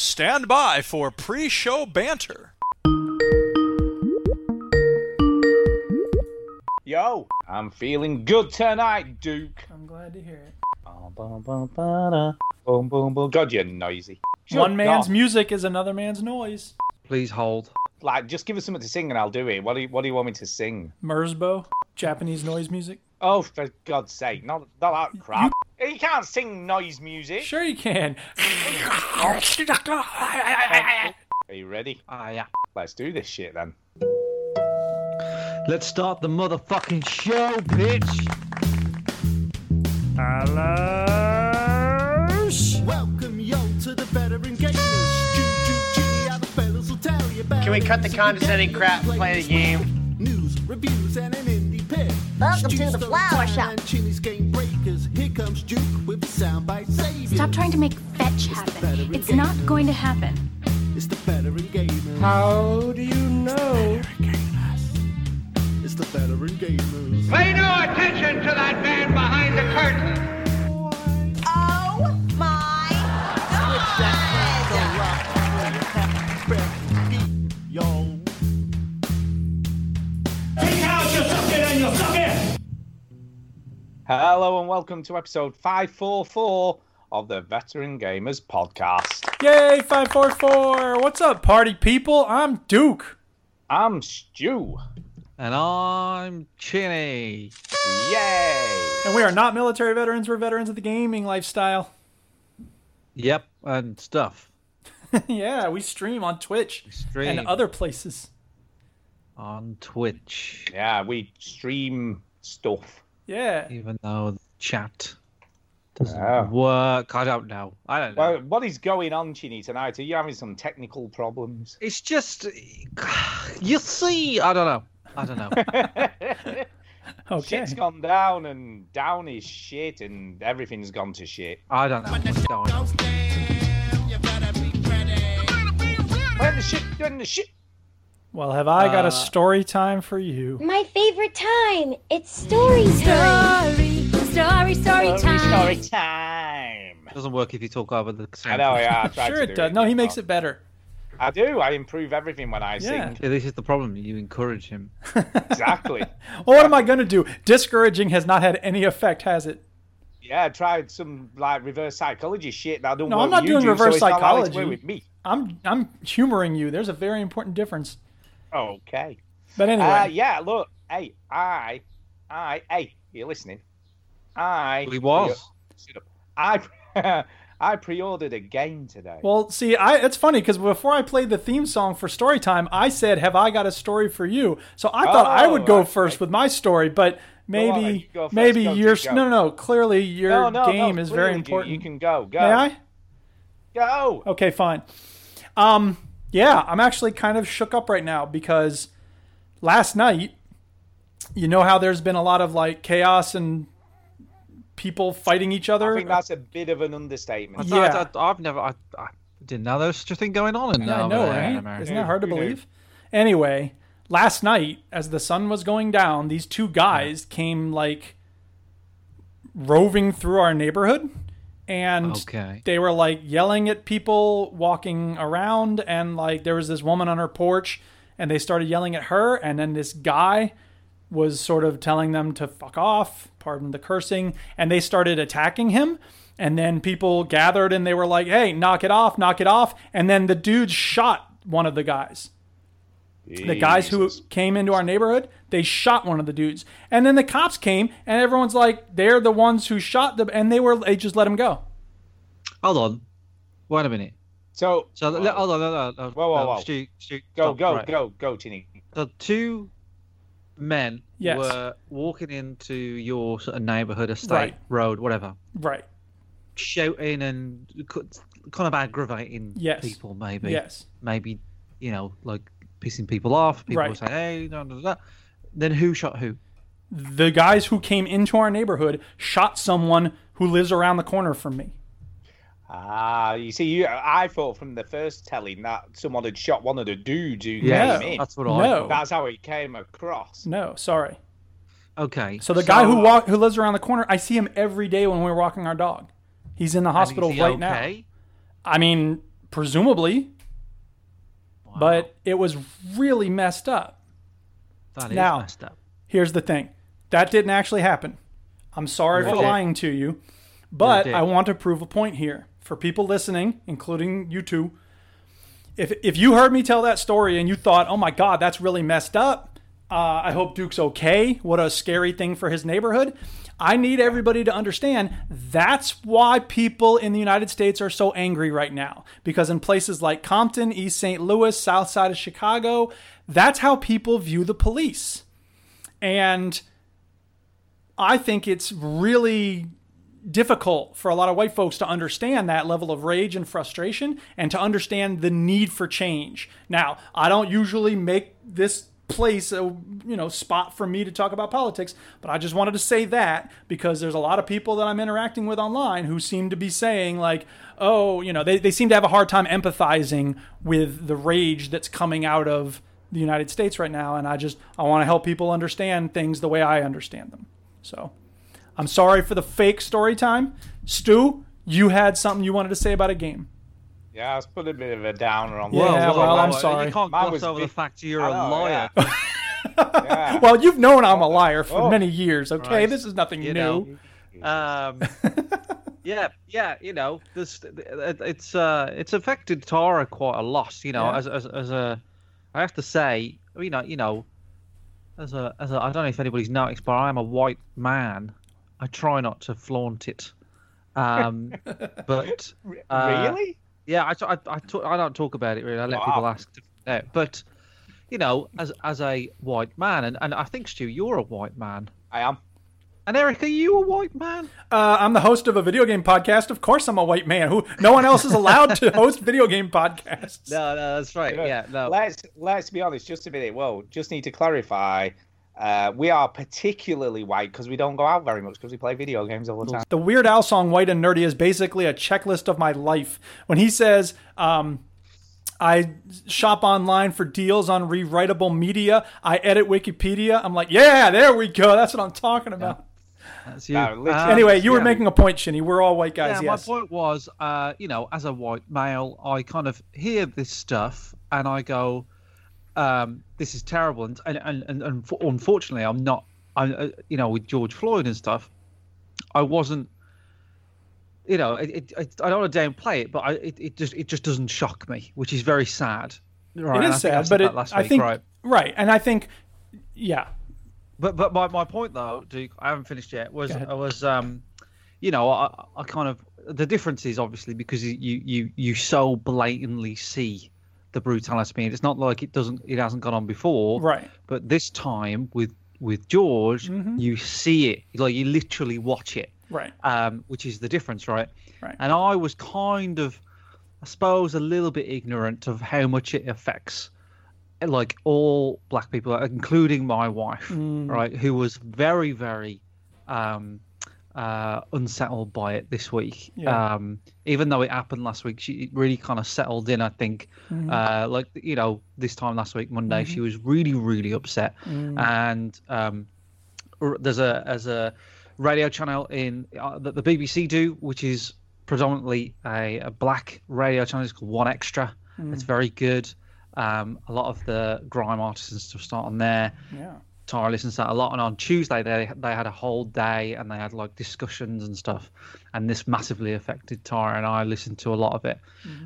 Stand by for pre show banter. Yo, I'm feeling good tonight, Duke. I'm glad to hear it. Bum, bum, bum, ba-da. Boom, boom, boom. God, you're noisy. Good One man's God. music is another man's noise. Please hold. like, just give us something to sing and I'll do it. What do you, What do you want me to sing? Merzbow, Japanese noise music. Oh, for God's sake, not not that crap. You, can't sing noise music. Sure you can. Are you ready? Ah, yeah. Let's do this shit then. Let's start the motherfucking show, bitch. Welcome, yo, to the veteran gamers. G-G-G, how the fellas will tell you about Can we it. cut the So condescending game crap and play the game? News, reviews, and an indie pick. Welcome to Stu's the Storytime Flower Shop. and Chili's Game Breakers. Here comes Duke with the soundbite savior. Stop trying to make fetch happen. It's not going to happen. It's the veteran gamers. How do you know? It's the veteran gamers. Pay no attention to that man behind the curtain. Oh my god! Yo. Hello and welcome to episode 544 of the Veteran Gamers Podcast. Yay, 544. What's up, party people? I'm Duke. I'm Stu. And I'm Chinny. Yay! And we are not military veterans, we're veterans of the gaming lifestyle. Yep, and stuff. yeah, we stream on Twitch Stream and other places. on Twitch, Yeah, we stream stuff. Yeah. even though the chat doesn't Yeah. work. I don't know. I don't know. Well, what is going on, Chini, tonight? Are you having some technical problems? it's just, you see, I don't know. I don't know. Okay. Shit's gone down, and down is shit, and everything's gone to shit. I don't know what's going on. When the shit, when the shit. Well, have I got Uh, a story time for you? My favorite time. It's story time. Story, story, story time. Story time. doesn't work if you talk over the. I know, yeah. I tried Sure to it do Oh. does. No, he makes it better. I do. I improve everything when I Yeah. sing. Yeah, this is the problem. You encourage him. Exactly. Well, what am I going to do? Discouraging has not had any effect, has it? yeah, I tried some like reverse psychology shit. That I don't No, work I'm not with you doing do, so reverse it's not how it's psychology. work with me. I'm I'm humoring you. There's a very important difference. Okay. But anyway, Uh, yeah. Look. Hey. I. I. Hey. You're listening. I. He was. Shut up. I. I pre-ordered a game today. well, see, I it's funny because before I played the theme song for Storytime, I said, "Have I got a story for you?" So I thought I would go okay. first with my story, but then, maybe you go first. maybe Go, your you go. no no clearly your no, no, no, game is very clearly, important. You, you can go. Go. May I? Go. Okay, fine. Um, yeah, I'm actually kind of shook up right now because last night, you know how there's been a lot of like chaos and people fighting each other. I think that's a bit of an understatement. Yeah. I, I, I've never. I, I didn't know there was such a thing going on in Yeah, I over know, there in right? America. Isn't that hard to Who knew? believe? Anyway, last night, as the sun was going down, these two guys came like roving through our neighborhood and Okay. they were like yelling at people walking around and like there was this woman on her porch and they started yelling at her and then this guy was sort of telling them to fuck off, pardon the cursing, and they started attacking him. And then people gathered and they were like, hey, knock it off, knock it off. And then the dude shot one of the guys. The guys who came into our neighborhood, they shot one of the dudes. And then the cops came and everyone's like, they're the ones who shot them. And they were, they just let him go. Hold on. Wait a minute. So, So le- le- hold on, hold on, hold on. Whoa, whoa, No, whoa. Stu, Stu, go, stop, go, right. go, go, Tini. So two men Yes. were walking into your sort of neighborhood, estate, Right. road, whatever, Right. shouting and c- kind of aggravating Yes. people, maybe. Yes. Maybe, you know, like pissing people off. People Right. say, hey, da, da, da. Then who shot who? The guys who came into our neighborhood shot someone who lives around the corner from me. Ah, you see, you, I thought from the first telling that someone had shot one of the dudes who Yeah. came in. that's what I. No. thought. That's how it came across. No, sorry. Okay. So the guy who walk, who lives around the corner, I see him every day when we're walking our dog. He's in the and is hospital he right now. okay? I mean, presumably, but it was really messed up. That is Now. messed up. Here's the thing that didn't actually happen. I'm sorry for Okay. lying to you, but did. I want to prove a point here for people listening, including you two. If, if you heard me tell that story and you thought, oh my God, that's really messed up, uh, I hope Duke's okay. What a scary thing for his neighborhood. I need everybody to understand that's why people in the United States are so angry right now. Because in places like Compton, East St. Louis, South Side of Chicago, that's how people view the police. And I think it's really difficult for a lot of white folks to understand that level of rage and frustration and to understand the need for change. Now, I don't usually make this place a you know spot for me to talk about politics, but I just wanted to say that because there's a lot of people that I'm interacting with online who seem to be saying like, oh, you know, they, they seem to have a hard time empathizing with the rage that's coming out of the United States right now. And I just I want to help people understand things the way I understand them. So I'm sorry for the fake story time. Stu, you had something you wanted to say about a game. Yeah, I was putting a bit of a downer on Yeah, that. well, I'm you sorry. can't Mine gloss was over big- the fact you're I a know, liar. yeah. Well, you've known I'm a liar for many years, okay? Christ. This is nothing You new. know. Um, yeah, yeah, you know, this it- it's uh, it's affected Tara quite a lot. You know, Yeah. as, as as a, I have to say, you know, you know, as a as a, I don't know if anybody's noticed, but I am a white man. I try not to flaunt it. Um, but uh, really? yeah, I t- I, I, t- I don't talk about it really. I let Wow. people ask. To, find out. but you know, as as a white man, and, and I think Stu, you're a white man, I am. and Eric, are you a white man? Uh, I'm the host of a video game podcast. Of course, I'm a white man. Who? No one else is allowed to host video game podcasts. No, no, that's right. Yeah, no. Let's let's be honest, just a minute. Well, just need to clarify. Uh, we are particularly white because we don't go out very much because we play video games all the time. The Weird Al song "White and Nerdy" is basically a checklist of my life. When he says, um, "I shop online for deals on rewritable media," I edit Wikipedia. I'm like, "Yeah, there we go. That's what I'm talking about." That's you. No, literally. Um, Anyway, you were Yeah. making a point, Shinny. We're all white yeah, guys. yes. my point was, uh, you know, as a white male, I kind of hear this stuff and I go, um, "This is terrible," and and and, and unf- unfortunately, I'm not. I, uh, you know, with George Floyd and stuff, I wasn't. You know, it, it, it, I don't want to downplay it, but I, it, it just it just doesn't shock me, which is very sad. Right? it and is I think I sad, said but that it, last I week, think right. and I think, yeah, But but my, my point though, Duke, I haven't finished yet. Was ahead. I was um, you know, I, I kind of the difference is obviously because you you you so blatantly see the brutality. being- It's not like it doesn't it hasn't gone on before, Right. Mm-hmm. But this time with with George, you see it like you literally watch it, right, um, which is the difference, right? Right. And I was kind of, I suppose, a little bit ignorant of how much it affects, like all black people, including my wife, Mm. right, who was very, very um, uh, unsettled by it this week. Yeah. Um, even though it happened last week, she it really kind of settled in. I think, Mm-hmm. uh, like you know, this time last week, Monday, she was really, really upset, Mm. and um, r- there's a as a radio channel in uh, that the BBC do, which is predominantly a, a black radio channel. It's called One Extra. It's very good. Um, a lot of the grime artists and stuff start on there. yeah, Tara listens to that a lot. And on Tuesday, they they had a whole day and they had like discussions and stuff. And this massively affected Tara and I listened to a lot of it.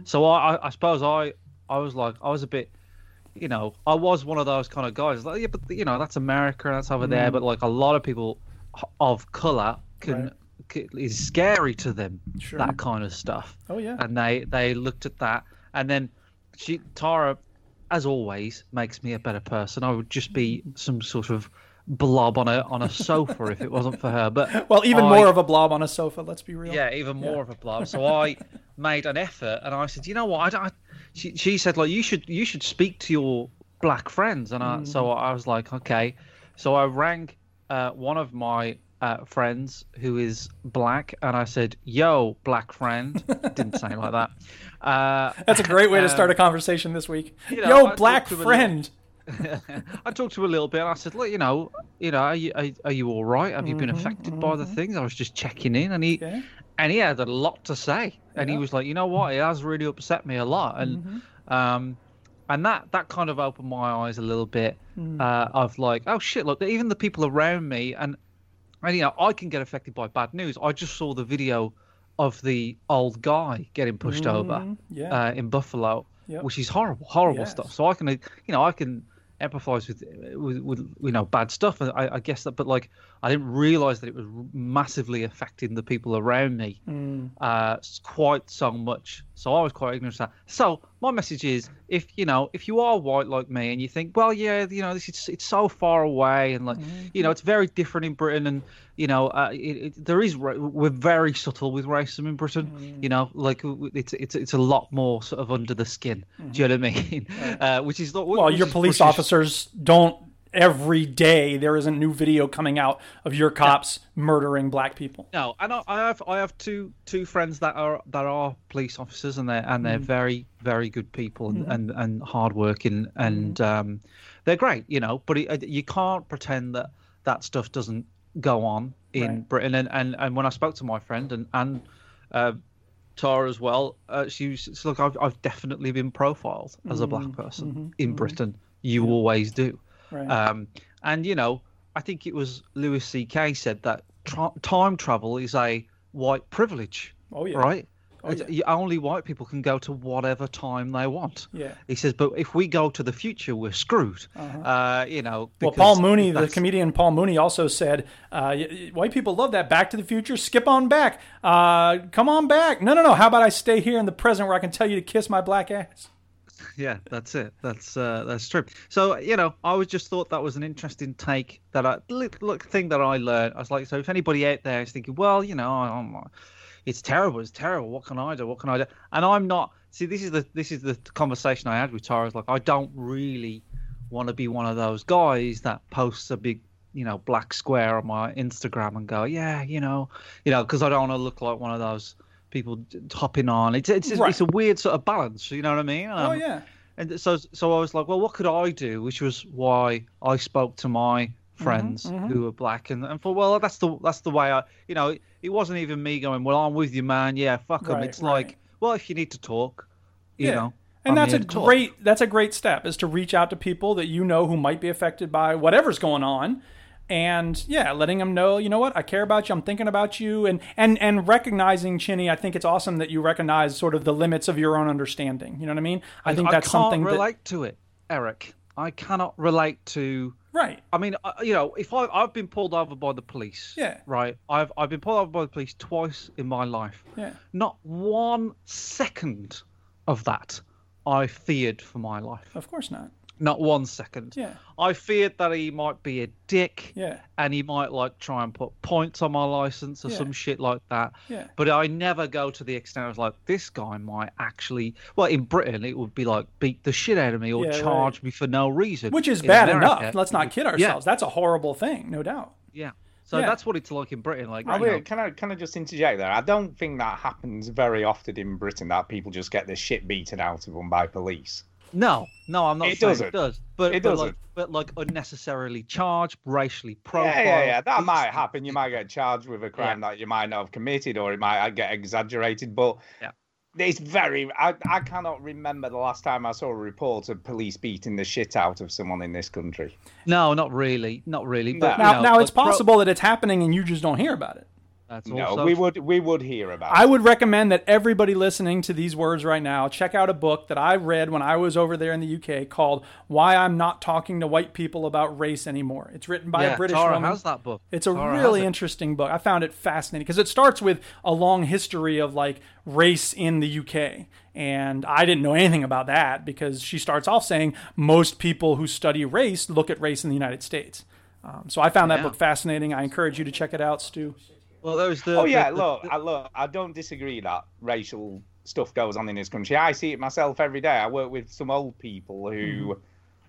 So I, I, I suppose I I was like I was a bit, you know, I was one of those kind of guys. Like yeah, but you know that's America and that's over there. But like a lot of people h- of color can. Mm. Right. c- Is scary to them Sure. that kind of stuff. Oh, yeah. and they they looked at that, and then she Tara as always, makes me a better person. I would just be Mm. some sort of blob on a on a sofa if it wasn't for her. But well, even Oh, I- more of a blob on a sofa. Let's be real. yeah, even more of a blob. So I made an effort, and I said, you know what? I don't. I, she she said like you should you should speak to your black friends, and Mm-hmm. I, so I was like okay. So I rang uh, one of my uh, friends who is black, and I said, "Yo, black friend," didn't say it like that. Uh, that's a great way to start a conversation this week. know, I Yo, talked black to a friend. I talked to her a little bit. And I said, "Look, you know, you know, are you are, are you all right? Have you been affected by the things?" I was just checking in, and he Mm-hmm, Yeah. and he had a lot to say and he was like you know what it has really upset me a lot and Mm-hmm. um and that that kind of opened my eyes a little bit Mm. uh, of like oh shit look even the people around me and and you know i can get affected by bad news i just saw the video of the old guy getting pushed over Mm-hmm. yeah. uh, in buffalo Yep. which is horrible horrible Yes. stuff so i can uh, you know i can empathize with with, with you know bad stuff and I, I guess that but like i didn't realize that it was massively affecting the people around me uh, s- quite so much. So I was quite ignorant of that. So my message is, if you know, if you are white like me and you think, well, yeah, you know, this is it's so far away and like, you know, it's very different in Britain and you know, uh, it, it, there is ra- we're very subtle with racism in Britain. You know, like w- w- it's it's it's a lot more sort of under the skin. Do you know what I mean? Uh, which is not Well, your police officers don't every day there isn't new video coming out of your cops murdering black people. No, and I, I have I have two two friends that are that are police officers, and they're and they're very very good people and and, and hardworking, and um, they're great, you know. But it, you can't pretend that that stuff doesn't go on in Britain. And, and and when I spoke to my friend and and uh, Tara as well, uh, she was she's like, I've I've definitely been profiled as a black person in Britain. You always do. Right. Um, and you know, I think it was Louis C.K. said that tra- time travel is a white privilege. Oh, yeah. Right. It's- y- Only white people can go to whatever time they want. Yeah. Uh-huh. He says, but if we go to the future, we're screwed. Uh, you know. Well, because Paul Mooney, the that's- comedian Paul Mooney, also said, uh, y- y- "White people love that Back to the Future. Skip on back. Uh, come on back. No, no, no. How about I stay here in the present where I can tell you to kiss my black ass." Yeah, that's it. That's uh, that's true. So you know, I was just thought that was an interesting take that I li- look thing that I learned. I was like, so if anybody out there is thinking, well, you know, I- I'm, uh, it's terrible, it's terrible. What can I do? What can I do? And I'm not. See, this is the this is the conversation I had with Tara. It's Like, I don't really want to be one of those guys that posts a big you know black square on my Instagram and go, yeah, you know, you know, because I don't want to look like one of those people d- hopping on. It's it's it's, Right. a weird sort of balance. You know what I mean? Oh Um, yeah. and so, so I was like, well, what could I do? Which was why I spoke to my Mm-hmm, friends who were black, and and thought, well, that's the that's the way I, you know, it, it wasn't even me going, well, I'm with you, man. Yeah, fuck 'em. Right, It's right. like, well, if you need to talk, you know, and I'm that's a here to talk. great that's a great step is to reach out to people that you know who might be affected by whatever's going on and yeah letting them know you know what i care about you i'm thinking about you and and and recognizing chinny i think it's awesome that you recognize sort of the limits of your own understanding you know what i mean i, think that's I can't something that- relate to it, Eric. I cannot relate to right I mean, I- you know, if I I've been pulled over by the police, Yeah. right. I've I've been pulled over by the police twice in my life. Yeah. Not one second of that I feared for my life. of course not Not one second. Yeah. I feared that he might be a dick. Yeah. And he might like try and put points on my license or Yeah. some shit like that. Yeah. But I never go to the extent of like this guy might actually. Well, in Britain it would be like beat the shit out of me or Yeah, right. charge me for no reason. which is In bad America, enough let's not kid ourselves that's a horrible thing no doubt yeah. So Yeah. that's what it's like in Britain. Like, I you know, will, can I can I just interject there? I don't think that happens very often in Britain that people just get the shit beaten out of them by police. no, no, I'm not It saying doesn't. it does, but It but doesn't. Like, but like unnecessarily charged, racially Yeah, profiled. yeah, yeah. That these might things. happen. You might get charged with a crime that you might not have committed, or it might uh, get exaggerated. But Yeah. it's very. I, I cannot remember the last time I saw a report of police beating the shit out of someone in this country. No, not really, not really. But No. you now know, now like it's pro- possible that it's happening and you just don't hear about it that's No, also we would we would hear about. I would recommend that everybody listening to these words right now check out a book that I read when I was over there in the UK called Why I'm Not Talking to White People About Race Anymore. It's written by Yeah, a British Tara woman. has that book. It's a Tara has really it. interesting book. I found it fascinating because it starts with a long history of like race in the UK. And I didn't know anything about that because she starts off saying most people who study race look at race in the United States. Um, so I found that Yeah. book fascinating. I encourage you to check it out, Stu. Well, there was the. Oh the- yeah, the- look, the- I look, I don't disagree that racial stuff goes on in this country. I see it myself every day. I work with some old people Mm-hmm. who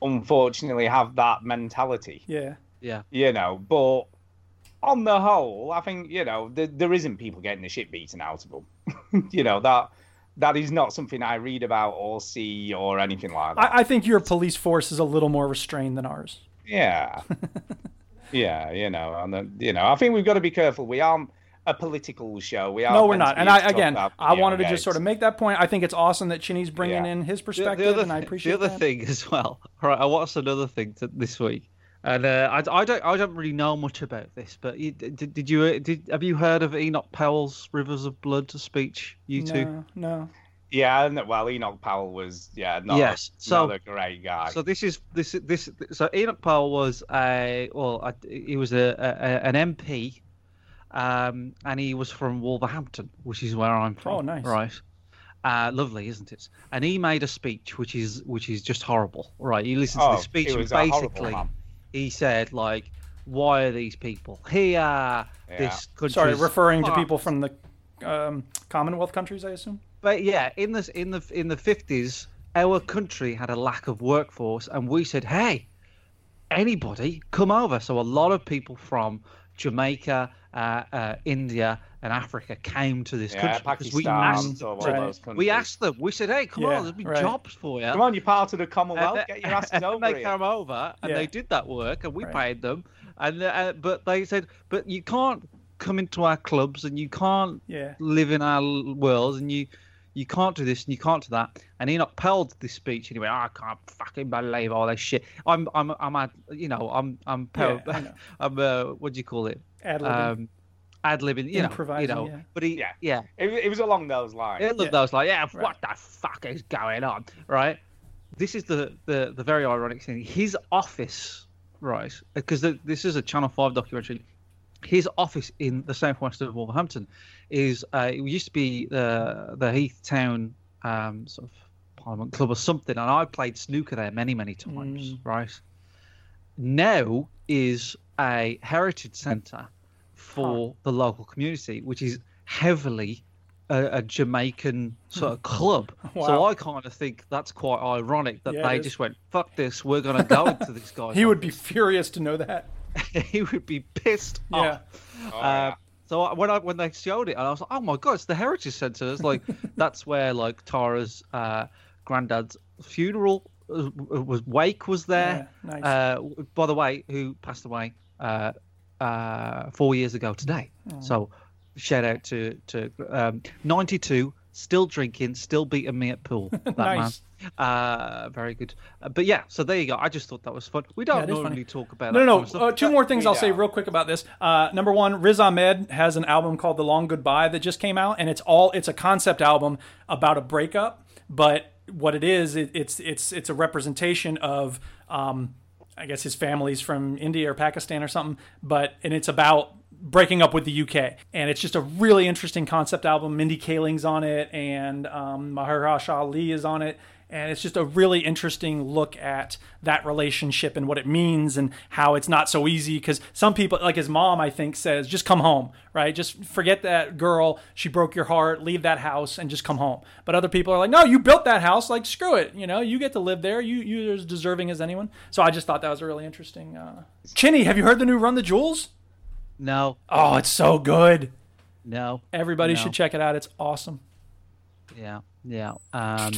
unfortunately have that mentality. Yeah. yeah. You know, but on the whole, I think, you know, th- there isn't people getting the shit beaten out of them. you know, that that is not something I read about or see or anything like that. I, I think your police force is a little more restrained than ours. Yeah. yeah, you know, and then, you know, I think we've got to be careful. We are a political show. Oh, We are. No, we're meant to not. be And I talking again, about I video wanted to games. just sort of make that point. I think it's awesome that Chinny's bringing Yeah. in his The- perspective, the other, and I thi- appreciate the other that. thing as well. All right, I watched another thing to, this week, and uh, I, I don't I don't really know much about this, but you, did, did you uh, did have you heard of Enoch Powell's Rivers of Blood speech? You two. No, no. Yeah, and well, Enoch Powell was yeah not Yes, so- not a great guy. So this is this is- this so Enoch Powell was a well I, he was a, a an MP, um, and he was from Wolverhampton, which is where I'm from. Oh, nice. Right. Uh, lovely, isn't it? And he made a speech which is which is just horrible. Right. You listen to oh, the speech it and was a horrible basically man. he said like why are these people here this country Sorry, referring to people from the um, Commonwealth countries, I assume. but yeah in this in the in the 50s our country had a lack of workforce and we said hey anybody come over so a lot of people from jamaica uh, uh, india and africa came to this Yeah, country because we Pakistan, asked sort of them to- all those we countries. asked them we said hey come Yeah, on there'll be right. jobs for you Come on, you're part of the Commonwealth. and Get they- your asses over they here. came over and Yeah. they did that work, and we Right. paid them. And uh, but they said, but you can't come into our clubs, and you can't Yeah. live in our l- worlds, and you you can't do this, and you can't do that. And Enoch Powell did this speech, and he went, "I can't fucking believe all this shit. I'm I'm I'm a, you know I'm I'm Powell, Yeah, I know. I'm uh, what do you call it? Ad-libbing. Uh, ad libbing, you know, you Improvising, know. yeah. But he Yeah. yeah It, it was along those lines. it looked Yeah. I was like, yeah, what the fuck is going on, right? This is the the, the very ironic thing. His office, right? Because the, this is a Channel Five documentary. His office in the southwest of Wolverhampton is uh, it used to be the the Heath Town um, sort of Parliament Club or something, and I played snooker there many many times, right? Now is a heritage centre for Oh. the local community, which is heavily a, a Jamaican sort of club. So Wow. I kind of think that's quite ironic that Yeah, it they is. just went, "Fuck this, we're gonna go into this guy." He would be furious to know that. he would be pissed Yeah. off. Uh, so I- when I when they showed it, I was like, "Oh my god, it's the Heritage Centre." It's like that's where like Tara's uh, granddad's funeral uh, was wake was there. Yeah, nice. uh, by the way, who passed away uh, uh, four years ago today. Mm. So shout out to to um, ninety two. Still drinking, still beating me at pool. That Nice. man, uh, very good. Uh, but yeah, so there you go. I just thought that was fun. We it don't is funny. normally talk about No, that no, kind of stuff. no. Uh, two more things we I'll say don't. real quick about this. Uh, number one, Riz Ahmed has an album called "The Long Goodbye" that just came out, and it's all it's a concept album about a breakup. But what it is, it, it's it's it's a representation of, um, I guess his family's from India or Pakistan or something. But and it's about breaking up with the UK, and it's just a really interesting concept album. Mindy Kaling's on it, and um, Mahershala Ali is on it and it's just a really interesting look at that relationship and what it means and how it's not so easy because some people like his mom i think says just come home right just forget that girl she broke your heart leave that house and just come home but other people are like no you built that house like screw it you know you get to live there you you're as deserving as anyone so i just thought that was a really interesting uh chinny have you heard the new run the jewels No, oh it's so good no. everybody No. should check it out it's awesome Yeah, yeah. Um,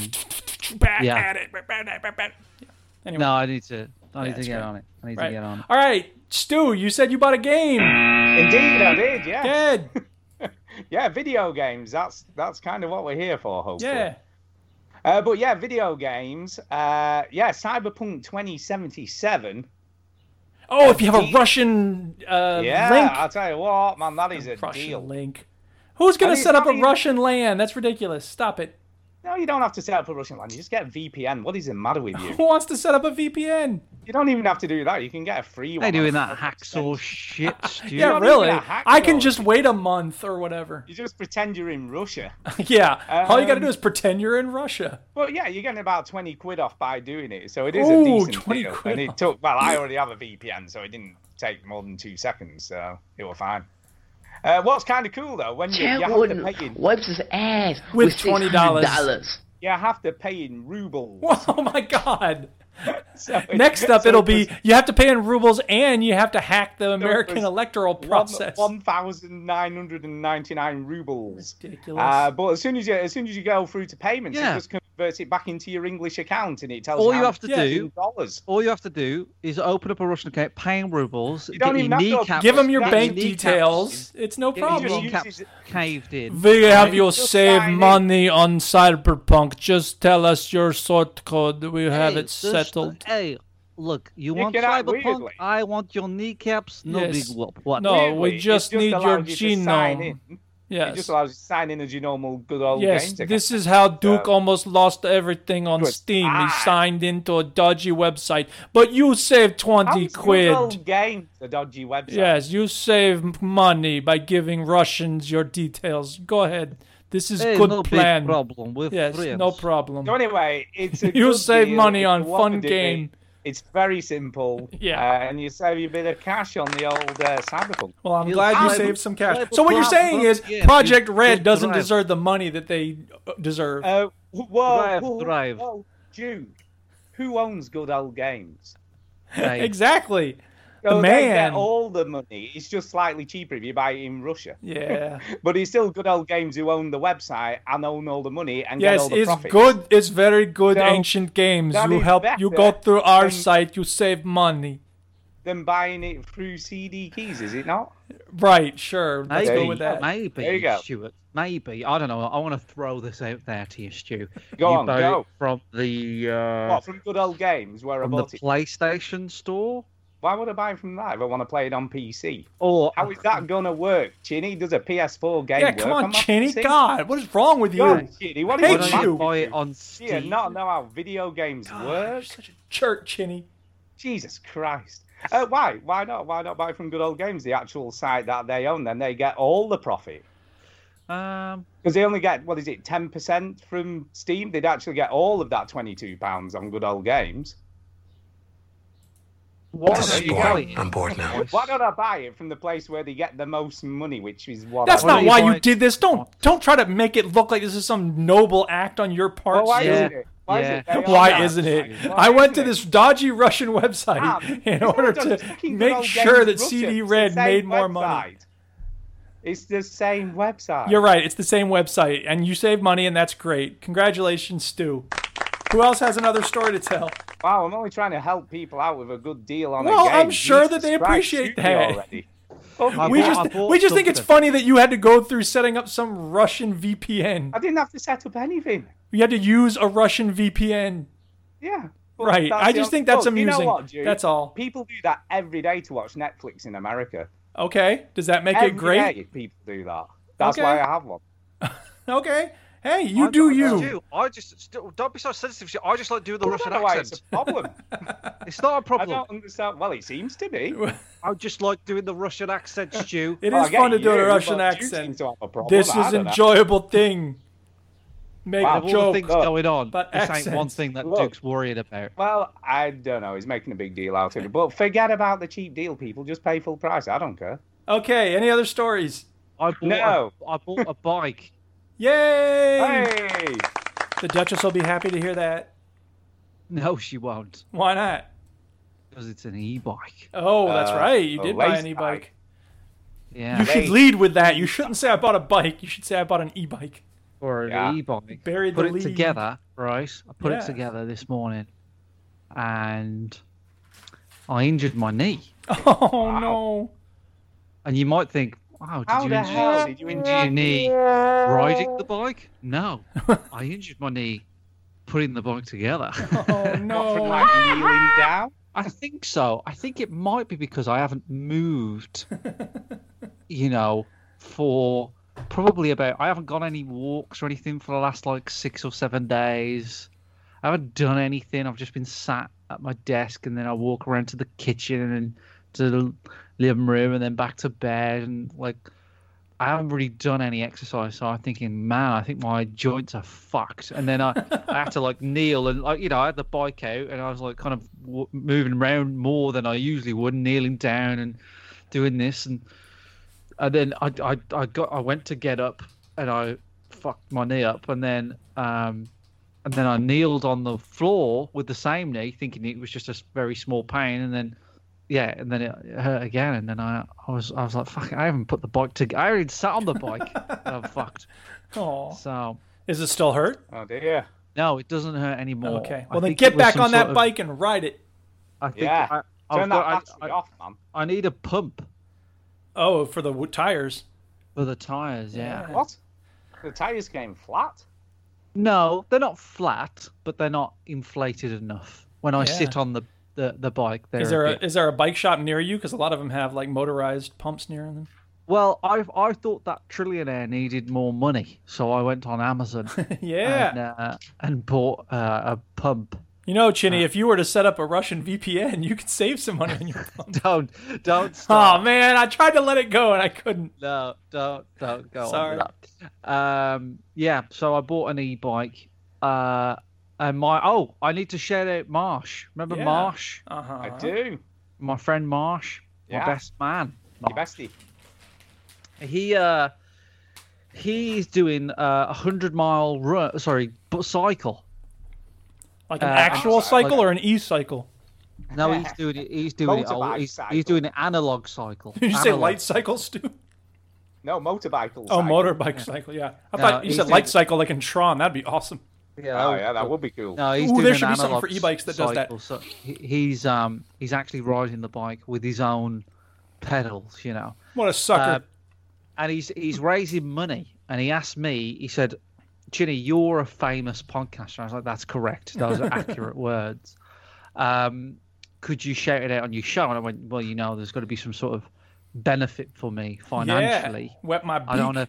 back Yeah. at it Yeah. anyway no, I need to. I need to it's get great. on it. I need Right. to get on. it. All right, Stu, you said you bought a game. Indeed, I did. Yeah. yeah, Dead. Video games. That's that's kind of what we're here for, hopefully. Yeah. Uh, but yeah, video games. Uh, yeah, Cyberpunk 2077. Oh, if you have a Deep. Russian uh, Yeah, I'll link, tell you what, man, that is a Russian deal. link. Who's gonna I mean- set up I a mean- Russian land? That's ridiculous. Stop it. No, you don't have to set up a Russian land. You just get a VPN. What is the matter with you? Who wants to set up a VPN? you don't even have to do that. You can get a free one. They doing that That's hacksaw expensive. shit, Stu. Yeah, not really. even a hack I can though. just wait a month or whatever. You just pretend you're in Russia. yeah. All you gotta Um, do is pretend you're in Russia. But yeah, you're getting about 20 quid off by doing it. So it is Ooh, a decent 20 deal. quid and off. it took, well, I already have a VPN, so it didn't take more than two seconds. So it was fine. Uh, what's kind of cool though, when you, you Ted have to Wooden pay in, wipes his ass With with, $20. dollars. you have to pay in rubles. Oh my god. So it- Next up, so it'll it be was you have to pay in rubles and you have to hack the American was electoral process. one- 1,999 rubles. Ridiculous. Uh, but as soon as you as soon as you go through to payments, Yeah. it just comes convert it back into your English account, and it tells All how you have much to Yeah. it's in do, dollars. all you have to do, is open up a Russian account, pay in rubles, You get don't your even have to kneecaps, Give them your get bank kneecaps- details. It's no get your just problem. use- kneecaps caved in. We have you Just save sign it. money on Cyberpunk. Just tell us your sort code. We have Hey, it just- uh, settled. Hey, look, you, want can act cyberpunk? weirdly. I want your kneecaps. No Yes. big whoop. What? No, Weirdly, Oh, we it just, need your allows you to sign genome. in. It Yes. just allows you to sign in as your normal good old Yes, games account. this is how Duke Yeah. almost lost everything on Good. Steam. He Ah. signed into a dodgy website, but you saved 20 How's quid. Good old games, a dodgy website. Yes, you save money by giving Russians your details. Go ahead. This is Hey, good no plan. Big problem with Yes, friends. no problem. So anyway, it's a You good save deal. money If on you want fun to do game. it, It's very simple. Yeah. uh, and you save you a bit of cash on the old uh, cyberpunk. Well, I'm You glad you cyber- saved some cash. cyber So what you're crime, saying huh? is Yeah, Project you- Red you doesn't drive. deserve the money that they uh, deserve. Uh, wh- whoa, Drive, whoa, drive. whoa, Jude, who owns good old games? Hey, exactly. The So They man. get all the money. It's just slightly cheaper if you buy it in Russia. Yeah. But it's still good old games who own the website and own all the money and get yes, all the it's profits. good. It's very good So, ancient games. that You is help. You go better through our than- site. You save money. Than buying it through CD keys, is it not? Right. Sure. Let's Maybe, go you with go. that. maybe, There you go. Stuart. Maybe I don't know. I want to throw this out there to you, Stu. Go you on, bought go. it from the uh, What from good old games where from I the bought it? PlayStation store, Why would I buy it from that if I want to play it on PC? or How is that gonna work, Chinny? Does a PS4 game Yeah. work? Come on, my Chinny. PC? God, what is wrong with you? Yo, Chinny, what Hate is wrong why don't with you you. buy it on Steam? Yeah, not know how video games work. Such a jerk, Chinny. Jesus Christ. Uh, why? Why not? Why not buy from Good Old Games, the actual site that they own? Then they get all the profit Um, because they only get what is it, ten percent from Steam? They'd actually get all of that twenty-two pounds on Good Old Games. what This is are you boring. buying? I'm bored now. Why don't I buy it from the place where they get the most money, which is what? That's I Why not want? don't you why buy you it- did this. Don't don't try to make it look like this is some noble act on your part. Well, Oh, why Stu. Yeah. isn't it? Why, is it they own Why that? isn't it? Why I went isn't to it? this dodgy Russian website Ah, in it's order not just to fucking good make old sure that games Russia. CD It's Red the same made more money. website. It's the same website. You're right. It's the same website, and you save money, and that's great. Congratulations, Stu. Who else has another story to tell? Wow, I'm only trying to help people out with a good deal on Well, a game. I'm sure that they Christ, appreciate shoot me that. Already. I We bought- just I bought we just think it's something. funny that you had to go through setting up some Russian VPN. I didn't have to set up anything. You had to use a Russian VPN. Yeah. But Right. that's I the just only- think that's Look, you know amusing. what, Jude? That's all. People do that every day to watch Netflix in America. Okay. Does that make Every it great? day people do that. That's Okay. why I have one. Okay. Hey, you I do don't know you. I just st- don't be so sensitive. Stu. I just like doing the I don't Russian know why it's accent. a problem. It's not a I problem. don't understand. Well, it seems to be. I just like doing the Russian accent, Stu. It Well, is Oh, I get fun to do you, a but Russian you seem accent. to have a problem. This I is don't know. enjoyable thing. Make Wow. a Of all the joke. things Look, going on, but this ain't one accents. thing that Look. Duke's worried about. Well, I don't know. He's making a big deal out of it. But forget about the cheap deal, people. Just pay full price. I don't care. Okay. Any other stories? I bought, No. a, I bought a bike. Yay! Hey! The Duchess will be happy to hear that. No, she won't, Why not? because it's an e-bike. Oh, that's Uh, right. You a did buy race an e bike. bike. Yeah, You should Race lead with that. You shouldn't say I bought a bike. You should say I bought an e bike. or an Yeah. e-bike. Bury the put it lead. together, right? I put Yeah. it together this morning, and I injured my knee. Oh, no. And you might think, "Wow, did How you the injure, hell did you your injure? knee riding the bike?" No, I injured my knee putting the bike together. Oh, What, from no. like kneeling down? I think so. I think it might be because I haven't moved, you know, for probably about, I haven't gone any walks or anything for the last like six or seven days. I haven't done anything. I've just been sat at my desk and then I walk around to the kitchen and to the living room and then back to bed. And like, I haven't really done any exercise. So I'm thinking, man, I think my joints are fucked. And then I, I had to like kneel and like, you know, I had the bike out and I was like kind of w- moving around more than I usually would, kneeling down and doing this. And, and then I, I, I got, I went to get up and I fucked my knee up and then, um, and then I kneeled on the floor with the same knee, thinking it was just a s- very small pain, and then yeah, and then it hurt again, and then I, I was I was like, fuck, I haven't put the bike to, I already sat on the bike, and I'm fucked. Oh. So Is it still hurt? Oh, dear. No, it doesn't hurt anymore. Okay. I Well, then think it get was back some on that sort of- bike and ride it. I think Yeah. I, I've Turn that got- battery I, I, off, man. I need a pump Oh, for the w- tires. for the tires. Yeah. What? The tires came flat. No, they're not flat, but they're not inflated enough. When I Yeah. sit on the the, the bike, they're Is there a a, bit- is there a bike shop near you? Because a lot of them have like motorized pumps near them. Well, I I thought that trillionaire needed more money, so I went on Amazon Yeah. and, uh, and bought uh, a pump. You know, Chinny, if you were to set up a Russian VPN, you could save some money on your phone. Don't don't oh stop. man, I tried to let it go and I couldn't. No, don't don't go Sorry. on with that. Um, yeah, so I bought an e-bike. Uh, and my oh, I need to shout out Marsh. Remember Yeah. Marsh, Uh huh. Uh-huh. I do. my friend Marsh, my Yeah. best man. Your bestie. he uh he's doing uh, a hundred mile run sorry but cycle Like an Uh, actual I'm sorry, cycle like- or an e-cycle? no he's doing it he's doing it old, Motorbike he's, cycle. he's doing an analog cycle Did you say Analog. light cycle, Stu? No, motorbike. cycle. Oh, motorbike cycle. Yeah, I No, thought you he's said doing- light cycle like in Tron. That'd be awesome. yeah, Oh yeah, that would be cool. no, he's Ooh, doing there an should be something for analog e-bikes that does that. cycle, So he- he's um he's actually riding the bike with his own pedals, you know. What a Uh, sucker! and he's he's raising money. And he asked me, he said, Ginny, you're a famous podcaster. I was like, that's correct. Those are accurate words. Um, could you shout it out on your show? And I went, well, you know, there's got to be some sort of benefit for me financially. yeah, wet my beak. I don't want to,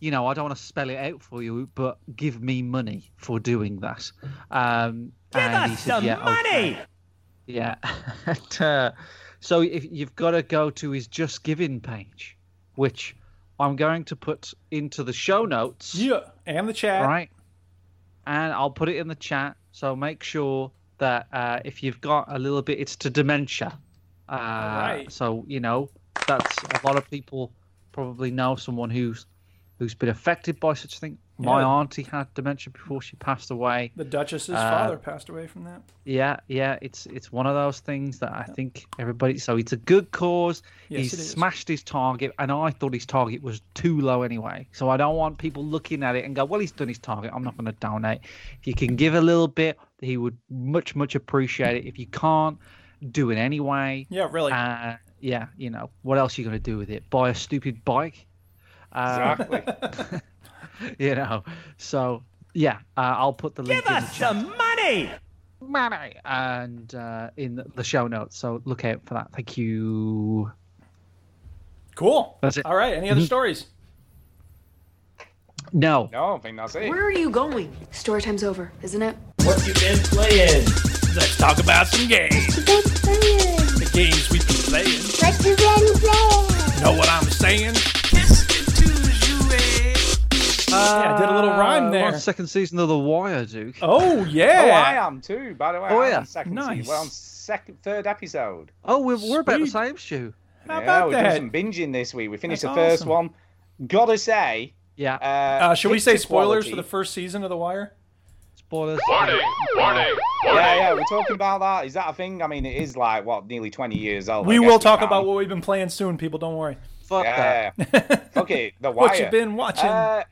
you know, I don't want to spell it out for you, but give me money for doing that. Um, give and he said, yeah, money. Yeah. And, uh, so if you've got to go to his Just Giving page, which I'm going to put into the show notes, Yeah, and the chat. right? And I'll put it in the chat. So make sure that uh, if you've got a little bit, it's to dementia. Uh, right. So you know that's a lot of people probably know someone who's who's been affected by such a thing. My Yeah. auntie had dementia before she passed away. The Duchess's Uh, father passed away from that. Yeah, yeah, it's it's one of those things that I think everybody. So it's a good cause. Yes, He's it is. smashed his target, and I thought his target was too low anyway. So I don't want people looking at it and go, "Well, he's done his target. I'm not going to donate." If you can give a little bit, he would much much appreciate it. If you can't, do it anyway. Yeah, really. Uh, yeah, you know what else are you going to do with it? Buy a stupid bike, Uh, Exactly. you know. So yeah, uh, I'll put the link. in the chat. money! Money and uh, in the show notes. So look out for that. Thank you. cool. That's it. Mm-hmm. All right. Any other stories? No, no, I don't think that's it. Where are you going? Story time's over, isn't it? What you been playing? Let's talk about some games. Big balloon. The games we've been playing. What you been playing? Know what I'm saying? yeah, I did a little rhyme Uh, there. what's second season of The Wire, Duke. Oh Oh, I yeah. am too. By the way, Oh, I'm yeah. on second Nice. season. We're on second, third episode. Oh, we're, we're about the Sweet. same, Stu. How yeah, about we that? did some binging this week. We finished That's the first awesome. one. Gotta say, Yeah. uh, uh, should we say picture spoilers quality- for the first season of The Wire? Spoilers. Yeah, yeah, we're talking about that. Is that a thing? I mean, it is like what, nearly twenty years old. I We guess will talk can. about what we've been playing soon, people. Don't worry. Fuck that. Yeah. okay, the wire. What you been watching? Uh,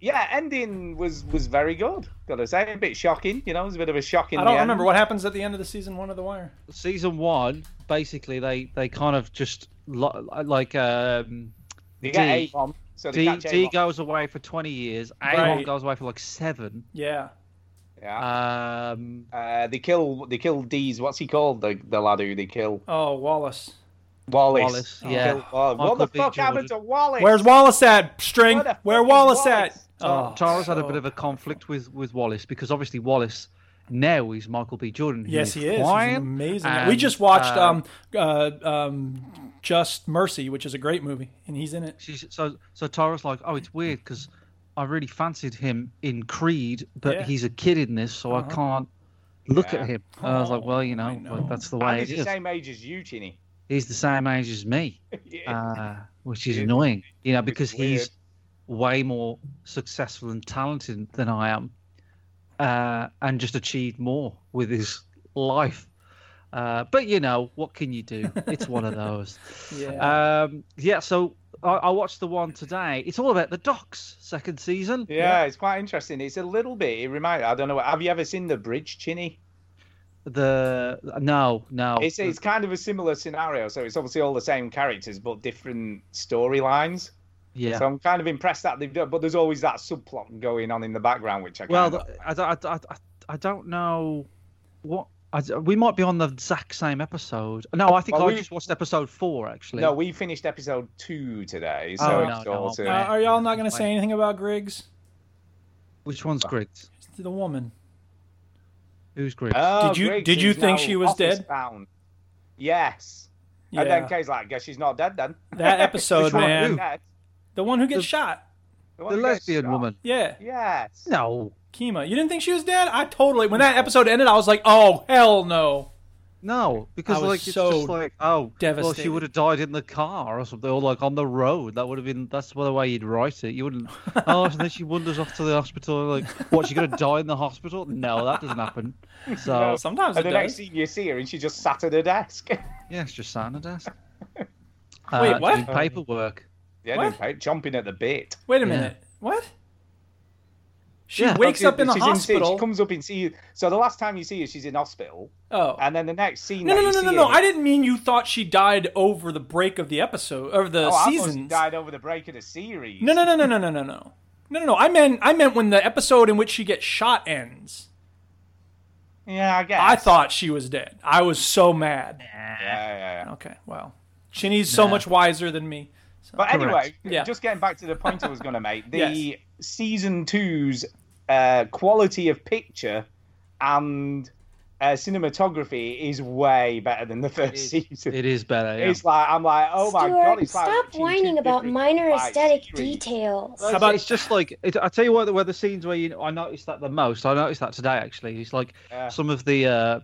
yeah, ending was was very good. Gotta say, a bit shocking. You know, it was a bit of a shocking. I don't remember what happens at the end of the season one of The Wire. Season one, basically, they they kind of just lo- like um, They get D. a bomb. So they D, catch D A-bomb. goes away for twenty years. A Right. goes away for like seven. Yeah. uh, Yeah. Um, Uh, they kill they kill D's. What's he called? The the lad who they kill Oh, Wallace. Wallace. Wallace, They yeah. kill Wallace. What Michael the B. fuck happened to Jordan. Wallace? Where's Wallace at? String. Where the Where fuck is Wallace, Wallace? at? Oh, Charles had a bit so- of a conflict with, with Wallace because obviously Wallace now is Michael B. Jordan. who Yes, he is. He's fine, amazing. and, we just watched uh, um, uh, um, Just Mercy, which is a great movie, and he's in it. she's, so so Tara's like, oh, it's weird because I really fancied him in Creed, but Yeah. he's a kid in this, so I can't look Uh-huh. Yeah. Oh, at him. And I was like, well, you know, well, that's the And way he's it the is. same age as you, Chinny. He's the same age as me, Yeah. uh, which is Yeah. annoying, you know, Which is because he's way more successful and talented than I am, uh, and just achieved more with his life. Uh, but you know, what can you do? It's one of those. Yeah. Um, yeah. So I, I watched the one today. It's all about the docks, second season. Yeah, it's quite interesting. It's a little bit. It reminds. I don't know. Have you ever seen the bridge, Chinny? The no, no. It's it's kind of a similar scenario. So it's obviously all the same characters, but different storylines. yeah. So I'm kind of impressed that they've done. But there's always that subplot going on in the background, which I well, kind of- th- I, don't- I, I, I don't know what. I, d- we might be on the exact same episode. No, I think Well, I we- just watched episode four actually. no, we finished episode two today, so Oh, it's no, no, all to- Uh, are y'all not going to say anything about Griggs? Which Uh, one's Griggs? It's the woman. Who's Griggs? Oh, Did you- Griggs did you is think now she was office dead? bound. Yes. Yeah. And then Kay's like, guess she's not dead then. That episode, Which one? man. Who? Dead. The one who gets shot. one the who gets lesbian shot. woman. Yeah. Yes. No, Kima. You didn't think she was dead? I totally. When that episode ended, I was like, oh, hell no. no, because I was like it's so just like oh, well she devastated. would have died in the car or something, or like on the road. That would have been that's the way you'd write it. You wouldn't. oh, and then she wanders off to the hospital. Like, what? She gonna die in the hospital? No, that doesn't happen. So Sometimes it And the next does. scene you see her, and she just sat at her desk. yeah, it's just sat on a desk. Wait, what? Uh, Doing paperwork. yeah, What? doing pa- chomping at the bit. Wait a Yeah. minute. What? She Yeah. wakes up in the she's hospital. she comes up and see. So the last time you see her, she's in hospital, oh. and then the next scene. No, that no, no, you no, see no, no. her- I didn't mean you thought she died over the break of the episode, over the Oh, I thought she seasons. died over the break of the series. No, no, no, no, no, no, no, no. No, no, no. I meant, I meant when the episode in which she gets shot ends. Yeah, I guess. I thought she was dead. I was so mad. Yeah, yeah, yeah. Okay, well, Chinny's so much wiser than me. But anyway, Yeah. just getting back to the point I was going to make, the Yes. season two's uh, quality of picture and uh, cinematography is way better than the first season. It is better. Yeah. It's like I'm like, oh my Stuart, god! It's like stop watching two whining about different, minor like, aesthetic series. details. How about- about it's just like it, I tell you what, where the scenes where you I noticed that the most. I noticed that today actually. It's like Yeah. some of the. Uh,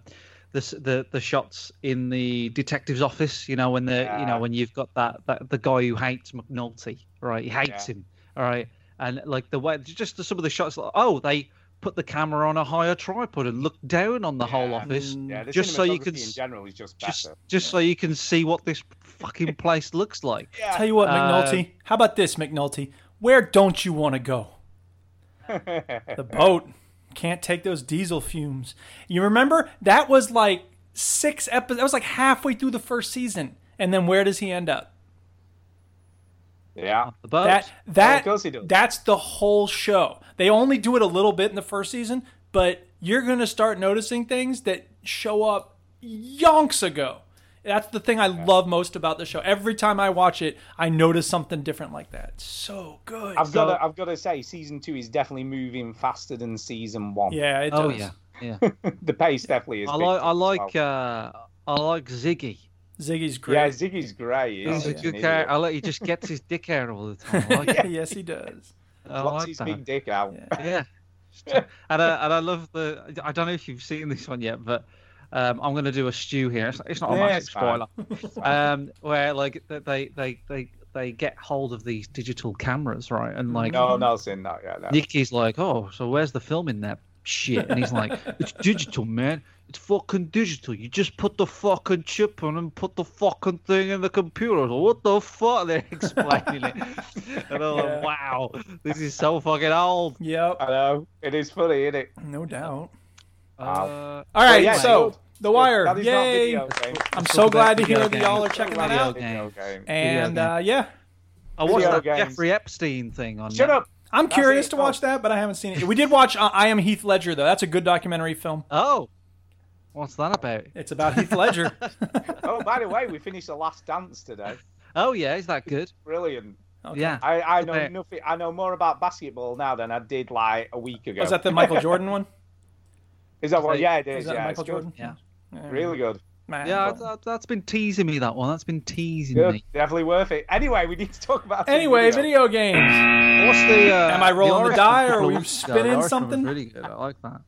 the, s- the the shots in the detective's office, you know, when the you Yeah. know when you've got that, that the guy who hates McNulty, right? He hates Yeah. him, all right. And like the way, just the, some of the shots. Like, oh, they put the camera on a higher tripod and looked down on the whole Yeah. office, Yeah, the just so you can cinematography in s- general is just better. just just so you can see what this fucking place looks like. yeah. Tell you what, Uh, McNulty. how about this, McNulty? Where don't you want to go? the boat can't take those diesel fumes. You remember that was like six episodes. That was like halfway through the first season, and then where does he end up? yeah. The boat. That that of course he does. that's the whole show. They only do it a little bit in the first season, but you're gonna start noticing things that show up yonks ago. That's the thing I love most about the show. Every time I watch it, I notice something different like that. It's so good. I've got um, to, I've got to say, season two is definitely moving faster than season one. yeah, it does. oh yeah, yeah. the pace definitely is. I picked like up I as like well. uh, I like Ziggy. Ziggy's great. yeah, Ziggy's great. He's a isn't he? good guy. I like he just gets his dick out all the time. I like, it. yes, he does. I Lots like his that. big dick out. Yeah. and I, and I love the. I don't know if you've seen this one yet, but um, I'm going to do a stew here. It's, it's not a Yeah, massive it's fine. spoiler. um, where like th- they they they they get hold of these digital cameras, right? And like No, no, I've seen that. Yeah, no. Nicky's like, oh, so where's the film in that shit? And he's like, it's digital, man. It's fucking digital. You just put the fucking chip on and put the fucking thing in the computer. So what the fuck? They're explaining it. And I'm Yeah. like, wow, this is so fucking old. Yep, I know. It is funny, isn't it? no doubt. Uh, All right, yeah, so good. The Wire. That is not Yay! video game. I'm Let's so talk about glad to hear video that y'all are games. checking that Video out. games. Video game. And Video uh, yeah, I watched Video that games. Jeffrey Epstein thing on Shut Net- up. I'm That's curious it. to watch that, but I haven't seen it. We did watch uh, I Am Heath Ledger though. That's a good documentary film. Oh, what's that about? It's about Heath Ledger. Oh, by the way, we finished the last dance today. Oh yeah, is that good? Brilliant. Yeah. I, I know Okay. nothing. I know more about basketball now than I did like a week ago. Was that the Michael Jordan one? Is that what? Is Yeah, it Is is. that Yeah, Michael it's good. Jordan? Yeah. Really good. Man. Yeah, that, that's been teasing me. That one. That's been teasing Good. me. Definitely worth it. Anyway, we need to talk about. some Anyway, video games. What's the? Uh, Am I rolling the Irishman die, or couple are we of weeks ago? spinning The Irishman was something? Really good. I like that.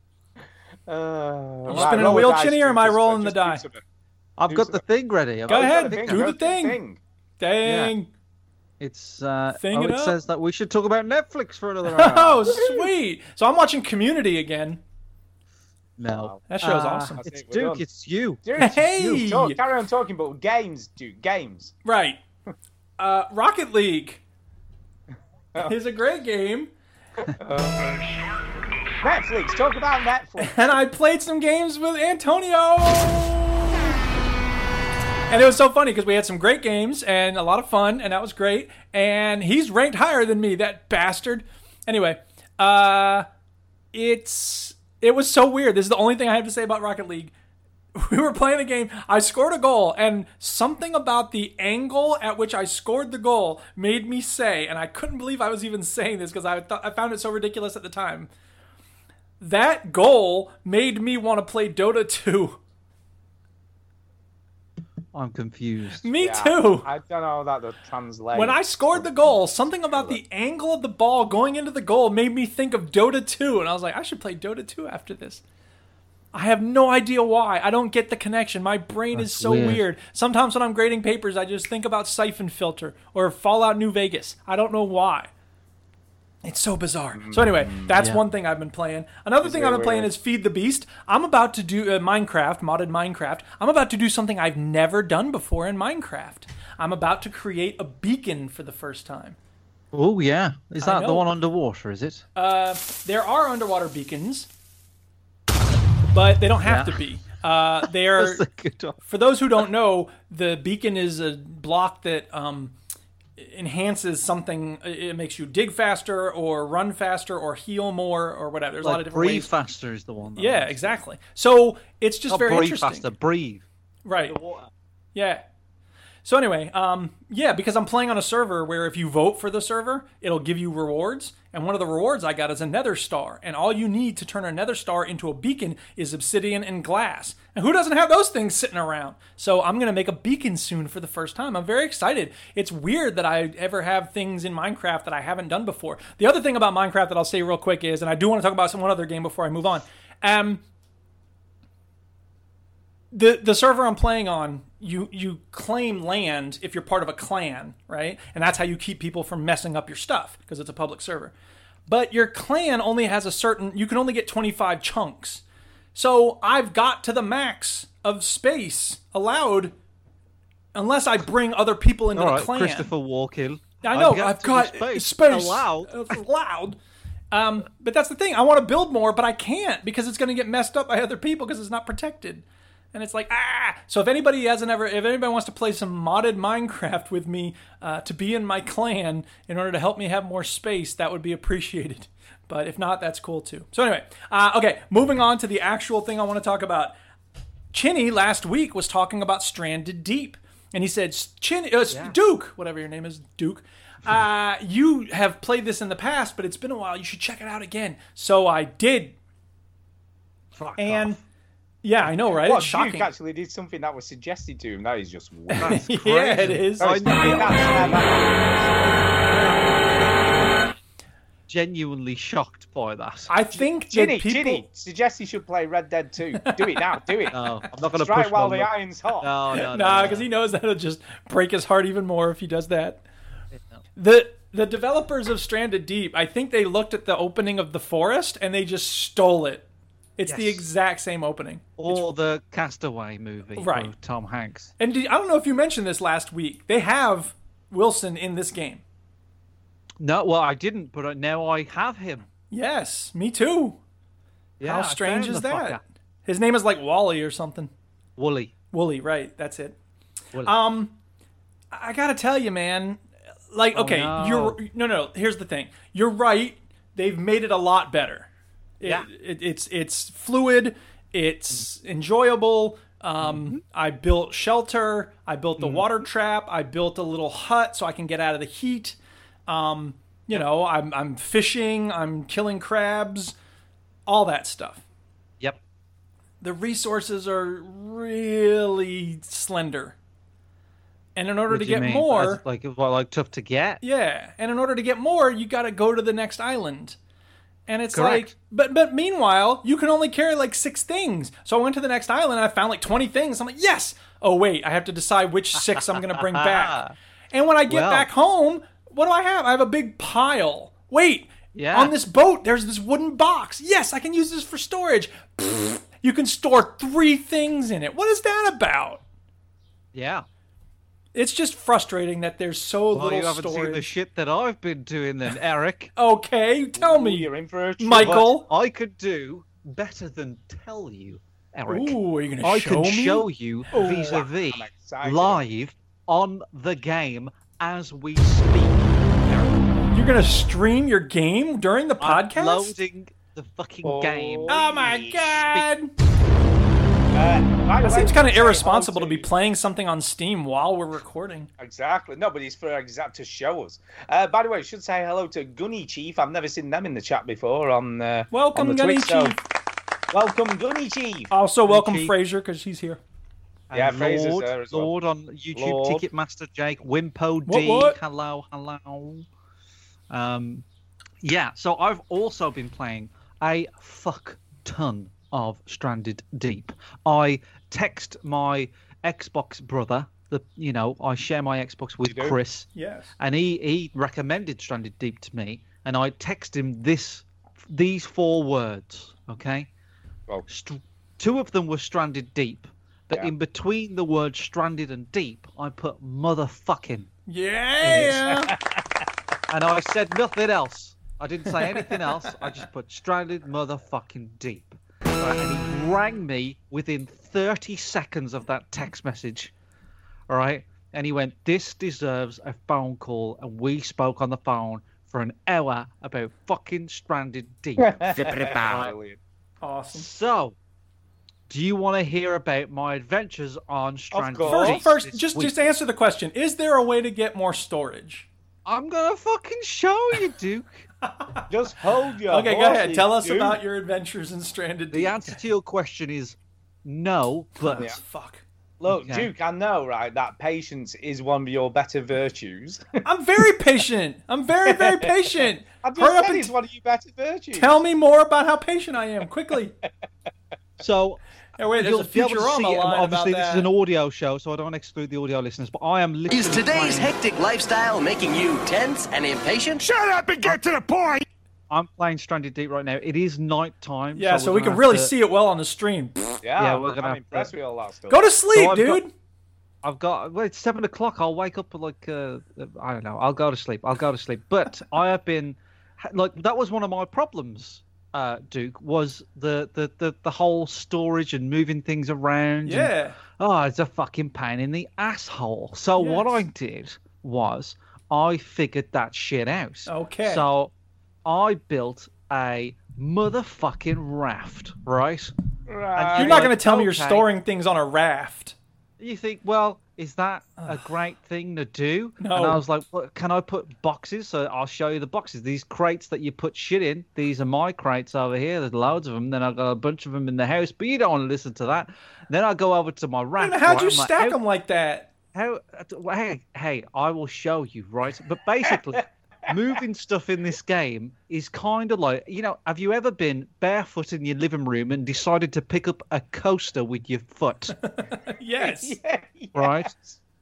Uh, you right, spinning a roll wheel, dice, Chinny, or am just- I rolling just the do die? something. I've Do got the something. thing ready. I've Go got ahead, the thing do ready. the go thing. Dang. It's uh, Thing oh, it it, up. says that we should talk about Netflix for another Oh, hour. sweet. So I'm watching Community again. no, That show's Uh, awesome. It's it, we're Duke. done. It's you. Dude, Hey! you talk- carry on talking, but games, dude, games. Right. uh, Rocket League is a great game, Netflix, talk about Netflix. and I played some games with Antonio. And it was so funny because we had some great games and a lot of fun, and that was great. And he's ranked higher than me, that bastard. Anyway, uh, it's it was so weird. This is the only thing I have to say about Rocket League. We were playing a game. I scored a goal, and something about the angle at which I scored the goal made me say, and I couldn't believe I was even saying this because I thought I found it so ridiculous at the time. That goal made me want to play Dota 2. I'm confused. Me Yeah, too. I don't know that the translate. When I scored the goal, something about the angle of the ball going into the goal made me think of Dota 2, and I was like, I should play Dota 2 after this. I have no idea why. I don't get the connection. My brain is so weird. weird. Sometimes when I'm grading papers, I just think about Siphon Filter or Fallout New Vegas. I don't know why. It's so bizarre. So anyway, that's Mm. yeah. one thing I've been playing. Another thing I've been playing is Feed the Beast. I'm about to do uh, Minecraft, modded Minecraft. I'm about to do something I've never done before in Minecraft. I'm about to create a beacon for the first time. Oh yeah, is that the know. Uh, one underwater? Is it? There are underwater beacons, but they don't have Yeah. to be. Uh, they are That's a good one. for those who don't know, the beacon is a block that um, enhances something. It makes you dig faster, or run faster, or heal more, or whatever. There's a lot of Like different breathe ways. faster is the one. that Yeah, I- exactly. So it's just Not very breathe interesting, faster. Breathe. right? Yeah. So anyway, um, yeah, because I'm playing on a server where if you vote for the server, it'll give you rewards, and one of the rewards I got is a Nether Star, and all you need to turn a Nether Star into a beacon is obsidian and glass. And who doesn't have those things sitting around? So I'm gonna make a beacon soon for the first time. I'm very excited. It's weird that I ever have things in Minecraft that I haven't done before. The other thing about Minecraft that I'll say real quick is, and I do want to talk about some one other game before I move on. Um, the the server I'm playing on, you you claim land if you're part of a clan, right? And that's how you keep people from messing up your stuff because it's a public server. But your clan only has a certain you can only get 25 chunks. So I've got to the max of space allowed unless I bring other people into All the right, clan. Christopher Walken. I know. got I've to got space. space. space. Allowed. It's loud. Um, but that's the thing. I want to build more, but I can't because it's going to get messed up by other people because it's not protected. And it's like ah. So if anybody hasn't ever, if anybody wants to play some modded Minecraft with me uh, to be in my clan in order to help me have more space, that would be appreciated. But if not, that's cool too. So anyway, uh, okay. Moving on to the actual thing I want to talk about. Chinny last week was talking about Stranded Deep, and he said, "Chinny, uh, Duke, whatever your name is, Duke, uh, you have played this in the past, but it's been a while. You should check it out again." So I did, Fuck and off. yeah, I know, right? What, it's shocking. Duke actually did something that was suggested to him. That is just weird. That's yeah, it crazy. Oh, That is. is- that's- Genuinely shocked by that. I think Ginny, that people. Ginny suggests he should play Red Dead 2. Do it now. Do it. No, I'm not going to Strike Oh, push Uh, while my the luck. iron's hot. No, no, no. Nah, no. because he knows that'll just break his heart even more if he does that. The the developers of Stranded Deep, I think they looked at the opening of The Forest and they just stole it. It's the Yes. exact same opening. or the Castaway movie, Right. with Tom Hanks. And did, I don't know if you mentioned this last week. They have Wilson in this game. No, well, I didn't, but now I have him. Yes, me too. Yeah, How I strange found is the that? fucker. His name is like Wally or something. Wooly. Wooly, right? That's it. Wooly. Um, I gotta tell you, man. Like, okay, Oh, no. you're no, no. Here's the thing. You're right. They've made it a lot better. It- Yeah. it, it's it's fluid. It's enjoyable. Um, Mm-hmm. I built shelter. I built the water trap. I built a little hut so I can get out of the heat. Um, you know, I'm I'm fishing. I'm killing crabs. All that stuff Yep. the resources are really slender. And in order What to do you get mean? more, That's like, well, like tough to get. yeah, and in order to get more, you got to go to the next island. And it's Correct. like but but meanwhile, you can only carry like 6 things. So I went to the next island and I found like 20 things. I'm like, "Yes. Oh wait, I have to decide which 6 I'm going to bring back." And when I get Well. back home, what do I have? I have a big pile. Wait. Yeah. On this boat, there's this wooden box. Yes, I can use this for storage. Pfft, you can store 3 things in it. What is that about? Yeah. it's just frustrating that there's so Well, you little haven't seen the storage. shit that I've been doing then, Eric. okay, Ooh, tell me, you're in for a treat. Michael. I could do better than tell you, Eric. Ooh, are you gonna I show could me? show you vis a vis I'm excited. live on the game as we speak. Eric. You're gonna stream your game during the I'm podcast? Loading the fucking Oh. game. Oh my god! Uh, by the That way, seems kind say of hello irresponsible to be playing something on Steam while we're recording. Exactly. No, but it's for exact to show us. Uh, by the way, I should say hello to Gunny Chief. I've never seen them in the chat before on. Uh, Welcome, on the Gunny Twitch, so- Chief. Welcome, Gunny Chief. Also, welcome Chief. Fraser because he's here. And Yeah, Fraser's Lord, there as well. Lord on YouTube, Lord. Ticketmaster Jake, Wimpo What, D, what? hello, hello. Um, yeah, so I've also been playing a fuck ton of Stranded Deep. I text my Xbox brother, the you know, I share my Xbox with do? Chris, Yes. and he he recommended Stranded Deep to me, and I text him this these four words. Okay, Well- Str- two of them were Stranded Deep, but Yeah. in between the words Stranded and Deep, I put motherfucking, Yeah. and I said nothing else. I didn't say anything else. I just put Stranded motherfucking Deep. Right, and he rang me within 30 seconds of that text message. All right. And he went, This deserves a phone call. And we spoke on the phone for an hour about fucking stranded deep. Brilliant. awesome. so, do you want to hear about my adventures on stranded course. Deep First, first this just week? just answer the question: Is there a way to get more storage? I'm going to fucking show you, Duke. Just hold your. Okay, go ahead. horses, Tell us dude. about your adventures in Stranded. Oh, the answer to your question is no, but Yeah. Fuck. Look, Okay. Duke. I know, right? That patience is one of your better virtues. I'm very patient. I'm very very patient. I just Hurry up said and it's one of your better virtues. tell me more about how patient I am. Quickly. so Hey, wait, there's You'll a be able to see Futurama it, and line about Obviously, this is that. an audio show, so I don't exclude the audio listeners. But I am literally Is today's playing, hectic lifestyle making you tense and impatient? Sure. I'm playing Stranded Deep right now. It is night time. yeah, so we're we gonna can have really to- see it well on the stream. Yeah, Yeah, I'm, we're gonna I'm have impressed to- with all that stuff. Go to sleep, I've got- dude. I've got. Well, it's seven o'clock. I'll wake up at like uh, I don't know. I'll go to sleep. I'll go to sleep. But I have been like that was one of my problems. Uh, Duke was the, the the the whole storage and moving things around. and- Yeah. oh, it's a fucking pain in the asshole. So what Yes. I did was I figured that shit out. Okay. So I built a motherfucking raft, right? Right. And You're not like, going to tell me you're okay. storing things on a raft. You think, well, is that a great thing to do? No. And I was like, well, can I put boxes? So I'll show you the boxes. These crates that you put shit in, these are my crates over here. There's loads of them. Then I've got a bunch of them in the house, but you don't want to listen to that. Then I go over to my raft. How'd you right, my stack out- them like that? How? uh, Hey, hey! I will show you, right? But basically, moving stuff in this game is kind of like you know. Have you ever been barefoot in your living room and decided to pick up a coaster with your foot? Yes. Right?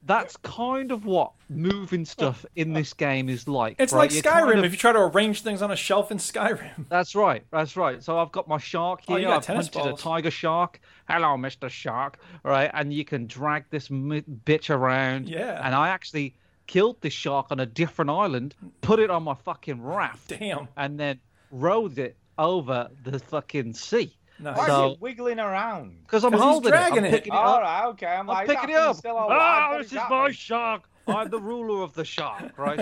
That's kind of what moving stuff in this game is like. It's right? like You're Skyrim kind of- if you try to arrange things on a shelf in Skyrim. That's right. That's right. So I've got my shark Oh, here. you got I've tennis hunted balls. a tiger shark. Hello, Mr. Shark. All right, and you can drag this m- bitch around. Yeah. And I actually killed this shark on a different island, put it on my fucking raft, Damn. and then rowed it over the fucking sea. Nice. Why So- is it wiggling around? Because I'm 'Cause he's holding dragging it. it. I'm picking it All up. right, okay. I'm, I'm like, picking it that thing's up. Still alive. Ah, What this is is that my thing? shark. I'm the ruler of the shark, right?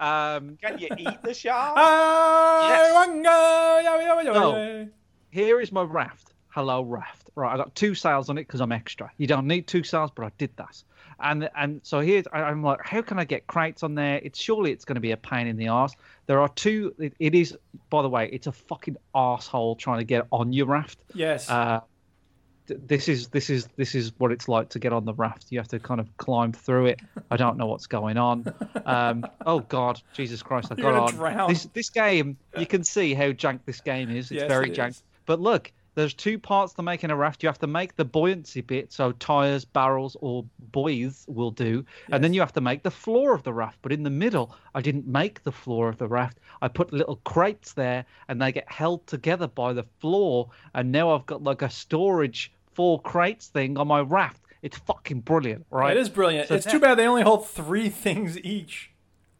um, Can you eat the shark? Ah, Yes. Oh, No. here is my raft. Hello, raft. Right, I got two sails on it because I'm extra. You don't need two sails, but I did that. And and so here I- I'm like, how can I get crates on there? It's surely it's going to be a pain in the arse. There are two. It, it is, by the way, it's a fucking asshole trying to get on your raft. Yes. Uh, th- this is this is this is what it's like to get on the raft. You have to kind of climb through it. I don't know what's going on. Um, oh God, Jesus Christ! I You're got gonna on drown. this this game. You can see how jank this game is. It's Yes, very it jank. is. But look, there's two parts to making a raft. You have to make the buoyancy bit, so tires, barrels, or buoys will do, and then you have to make the floor of the raft. But in the middle, I didn't make the floor of the raft. I put little crates there, and they get held together by the floor. And now I've got like a storage four crates thing on my raft. It's fucking brilliant, right? It is brilliant. So it's that- too bad they only hold three things each.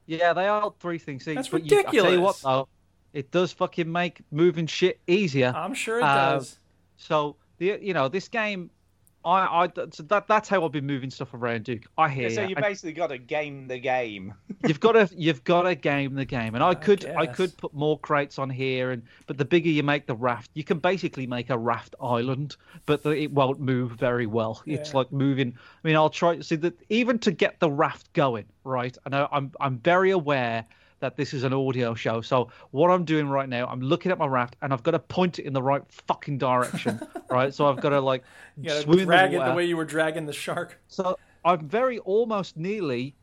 Yeah, they are three things each. That's but you- I tell you what, ridiculous. though, it does fucking make moving shit easier. I'm sure it Uh, does. So the you know this game, I I so that that's how I've been moving stuff around, Duke. I hear So ya. you I- basically got to game the game. you've got to you've got to game the game and i could i, guess. could put more crates on here and but the bigger you make the raft you can basically make a raft island but the, it won't move very well it's Yeah. like moving i mean i'll try see that even to get the raft going right and I, i'm i'm very aware that this is an audio show so what i'm doing right now i'm looking at my raft and i've got to point it in the right fucking direction right so i've got to like You gotta swim in drag it water. the way you were dragging the shark. So I've very almost nearly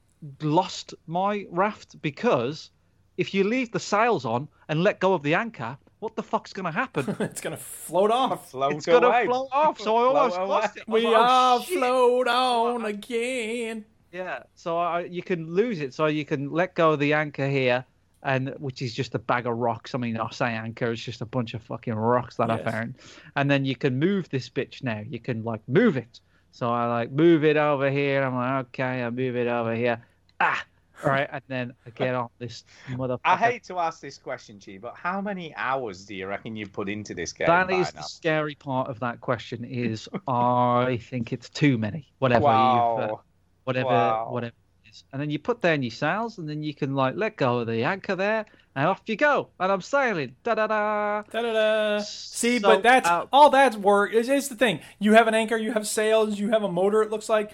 lost my raft because if you leave the sails on and let go of the anchor, what the fuck's going to happen? It's gonna float off. Float it's going to away. float off. So I Float almost away. lost it. I'm We like, are "Oh, shit." float on again. Yeah. So I, you can lose it. So you can let go of the anchor here. And which is just a bag of rocks. I mean, I say anchor, it's just a bunch of fucking rocks that I Yes. found. And then you can move this bitch now. You can like move it. So I like move it over here. I'm like, okay, I move it over here. Ah, all right. And then I get on this motherfucker. I hate to ask this question to you, but how many hours do you reckon you put into this game? That by is the now? scary part of that question. Is I think it's too many. Whatever you've, uh, wow. whatever Wow. whatever it is. And then you put down your sails and then you can like let go of the anchor there and off you go. And I'm sailing. Da da da. Da-da-da. See, So, but that's uh, all that's work. It's, it's the thing. You have an anchor, you have sails, you have a motor. It looks like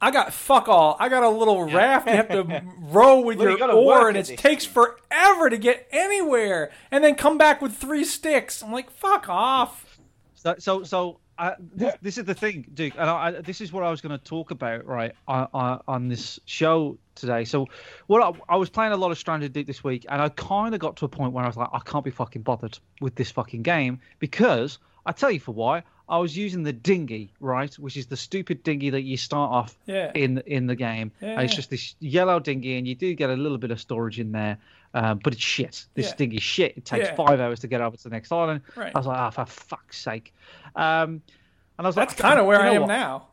I got fuck all. I got a little raft. You have to row with Well, you your gotta oar, work and at it this takes thing. forever to get anywhere. And then come back with three sticks. I'm like, fuck off. So so so I, this, this is the thing, Duke, and I, I, this is what I was going to talk about, right, on, on, on this show today. So, what I, I was playing a lot of Stranded Deep this week, and I kind of got to a point where I was like, I can't be fucking bothered with this fucking game because I tell you for why, I was using the dinghy, right, which is the stupid dinghy that you start off Yeah. in in the game. Yeah, And it's yeah. just this yellow dinghy, and you do get a little bit of storage in there, um, but it's shit. This Yeah. dinghy's shit. It takes Yeah. five hours to get over to the next island. Right. I was like, ah, for fuck's sake. Um, and I was That's like, kind of where you I know am what? now.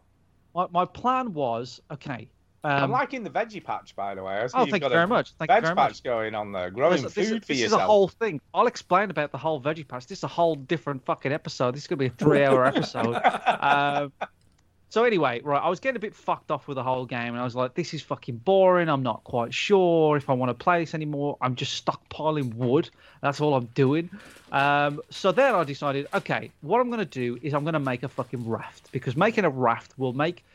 My, my plan was okay. Um, I'm liking the veggie patch, by the way. I see Oh, you've thank got you very a much. Thank you veg very patch much. going on there, growing this, food this is- for this is yourself. a whole thing. I'll explain about the whole veggie patch. This is a whole different fucking episode. This is going to be a three-hour episode. Um, so anyway, right, I was getting a bit fucked off with the whole game, and I was like, "This is fucking boring. I'm not quite sure if I want to play this anymore. I'm just stockpiling wood. That's all I'm doing." Um, so then I decided, okay, what I'm going to do is I'm going to make a fucking raft because making a raft will make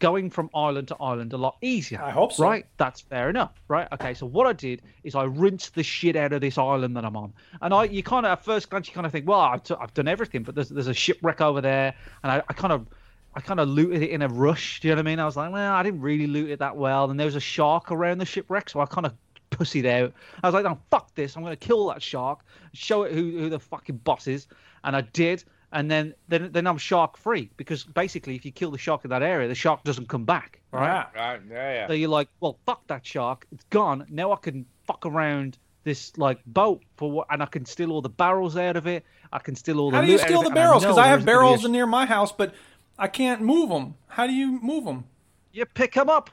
going from island to island a lot easier. I hope so. Right? That's fair enough. Right? Okay. So what I did is I rinsed the shit out of this island that I'm on, and I you kind of at first glance you kind of think, well, I've, t- I've done everything, but there's there's a shipwreck over there, and I, I kind of I kind of looted it in a rush. Do you know what I mean? I was like, well, I didn't really loot it that well, and there was a shark around the shipwreck, so I kind of pussied out. I was like, no, fuck this. I'm going to kill that shark, show it who, who the fucking boss is. And I did. And then, then, then I'm shark free because basically, if you kill the shark in that area, the shark doesn't come back. Right. Wow. Right, yeah, So yeah. you're like, well, fuck that shark. It's gone. Now I can fuck around this like boat for what, and I can steal all the barrels out of it. I can steal all the. How do you loot out steal of the it, and I barrels? Because know I there have isn't gonna be a barrels near my house, but I can't move them. How do you move them? You pick them up.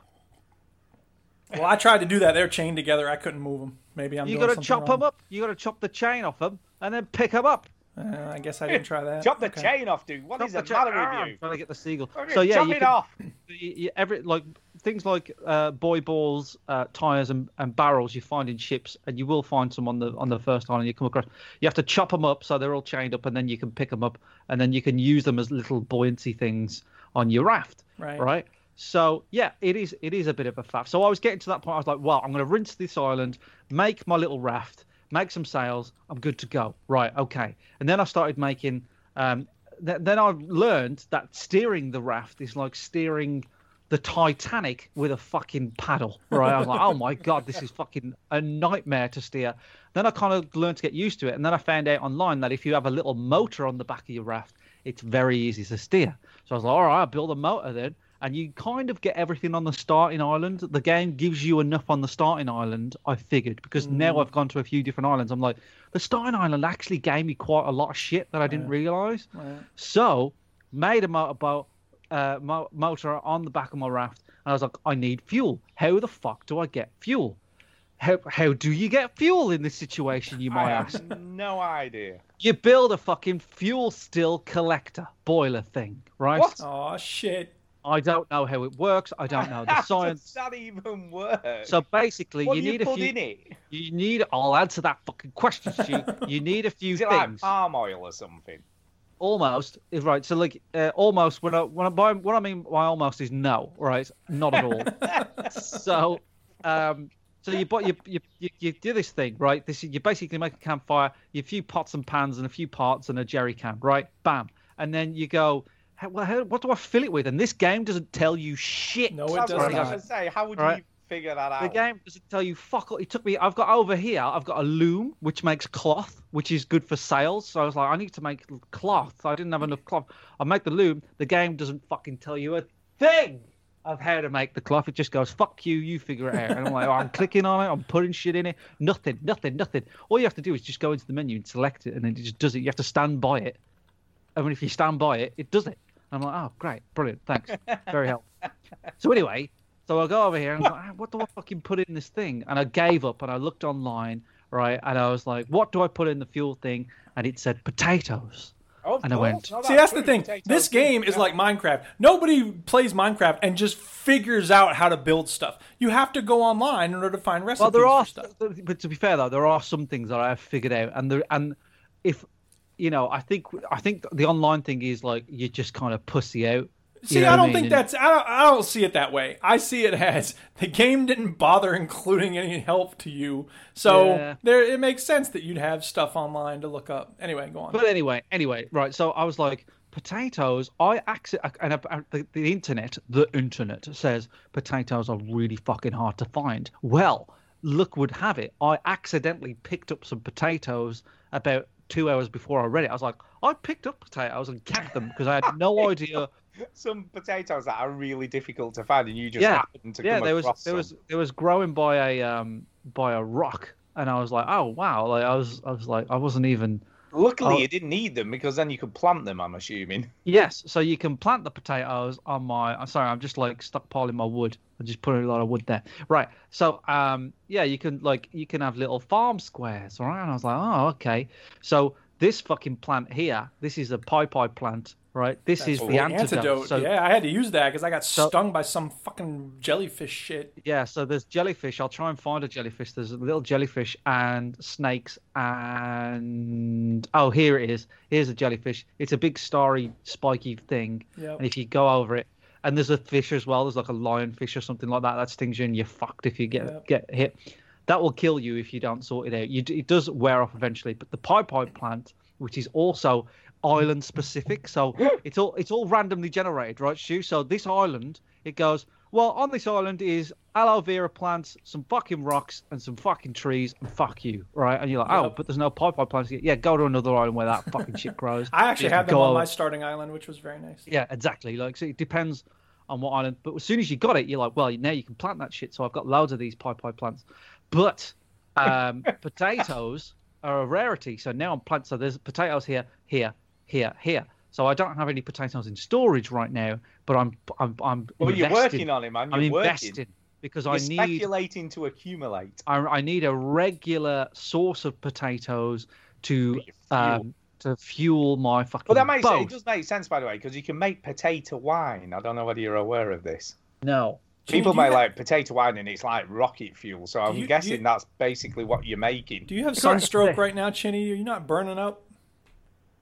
Well, I tried to do that. They're chained together. I couldn't move them. Maybe I'm. You doing got to something chop wrong. them up. You got to chop the chain off them and then pick them up. Uh, I guess I didn't try that. Chop the Okay. chain off, dude. What Chop is the the chain- matter Ah, with I'm you? trying to get the seagull. Fucking So yeah, chop you it can- off. you- you- every like things like uh, boy balls, uh, tires, and, and barrels you find in ships, and you will find some on the on the first island you come across. You have to chop them up so they're all chained up, and then you can pick them up, and then you can use them as little buoyancy things on your raft. Right. Right. So yeah, it is it is a bit of a faff. So I was getting to that point. I was like, well, I'm going to rinse this island, make my little raft, make some sails. I'm good to go. Right. Okay. And then I started making. Um, th- then I learned that steering the raft is like steering the Titanic with a fucking paddle, right? I was like, oh my god, this is fucking a nightmare to steer. Then I kind of learned to get used to it, and then I found out online that if you have a little motor on the back of your raft, it's very easy to steer. So I was like, all right, I'll build a motor then, and you kind of get everything on the starting island. The game gives you enough on the starting island, I figured, because now I've gone to a few different islands. I'm like, the starting island actually gave me quite a lot of shit that I didn't realize. So made a motorboat, uh, mo- motor on the back of my raft, and I was like, I need fuel. How the fuck do I get fuel? How, how do you get fuel in this situation, you I might ask? have no idea. You build a fucking fuel still collector boiler thing, right? What? Oh shit. I don't know how it works. I don't know the Does science. that even work? So basically, what you do you need a put few. in it? You need. I'll answer that fucking question, Stu. You need a few Is it like things. palm oil or something? almost is right. So like uh, almost when I when I by, what I mean by almost is no, right? Not at all. so um so you, bu- you you you you do this thing, right? This you basically make a campfire, you few pots and pans and a few pots and a jerry can, right? Bam. And then you go "How- well, how, what do I fill it with? And this game doesn't tell you shit. No, it That's does what I was not. going to say. How would All right. you figure that out? The game doesn't tell you fuck all. It took me. I've got over here. I've got a loom which makes cloth, which is good for sales. So I was like, I need to make cloth. I didn't have enough cloth. I make the loom. The game doesn't fucking tell you a thing of how to make the cloth. It just goes fuck you. You figure it out. And I'm like, oh, I'm clicking on it. I'm putting shit in it. Nothing. Nothing. Nothing. All you have to do is just go into the menu and select it, and then it just does it. You have to stand by it. I mean, if you stand by it, it does it. And I'm like, oh, great, brilliant, thanks, very helpful. So anyway, so I go over here and I'm like, "Ah, what do I fucking put in this thing? And I gave up and I looked online, right? And I was like, what do I put in the fuel thing? And it said potatoes. Of and I course. went- No, See, that's the good. thing. Potatoes This too. game is like Minecraft. Nobody plays Minecraft and just figures out how to build stuff. You have to go online in order to find recipes Well, there are, for stuff. but to be fair though, there are some things that I have figured out, and there and if you know, I think I think the online thing is like you just kind of pussy out. you See, know what I don't mean? think And- that's. I don't, I don't see it that way. I see it as the game didn't bother including any help to you, so Yeah. there it makes sense that you'd have stuff online to look up. Anyway, go on. But anyway, anyway, right. So I was like, potatoes. I access and I, I- the, the internet, the internet says potatoes are really fucking hard to find. Well, luck would have it, I accidentally picked up some potatoes about two hours before I read it. I was like, I picked up potatoes and kept them because I had no idea. Some potatoes that are really difficult to find, and you just yeah, happen to yeah. come There was across there some. was there was growing by a um by a rock, and I was like, oh wow, like I was I was like I wasn't even. Luckily, Oh. you didn't need them because then you could plant them. I'm assuming. Yes, so you can plant the potatoes on my. I'm sorry, I'm just like stockpiling my wood. I'm just putting a lot of wood there. Right. So um, yeah, you can like you can have little farm squares, all right? And I was like, oh, okay. So this fucking plant here, this is a pie pie plant, right? This is the antidote. So yeah, I had to use that because I got So- stung by some fucking jellyfish shit. yeah, so there's jellyfish. I'll try and find a jellyfish. There's a little jellyfish and snakes and oh, here it is. Here's a jellyfish. It's a big starry, spiky thing. Yep. And if you go over it, and there's a fish as well. There's like a lionfish or something like that that stings you, and you're fucked if you get Yep. get hit. That will kill you if you don't sort it out. You, d- it does wear off eventually. But the pie pie plant, which is also island specific, so it's all it's all randomly generated, right, Stu? So this island, it goes well. On this island is aloe vera plants, some fucking rocks, and some fucking trees, and fuck you, right? And you're like, oh, but there's no pie pie plants. Yeah, go to another island where that fucking shit grows. I actually Yeah, had them go on over- my starting island, which was very nice. yeah, exactly. Like, so it depends on what island. But as soon as you got it, you're like, well, now you can plant that shit. So I've got loads of these pie pie plants. But um, potatoes are a rarity. So now I'm planting. So there's potatoes here, here, here, here. So I don't have any potatoes in storage right now. But I'm, I'm, I'm. Well, you're investing. working on it, man. You're I'm working. investing because I You're need speculating to accumulate. I, I need a regular source of potatoes to your fuel. um, to fuel my fucking. Well, that makes boat. it does make sense, by the way, because you can make potato wine. I don't know whether you're aware of this. No. Gene, People do you make ha- like potato wine, and it's like rocket fuel. So I'm you- do guessing you- that's basically what you're making. Do you have sunstroke right now, Chinny? Are you not burning up?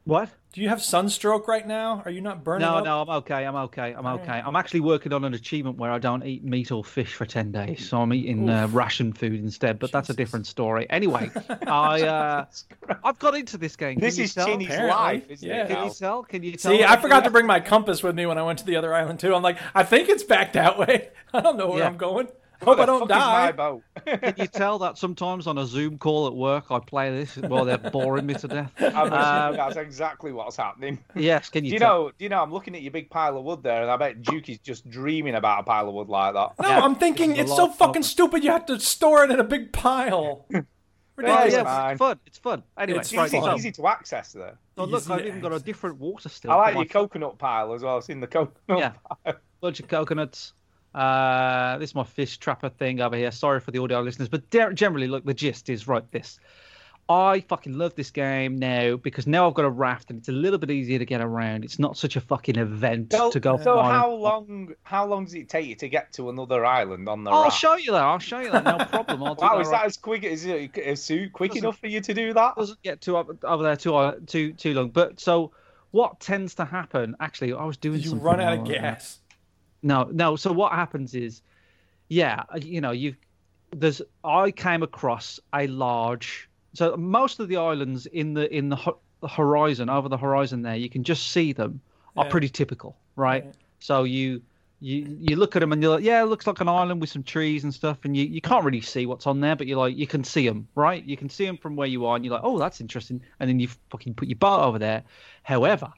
What? Do you have sunstroke right now? Are you not burning No, up? no, I'm okay. I'm okay. I'm okay. I'm actually working on an achievement where I don't eat meat or fish for ten days, so I'm eating uh, ration food instead. But that's a different story. Anyway, I uh, I've got into this game. Can This you is tell? Chinny's Apparently. life, isn't Yeah. it? Can Cal? you tell? Can you tell? See, what I I'm forgot to doing? bring my compass with me when I went to the other island too. I'm like, I think it's back that way. I don't know where Yeah. I'm going. I What hope I the don't fuck is my die. boat? Can you tell that sometimes on a Zoom call at work I play this while they're boring me to death? I'm assuming Uh, Um, that's exactly what's happening. yes. Can you? Do you tell? know? Do you know? I'm looking at your big pile of wood there, and I bet Duke is just dreaming about a pile of wood like that. No, Yeah. I'm thinking This is a it's so lot of fun. fucking stupid. You have to store it in a big pile. Oh, It's yeah, Ridiculous. it's fine. Oh, fun. It's fun. Anyway, It's It's right, easy, so- fun. easy to access there. So You look, see I've the even got a eggs. different water still. I for like my your coconut pile as well. I've seen the coconut Yeah. pile. bunch of coconuts. Uh, this is my fish trapper thing over here. Sorry for the audio listeners, but de- generally, look, the gist is right. This, I fucking love this game now because now I've got a raft and it's a little bit easier to get around. It's not such a fucking event So, to go. so find- how long how long does it take you to get to another island on the I'll raft? show you that. I'll show you that. No problem. I'll do Wow, that is right- that as quick? Is it is Sue quick Doesn't- enough for you to do that? doesn't get too up, over there too uh, too too long. But so what tends to happen? Actually, I was doing You something run out of while I- gas. No, no. So what happens is, yeah, uh, you know, you there's I came across a large. So most of the islands in the in the, ho- the horizon over the horizon there, you can just see them are Yeah. pretty typical, right? So you. You, you look at them and you're like, yeah, it looks like an island with some trees and stuff, and you, you can't really see what's on there, but you're like, you can see them, right? You can see them from where you are, and you're like, oh, that's interesting, and then you fucking put your boat over there. However,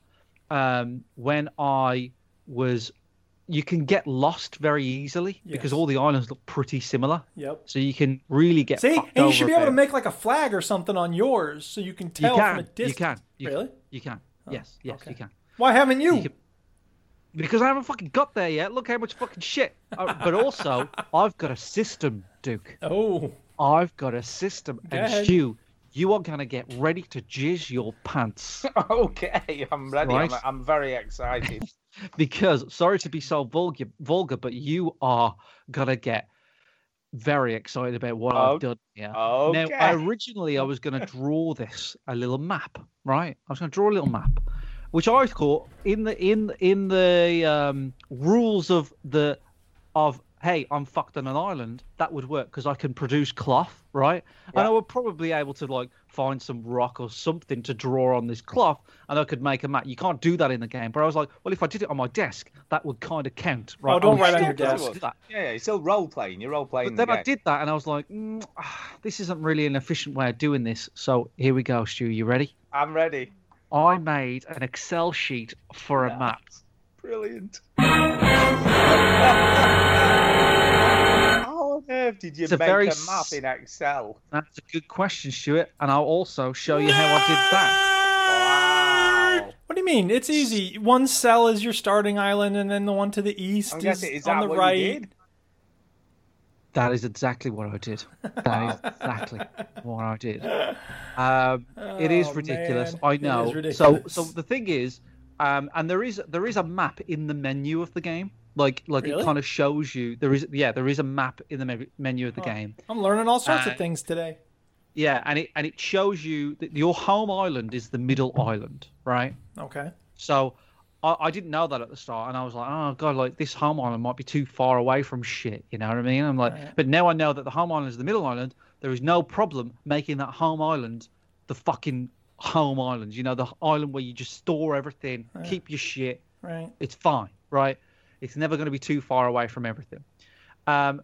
um, when I was, you can get lost very easily because Yes. all the islands look pretty similar. Yep. So you can really get. See, fucked and you over should be a able to bit. make like a flag or something on yours, so you can You tell can. from a distance. You can. You really? Can, you can. yes. Yes. Oh, okay. You can. Why haven't you? You can- Because I haven't fucking got there yet. Look how much fucking shit. Uh, but also, I've got a system, Duke. Oh, I've got a system, ahead. and Stu, you are gonna get ready to jizz your pants. Okay, I'm ready. Right. I'm, I'm very excited. because sorry to be so vulgar, vulgar, but you are gonna get very excited about what Oh, I've done here. okay. Now, I originally I was gonna draw this a little map, right? I was gonna draw a little map, which I thought in the in in the um, rules of the of hey I'm fucked on an island that would work because I can produce cloth, right? And I would probably able to like find some rock or something to draw on this cloth, and I could make a map. You can't do that in the game, but I was like, well, if I did it on my desk, that would kind of count, right? Oh, don't I'm write on sure your that I would desk. do that. yeah, yeah, it's still role playing. You're role playing. But then I did that, and I was like, mm, ah, this isn't really an efficient way of doing this. So here we go, Stu. You ready? I'm ready. I made an Excel sheet for a map. Brilliant. How on earth did you It's a make very a map s- in Excel? That's a good question, Stuart, and I'll also show you how I did that. Wow. what do you mean? It's easy. One cell is your starting island, and then the one to the east I'm is, guessing is on that the what right. you did? That is exactly what I did. That is exactly what I did. Um, it is Oh, ridiculous. man. I It is know. ridiculous. So, so the thing is, um, and there is there is a map in the menu of the game. Like, like Really? it kind of shows you there is yeah there is a map in the me- menu of the game. I'm learning all sorts Uh, of things today. Yeah, and it and it shows you that your home island is the middle island, right? Okay. So I, I didn't know that at the start, and I was like, oh god, like this home island might be too far away from shit. You know what I mean? I'm like, but now I know that the home island is the middle island. There is no problem making that home island the fucking home island. You know, the island where you just store everything, keep your shit. Right. It's fine, right? It's never going to be too far away from everything. Um,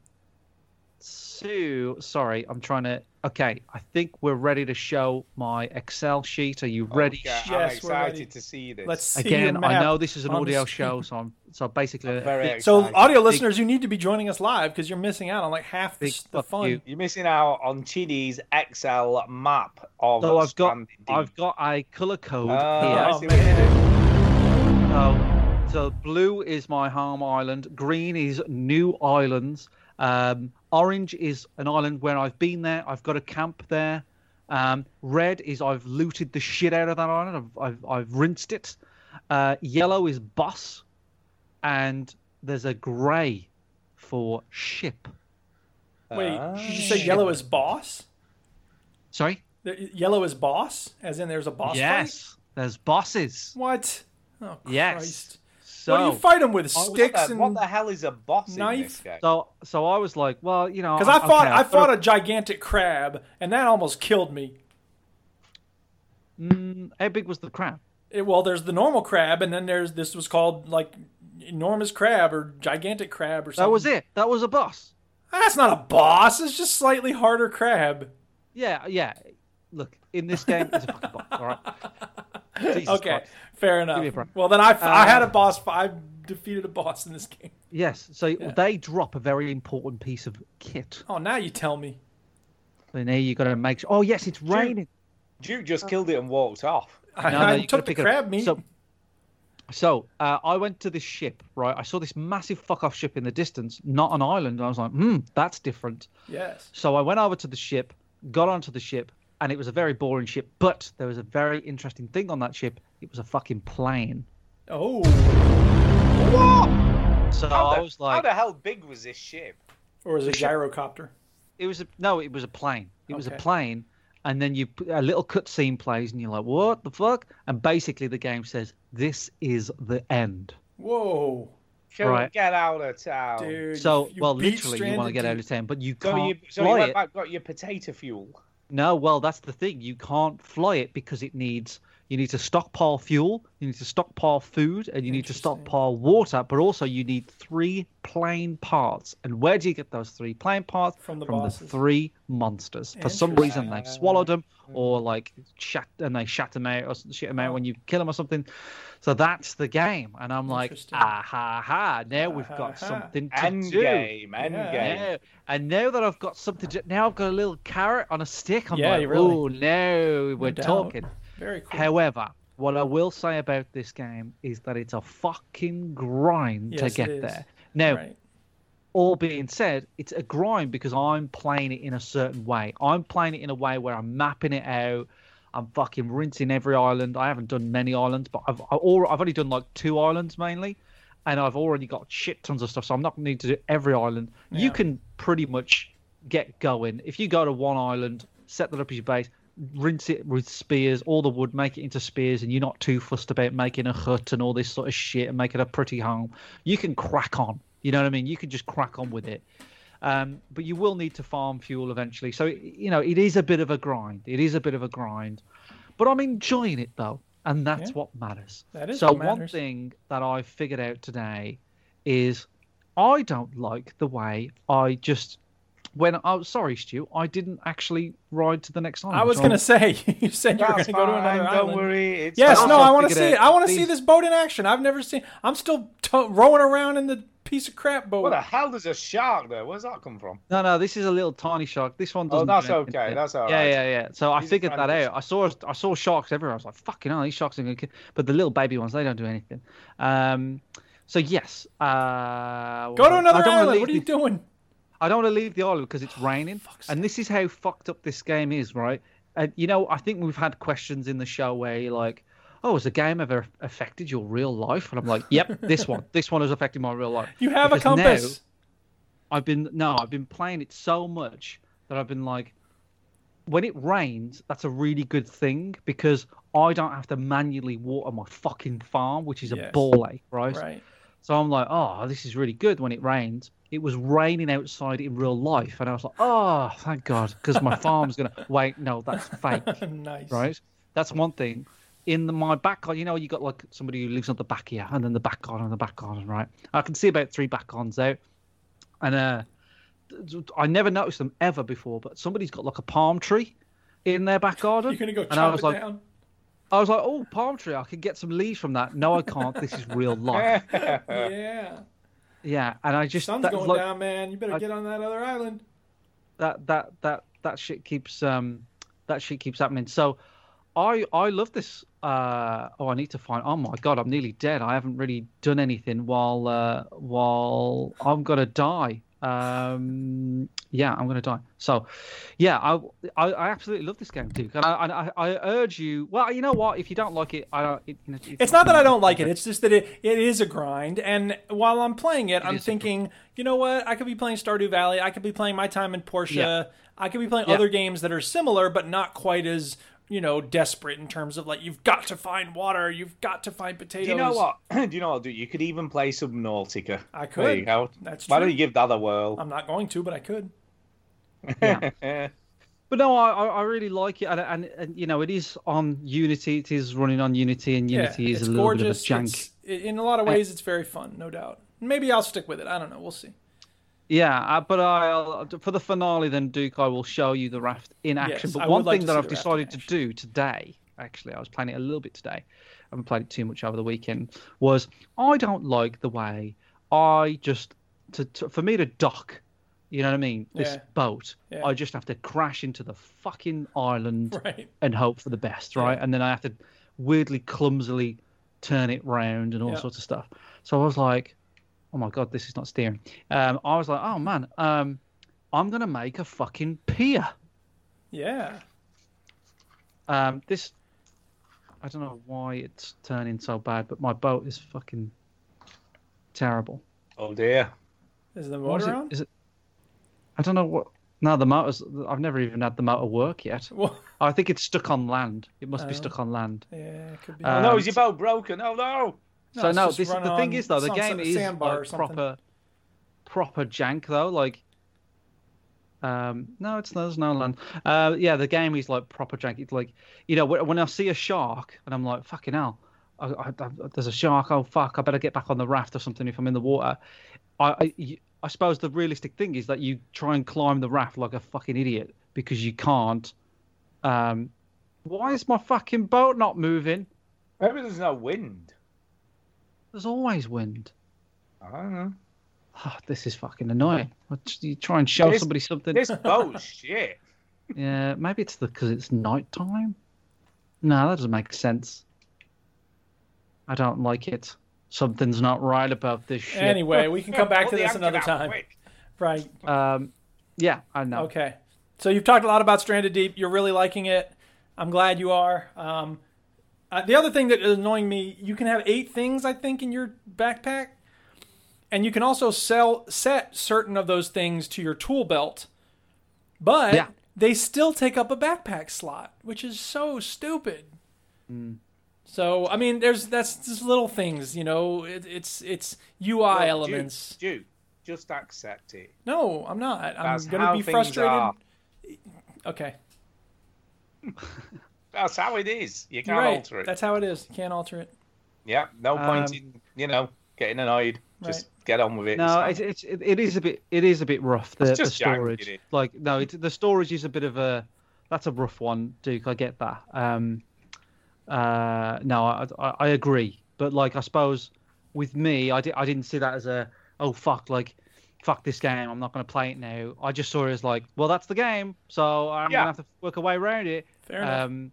so sorry, I'm trying to. Okay, I think we're ready to show my Excel sheet. Are you ready? Okay, we're I'm ready. excited to see this. Let's see your Again, I map know this is an on the audio screen. show, so I'm so basically very big- So, excited. audio listeners, you need to be joining us live because you're missing out on like half the, Big the fuck fun. you. You're missing out on Chini's Excel map of. So I've got Scandinavia. I've got a color code Oh, I here. see what you did. So, Um, so blue is my home island, green is new islands, um, orange is an island where I've been there, I've got a camp there. Um, red is I've looted the shit out of that island, I've I've, I've rinsed it. Uh, yellow is boss, and there's a grey for ship. Wait, Ah. did you say yellow is boss? Sorry. The- Yellow is boss, as in there's a boss fight. Yes, there's bosses. What? Oh Yes. Christ! So, what do you fight him with? Oh, What the- Sticks and What the hell is a boss in this knife? game? so, so I was like, well, you know, Because I fought, I fought A... a gigantic crab, and that almost killed me. How big mm, was the crab? It- well, there's the normal crab, and then there's this was called like enormous crab or gigantic crab or something. That was it. That was a boss. That's not a boss. It's just slightly harder crab. Yeah, yeah. Look, in this game, it's a fucking boss. All right. Jesus Okay, Christ. fair me a Um, enough. break. Well, then I, I had a boss. I defeated a boss in this game. Yes. So they drop a very important piece of kit, Oh, now you tell me. and there you got to make sure. Oh yes, it's raining. Duke just killed it and walked off. I, No, no, I you gotta took the pick it up. crab meat. So, so uh, I went to this ship, right? I saw this massive fuck off ship in the distance, not an island. And I was like, hmm, that's different. yes. So I went over to the ship, got onto the ship, and it was a very boring ship. But there was a very interesting thing on that ship. It was a fucking plane. Oh, What? So How I the, was how like, the hell big was this ship? or is it a gyrocopter? it was a, no, it was a plane. It was a Okay. plane. And then you p- a little cutscene plays, and you're like, what the fuck? And basically the game says, this is the end. Whoa, Can Right. get out of town? dude. So, you- you well, beat literally, you want to stranded get out deep. of town, but you So can't you, so you fly went it. back, got your potato fuel. No, well, that's the thing. You can't fly it because it needs you need to stockpile fuel, you need to stockpile food, and you need to stockpile water. But also, you need three plane parts. And where do you get those three plane parts? From the bosses. three monsters. For some reason, they swallowed them, Mm-hmm. or like shat and they shat them out or s- shit them out when you kill them or something. So that's the game. And I'm like, Interesting. ah ha ha! Now we've Ah, ha, ha. got something to End do. game, end game. Yeah. And now that I've got something, to, now I've got a little carrot on a stick. I'm Yeah, like, you really- oh no, we're doubt. talking. Very cool. However, what I will say about this game is that it's a fucking grind Yes, it to is. get there. Now, Right. all being said, it's a grind because I'm playing it in a certain way. I'm playing it in a way where I'm mapping it out. I'm fucking rinsing every island. I haven't done many islands, but I've I al- I've only done like two islands mainly, and I've already got shit tons of stuff. So I'm not going to need to do every island. You can pretty much get going if you go to one island, set that up as your base, rinse it with spears, all the wood, make it into spears, and you're not too fussed about making a hut and all this sort of shit and making a pretty home. You can crack on. You know what I mean? You can just crack on with it. Um, but you will need to farm fuel eventually. So, you know, it is a bit of a grind. It is a bit of a grind. But I'm enjoying it, though. And that's Yeah. what matters. That is so, what one matters. thing that I figured out today is I don't like the way I just. When oh sorry, Stu, I didn't actually ride to the next island. I was So gonna say you said you were gonna That's go to fine, another Don't island. worry. It's Yes, fine. no, also I want to figured see it. out I want to see these- this boat in action. I've never seen. I'm still to- rowing around in the piece of crap boat. What the hell does a shark there? Where's that come from? No, no, this is a little tiny shark. This Oh, one doesn't. do that's anything to okay, it. that's all yeah, right. Yeah, yeah, So I These are figured that friendlies. out. I saw I saw sharks everywhere. I was like, fucking hell, these sharks are going to kill. But the little baby ones, they don't do anything. Um, so yes, uh, go to I another don't wanna island. leave What are you the- doing? I don't want to leave the island because Oh, it's raining, and this is how fucked up this game is, right? And you know, I think we've had questions in the show where you're like, "Oh, has the game ever affected your real life?" And I'm like, "Yep, this one. This one has affected my real life." You have a Because now- compass. I've been no, I've been playing it so much that I've been like, when it rains, that's a really good thing because I don't have to manually water my fucking farm, which is Yes. a ball ache, right? Right. So I'm like, oh, this is really good when it rains. It was raining outside in real life, and I was like, oh, thank God, because my farm's gonna wait. No, that's fake Nice. right? That's one thing. In the, my back garden, you know, you got like somebody who lives on the back here, and then the back garden and the back garden, right? I can see about three back gardens out, and uh, I never noticed them ever before, but somebody's got like a palm tree in their back garden. You're gonna go and I chop was it like, down. I was like, oh, palm tree, I could get some leaves from that. No, I can't. This is real life. Yeah. yeah, and I just Sun's that- going like, down, man. You better I- get on that other island. that that that that shit keeps um that shit keeps happening. So I I love this. Uh, oh, I need to find. Oh my god, I'm nearly dead. I haven't really done anything while uh, while I'm gonna die. Um, yeah, I'm gonna die. So, yeah, I I, I absolutely love this game, Duke, and I, and I I urge you. Well, you know what? If you don't like it, I don't. It, you know, It's not that I don't like it. It's just that it, it is a grind. And while I'm playing it, I'm is a grind. thinking, you know what? I could be playing Stardew Valley. I could be playing My Time in Portia. Yeah. I could be playing Yeah. other games that are similar, but not quite as, you know, desperate in terms of like, you've got to find water. You've got to find potatoes. Do you know what? Do you know what? Dude? You could even play Subnautica. I There you could. go. That's Why true. don't you give that a whirl? I'm not going to, but I could. But no, I, I I really like it, and, and and you know, it is on Unity. It is running on Unity, and Unity yeah, is a it's little gorgeous. bit of a jank. It's- i- in a lot of ways, it's very fun, no doubt. Maybe I'll stick with it. I don't know. We'll see. Yeah, uh, but I'll, for the finale, then Duke, I will show you the raft in action. Yes, I but would one like thing to that see I've the raft in decided to do today, actually, I was playing it a little bit today. I haven't played it too much over the weekend. Was I don't like the way I just to, to for me to dock. You know what I mean? This Yeah. boat, Yeah. I just have to crash into the fucking island Right. and hope for the best, right? And then I have to weirdly clumsily turn it round and all Yeah. sorts of stuff. So I was like, oh my god, this is not steering. Um, I was like, oh man, um, I'm gonna make a fucking pier. Yeah. Um, this, I don't know why it's turning so bad, but my boat is fucking terrible. Oh dear. Is the What is motor on? it? Is it? I don't know what. No, the motor's. I've never even had the motor work yet. Well, I think it's stuck on land. It must be Oh. stuck on land. yeah, it could be. Uh, Oh no, Um, is your boat broken? Oh no. so it's no, just this run the thing on is though the some game sort of is sandbar like, or something. proper, proper jank though. Like, um, no, it's no, there's no land. Uh, yeah, the game is like proper jank. It's like you know when, when I see a shark and I'm like fucking hell, I, I, I, there's a shark. Oh fuck, I better get back on the raft or something if I'm in the water. I, I you- I suppose the realistic thing is that you try and climb the raft like a fucking idiot because you can't. Um, why is my fucking boat not moving? Maybe there's no wind. There's always wind. I don't know. oh, this is fucking annoying. What- You try and show This- somebody something. This boat's shit. Yeah, maybe it's because it's night time. No, that doesn't make sense. I don't like it. Something's not right about this shit. Anyway, we can come back Put to the this anchor another out time. quick. Right. um, yeah, I know. Okay. So you've talked a lot about Stranded Deep. You're really liking it. I'm glad you are. Um, uh, the other thing that is annoying me, you can have eight things I think in your backpack, and you can also sell set certain of those things to your tool belt, but Yeah. they still take up a backpack slot, which is so stupid. Mm. So I mean, there's that's just little things, you know. It, it's it's UI Look, Duke, elements. Duke, just accept it. No, I'm not. That's I'm gonna how be things frustrated. are. Okay. That's how it is. You You're can't right. alter it. That's how it is. You can't alter it. Yeah, no point Um, in you know getting annoyed. Just get on with it. No, fine. it's, it's it, it is a bit it is a bit rough. The, It's just the jank, storage, it is. like no, it's, the storage is a bit of a that's a rough one, Duke. I get that. Um, uh, no, I, I I agree, but like I suppose with me, I, di- I didn't see that as a oh fuck like fuck this game. I'm not going to play it now. I just saw it as like well that's the game, so I'm Yeah. gonna have to work a way around it. Fair enough. Um,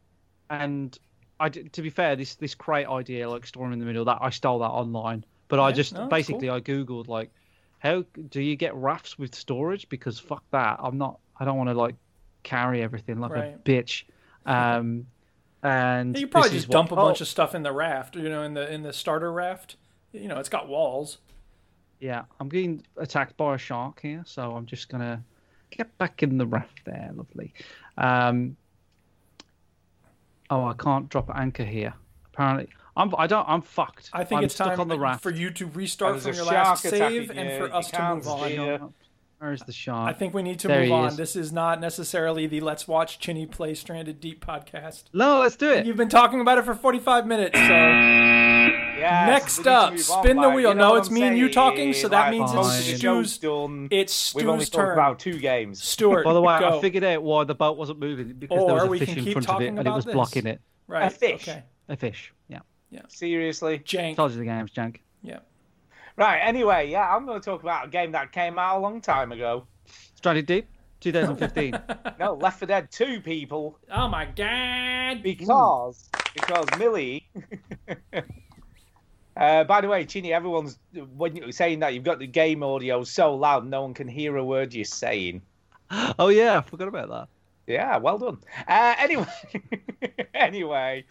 and I d- to be fair, this this crate idea like storm in the middle that I stole that online, but I Yeah, Oh, just no, it's basically I googled like how do you get rafts with storage because fuck that I'm not I don't want to like carry everything like a Right. bitch. Um, and Yeah, you probably this is just dump what- a bunch oh, of stuff in the raft, you know, in the in the starter raft. You know, it's got walls. yeah. I'm getting attacked by a shark here, so I'm just gonna get back in the raft there. Lovely. Um, oh, I can't drop anchor here. Apparently, I'm I don't I'm fucked. I think I'm it's stuck time on the raft. for you to restart There's a from your last shark attacking save and you. for You us to can't move on. see I Yeah. don't- Where's the I shark? think we need to There move he on. is. This is not necessarily the Let's Watch Chinny Play Stranded Deep podcast. No, let's do it. You've been talking about it for 45 minutes, so Yes, next we need to up, move spin the like, wheel. you know No, what it's I'm me and you saying? talking, so Like, that means it's most of the Stu's- show's done. it's We've only Stu's talked turn. about two games. Stuart, By the way, go. I figured out why the boat wasn't moving because there was Or a we fish can in keep front of it talking and it about was this. blocking it. right. fish. Okay. A fish. Yeah. Seriously. Jank. Told you the game's jank. Yeah. Right. Anyway, yeah, I'm going to talk about a game that came out a long time ago. Stranded Deep, 2015. No, Left 4 Dead 2, people, Oh my god. because because Millie. Uh, by the way, Chini, everyone's when you're saying that you've got the game audio so loud, no one can hear a word you're saying. oh yeah, I forgot about that. Yeah, well done. Uh, anyway, anyway,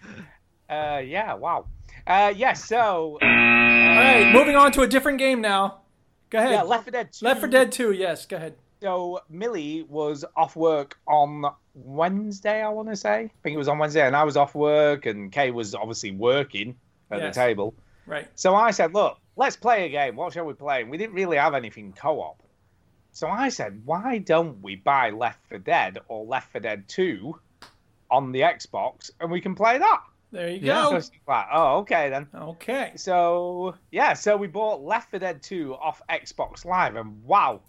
uh, yeah, wow. Uh, yeah, so All right, moving on to a different game now. Go ahead. yeah, Left 4 Dead 2. Left 4 Dead 2, yes, go ahead. So Millie was off work on Wednesday, I want to say. I think it was on Wednesday, and I was off work, and Kay was obviously working at Yes. the table. Right. So I said, "Look, let's play a game. What shall we play?" And we didn't really have anything co-op. So I said, "Why don't we buy Left 4 Dead or Left 4 Dead 2 on the Xbox, and we can play that?" There you Yeah. So go. she's like, "Oh, okay then." Okay. So yeah, so we bought Left 4 Dead 2 off Xbox Live, and wow,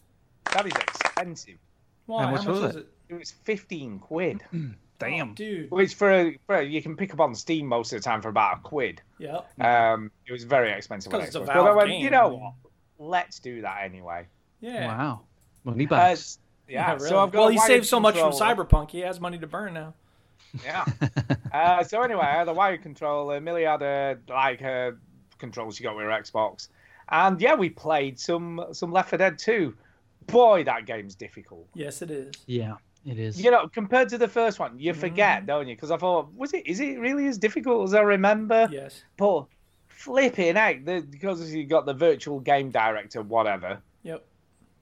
that is expensive. Why? How much was it? It was fifteen quid, Mm. Damn. Oh, dude. which for, a, for a- you can pick up on Steam most of the time for about a quid. Yep. Um, it was very expensive. on 'Cause Mm. it's a Xbox. Valve but I went, game, you I know mean." what? Let's do that anyway. Yeah. Wow. Money Uh, bags. yeah, really. so I've got well, a he wired saved so much from controller. Cyberpunk, he has money to burn now. Yeah. uh, so anyway, I had a wire controller. Millie had a like her controls she got with her Xbox, and yeah, we played some some Left 4 Dead 2. Boy, that game's difficult. Yes, it is. Yeah, it is. You know, compared to the first one, you forget, Mm. don't you? Because I thought, was it? Is it really as difficult as I remember? Yes. But flipping out, the, because you got the virtual game director, whatever. Yep.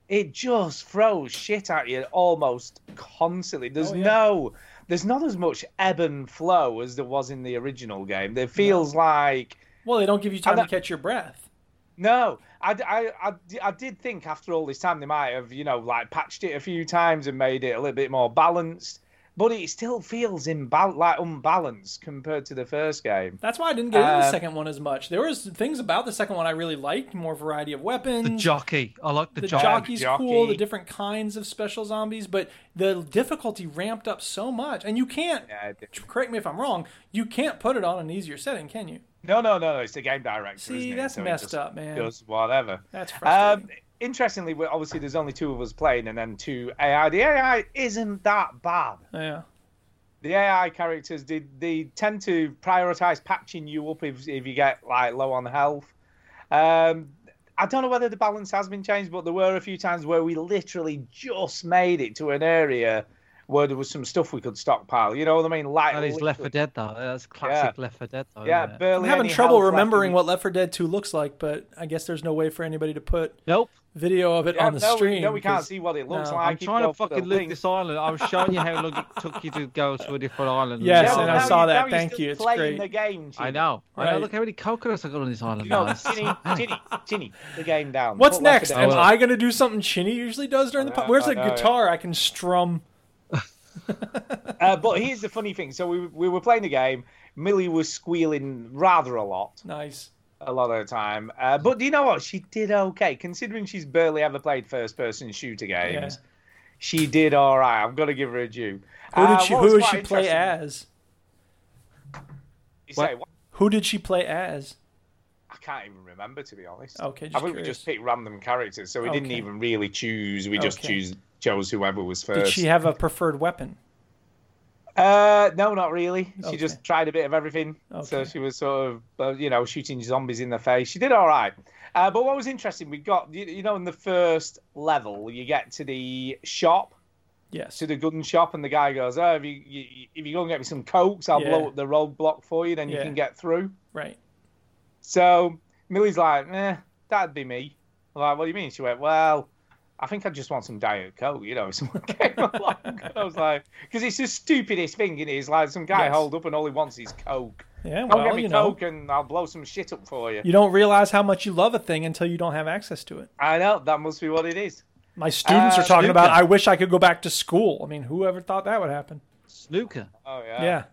it just throws shit at you almost constantly. There's Oh, yeah. no, there's not as much ebb and flow as there was in the original game. There feels like Well, they don't give you time And to catch your breath. no. I, d- I- I d- I did think after all this time they might have you know like patched it a few times and made it a little bit more balanced, but it still feels imbal- like unbalanced compared to the first game. That's why I didn't get into the Um, second one as much. There was things about the second one I really liked, more variety of weapons. the jockey. I like the, the jockey. jockey's cool, Mm. jockey. the different kinds of special zombies, but the difficulty ramped up so much. And you can't, Yeah, I did. correct me if I'm wrong, you can't put it on an easier setting, can you? No, no, no, no. It's the game director. See, isn't it? that's So it messed just up, man. Does whatever. That's Um, frustrating. interestingly, we- obviously, there's only two of us playing, and then two AI. The AI isn't that bad. yeah. The AI characters did they tend to prioritize patching you up if if you get like low on health. Um, I don't know whether the balance has been changed, but there were a few times where we literally just made it to an area where there was some stuff we could stockpile. You know what I mean? Like That is Left 4 Dead though. That's classic Left 4 Dead though. Yeah, isn't it? barely I'm having any trouble health left in remembering you. what Left 4 Dead 2 looks like, but I guess there's no way for anybody to put Nope. video of it Yeah, on the no, we- stream. No, we can't 'cause- see what it looks No, like. I'm You've trying to got the fucking leave link. this island. I was showing you how long it took you to go to a different island. Yes, Yeah, and I well, now saw you- that. now you're Thank still you, it's playing great. the game, Chini. I know. I know. Right. Look how many coconuts I got on this island. No, now. It's- Chini, Chini, Chini, the game down. What's Put Left next? 4 Am Dead. I going to do something Chinny usually does during the I know, podcast? Where's I the know, yeah. guitar I can strum? Uh, but here's the funny thing. So we we were playing the game. Millie was squealing rather a lot, Nice. a lot of the time. Uh, but do you know what? She did okay, considering she's barely ever played first-person shooter games. She did all right. I've got to give her a due. Uh, Who did she, who did she play at? as? say, What? what? Who did she play as? I can't even remember to be honest. Okay, I just think we curious. just picked random characters, so we didn't Okay. even really choose. We just Okay. choose chose whoever was first. Did she have a preferred weapon? Uh, no, not really. She Okay. just tried a bit of everything. So Okay. she was sort of, uh, you know, shooting zombies in the face. She did all right. Uh, but what was interesting, we got, you, you know, in the first level, you get to the shop, Yes. to the gun shop, and the guy goes, "Oh, if you, you if you go and get me some cokes, I'll blow Yeah. up the roadblock for you. Then you Yeah. can get through." Right. So Millie's like, eh, that'd be me. I'm like, what do you mean? She went, well, I think I just want some Diet Coke, you know, if someone came along. And I was like, because it's the stupidest thing, it is. Like, some guy Yes. hold up and all he wants is Coke. Yeah, Come well, get me you know, Coke and I'll blow some shit up for you. you don't realize how much you love a thing until you don't have access to it. I know, that must be what it is. My students Uh, are talking about, Luca. I wish I could go back to school. I mean, whoever thought that would happen? Snooker. Oh, yeah. yeah.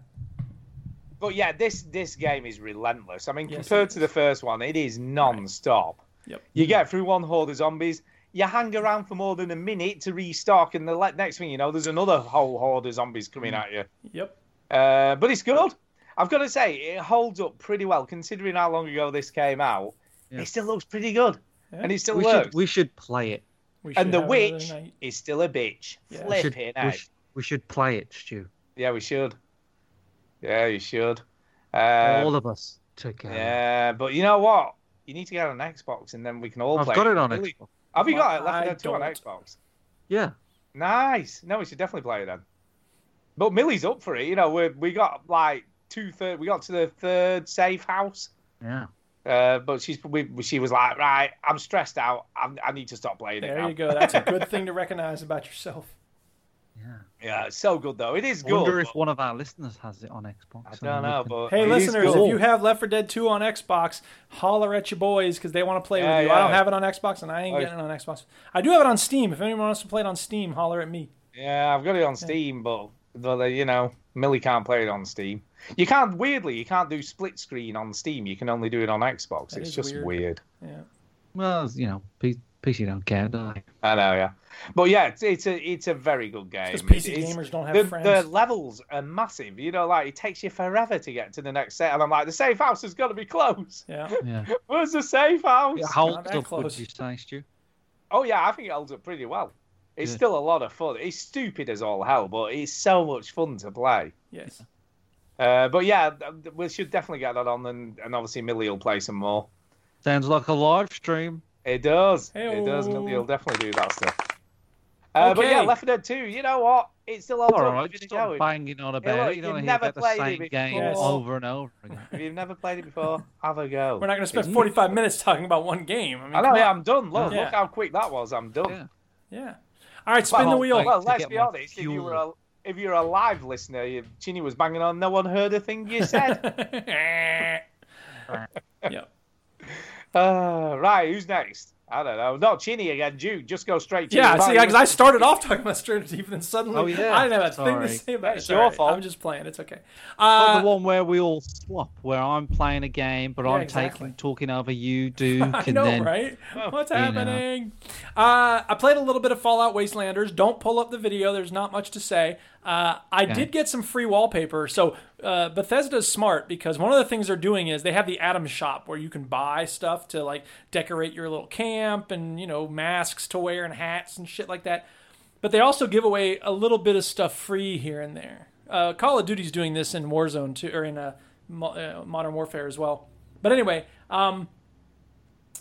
But yeah, this this game is relentless. I mean, Yes, compared it to the first one, it is non-stop. Yep. You get through one horde of zombies, you hang around for more than a minute to restock, and the le- next thing you know, there's another whole horde of zombies Mm. coming at you. Yep. Uh, but it's good. I've got to say, it holds up pretty well considering how long ago this came out. Yeah. It still looks pretty good, Yeah. and it still We works. should, we should play it. We should and the have another witch night. is still a bitch. Yeah. We Flip should, it we, out. should, we should play it, Stu. Yeah, we should. Yeah, you should. All Uh, of us together. yeah, but you know what? You need to get an Xbox, and then we can all I've play. got it on Really- Xbox. Have you got it? I Left 4 Dead 2 on don't. Xbox. Yeah. Nice. No, we should definitely play it then. But Millie's up for it. You know, we we got like two third. We got to the third safe house. Yeah. Uh, but she's we, she was like, right, I'm stressed out. I'm, I need to stop playing it. There now." you go. That's a good thing to recognize about yourself. yeah, it's so good though. It is I good. wonder if but- one of our listeners has it on Xbox. I and don't we know, can- but Hey, it is listeners, good. if you have Left 4 Dead 2 on Xbox, holler at your boys because they want to play Yeah, with you. I don't yeah. have it on Xbox, and I ain't Oh. getting it on Xbox. I do have it on Steam. If anyone wants to play it on Steam, holler at me. yeah, I've got it on Steam, but but uh, you know, Millie can't play it on Steam. You can't. Weirdly, you can't do split screen on Steam. You can only do it on Xbox. That it's is just weird. weird. Yeah. Well, you know, P- PC don't care, do they? I know, yeah. But yeah, it's, it's a it's a very good game. Because PC It's- gamers don't have the, friends. the levels are massive. You know, like it takes you forever to get to the next set, and I'm like, the safe house has got to be close. Yeah. Yeah. Where's the safe house? It holds that up, would close. you say, Stu? Oh yeah, I think it holds up pretty well. It's still a lot of fun. It's stupid as all hell, but it's so much fun to play. Yes. Uh, but yeah, th- we should definitely get that on, and, and obviously Millie will play some more. Sounds like a live stream. It does. Hey-o. It does. He'll definitely do that stuff. Uh, But yeah, Okay. Left 4 Dead 2. You know what? It's still all All right. right, stop banging on about look, it. You you've don't want to hear never about the played same it game before. over and over again. If you've never played it before, have a go. We're not going to spend 45 minutes talking about one game. I mean, I come know. Yeah, on. I'm done. Look, Yeah. look how quick that was. I'm done. Yeah. Yeah. All right, spin the Well, wheel. like- Well, to let's get be my honest. If you fuel. were a if you're a live listener, you, Chini was banging on. No one heard a thing you said. yep. uh, right, who's next? I don't know. Not Chini again. Jude, just go straight. to Yeah, you. see, Right, because I started off talking about Stranger Deep, and then suddenly Oh, yeah. I didn't have a thing Sorry. to say about it. It's It's your all right. fault. I'm just playing. It's okay. Not Uh, the one where we all swap, where I'm playing a game, but I'm exactly. taking talking over you, Duke, I and know, then Oh, right? What's you know. happening? Uh, I played a little bit of Fallout Wastelanders. Don't pull up the video. There's not much to say. Uh, I did get some free wallpaper. So uh, Bethesda's smart because one of the things they're doing is they have the Atom Shop where you can buy stuff to like decorate your little camp and you know masks to wear and hats and shit like that. But they also give away a little bit of stuff free here and there. Uh, Call of Duty's doing this in Warzone too, or in uh, Mo- uh, Modern Warfare as well. But anyway, um,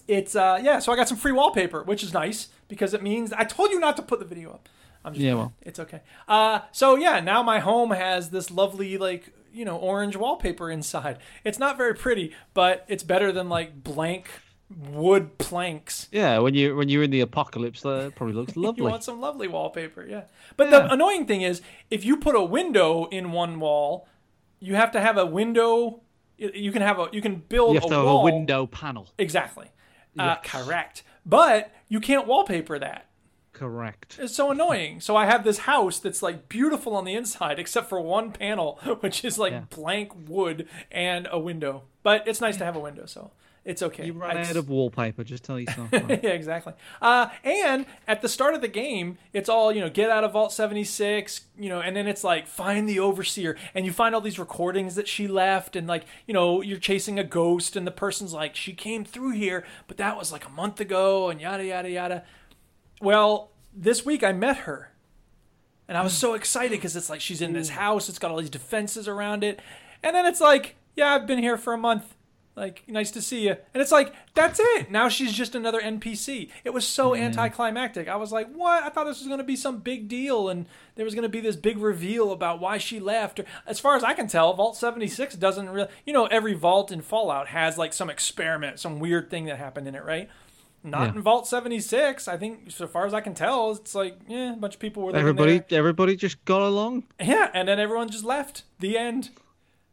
it's uh, yeah. So I got some free wallpaper, which is nice because it means I told you not to put the video up. I'm just Yeah, well. it's okay. Uh, so yeah, now my home has this lovely like you know orange wallpaper inside. It's not very pretty, but it's better than like blank wood planks. yeah, when you when you're in the apocalypse, that probably looks lovely. You want some lovely wallpaper, yeah. But the Yeah. annoying thing is, if you put a window in one wall, you have to have a window. y- You can have a you can build you have a to have wall. a window panel. Exactly. Uh, correct. But you can't wallpaper that. Correct. It's so annoying. So I have this house that's like beautiful on the inside, except for one panel, which is like blank wood and a window. But it's nice to have a window, so it's okay. You run I- out of wallpaper. Just tell yourself. right? yeah, exactly. Uh, and at the start of the game, it's all you know, get out of Vault seventy six, you know, and then it's like find the overseer, and you find all these recordings that she left, and like you know, you're chasing a ghost, and the person's like, she came through here, but that was like a month ago, and yada yada yada. Well, this week I met her, and I was Mm. so excited because it's like she's in this house, it's got all these defenses around it, and then it's like, yeah, I've been here for a month like nice to see you and it's like that's it now she's just another npc it was so Mm-hmm. anticlimactic i was like what i thought this was going to be some big deal and there was going to be this big reveal about why she left as far as i can tell vault 76 doesn't really you know every vault in fallout has like some experiment some weird thing that happened in it right not Yeah. in vault 76 i think so far as i can tell it's like yeah a bunch of people were living Everybody, there. everybody just got along. Yeah, and then everyone just left. The end.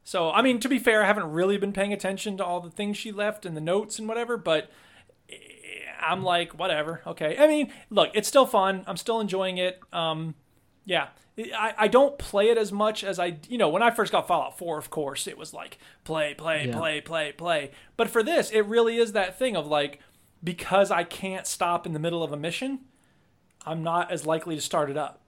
So, I mean, to be fair, I haven't really been paying attention to all the things she left and the notes and whatever, but eh, I'm like, whatever. Okay. I mean, look, it's still fun. I'm still enjoying it. Um, yeah. I, I don't play it as much as I, you know, when I first got Fallout 4, of course, it was like play, play, Yeah. play, play, play. But for this, it really is that thing of like, because I can't stop in the middle of a mission, I'm not as likely to start it up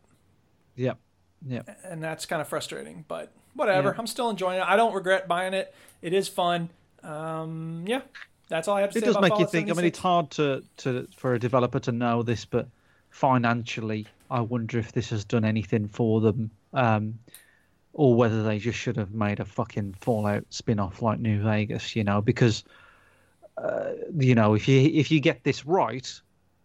Yep. Yep. and that's kind of frustrating. But whatever, I'm still enjoying it. I don't regret buying it. It is fun. Um, yeah, that's all I have to It say. does about make you Fallout think. I mean, 76. it's hard to, to for a developer to know this, but financially, I wonder if this has done anything for them, um, or whether they just should have made a fucking Fallout spin-off like New Vegas, you know? Because uh, you know, if you if you get this right,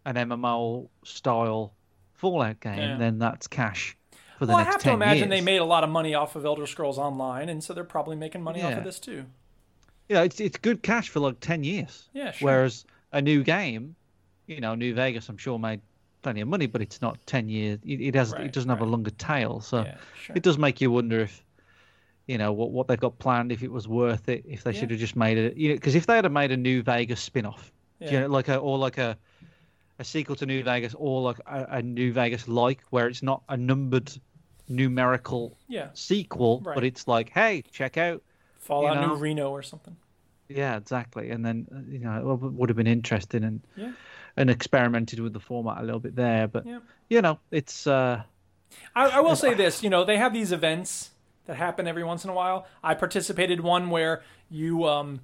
an MMO style Fallout game, Yeah. then that's cash for the well, I next have to ten imagine they years. made a lot of money off of Elder Scrolls Online, and so they're probably making money off Yeah. of this too. you know, it's it's good cash for like ten years. Yeah, sure. Whereas a new game, you know, New Vegas, I'm sure made plenty of money, but it's not ten years. It, it has Right, it doesn't have a longer tail, so Yeah, sure. it does make you wonder if, you know, what what they've got planned, if it was worth it, if they should have just made it. You know, because if they had made a New Vegas spin-off, do Yeah. you know, like a or like a a sequel to New Vegas, or like a, a New Vegas like, where it's not a numbered numerical Yeah, sequel, Right. but it's like, hey, check out Fallout you know. New Reno or something. yeah, exactly. And then uh, you know it w- would have been interesting and Yeah. and experimented with the format a little bit there. But Yeah. you know, it's uh, I, I will say this, you know, they have these events that happen every once in a while. I participated in one where you um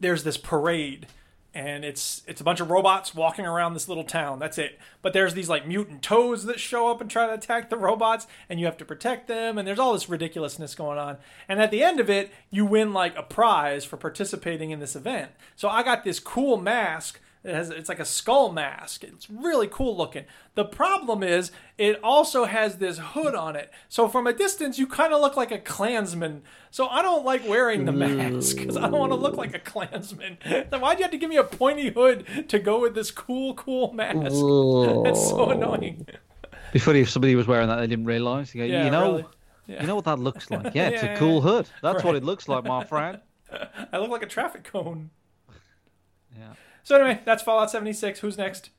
there's this parade and it's it's a bunch of robots walking around this little town. That's it. But there's these like mutant toads that show up and try to attack the robots, and you have to protect them. And there's all this ridiculousness going on. And at the end of it, you win like a prize for participating in this event. So I got this cool mask. It has it's like a skull mask. It's really cool looking. The problem is it also has this hood on it. So from a distance you kind of look like a Klansman. So I don't like wearing the mask because I don't want to look like a Klansman. Then why'd you have to give me a pointy hood to go with this cool, cool mask? That's so annoying. Be funny if somebody was wearing that they didn't realise. You, go, Yeah, you know, really. you know what that looks like. Yeah, it's Yeah. a cool hood. That's what it looks like, my friend. I look like a traffic cone. Yeah. So anyway, that's Fallout 76. Who's next?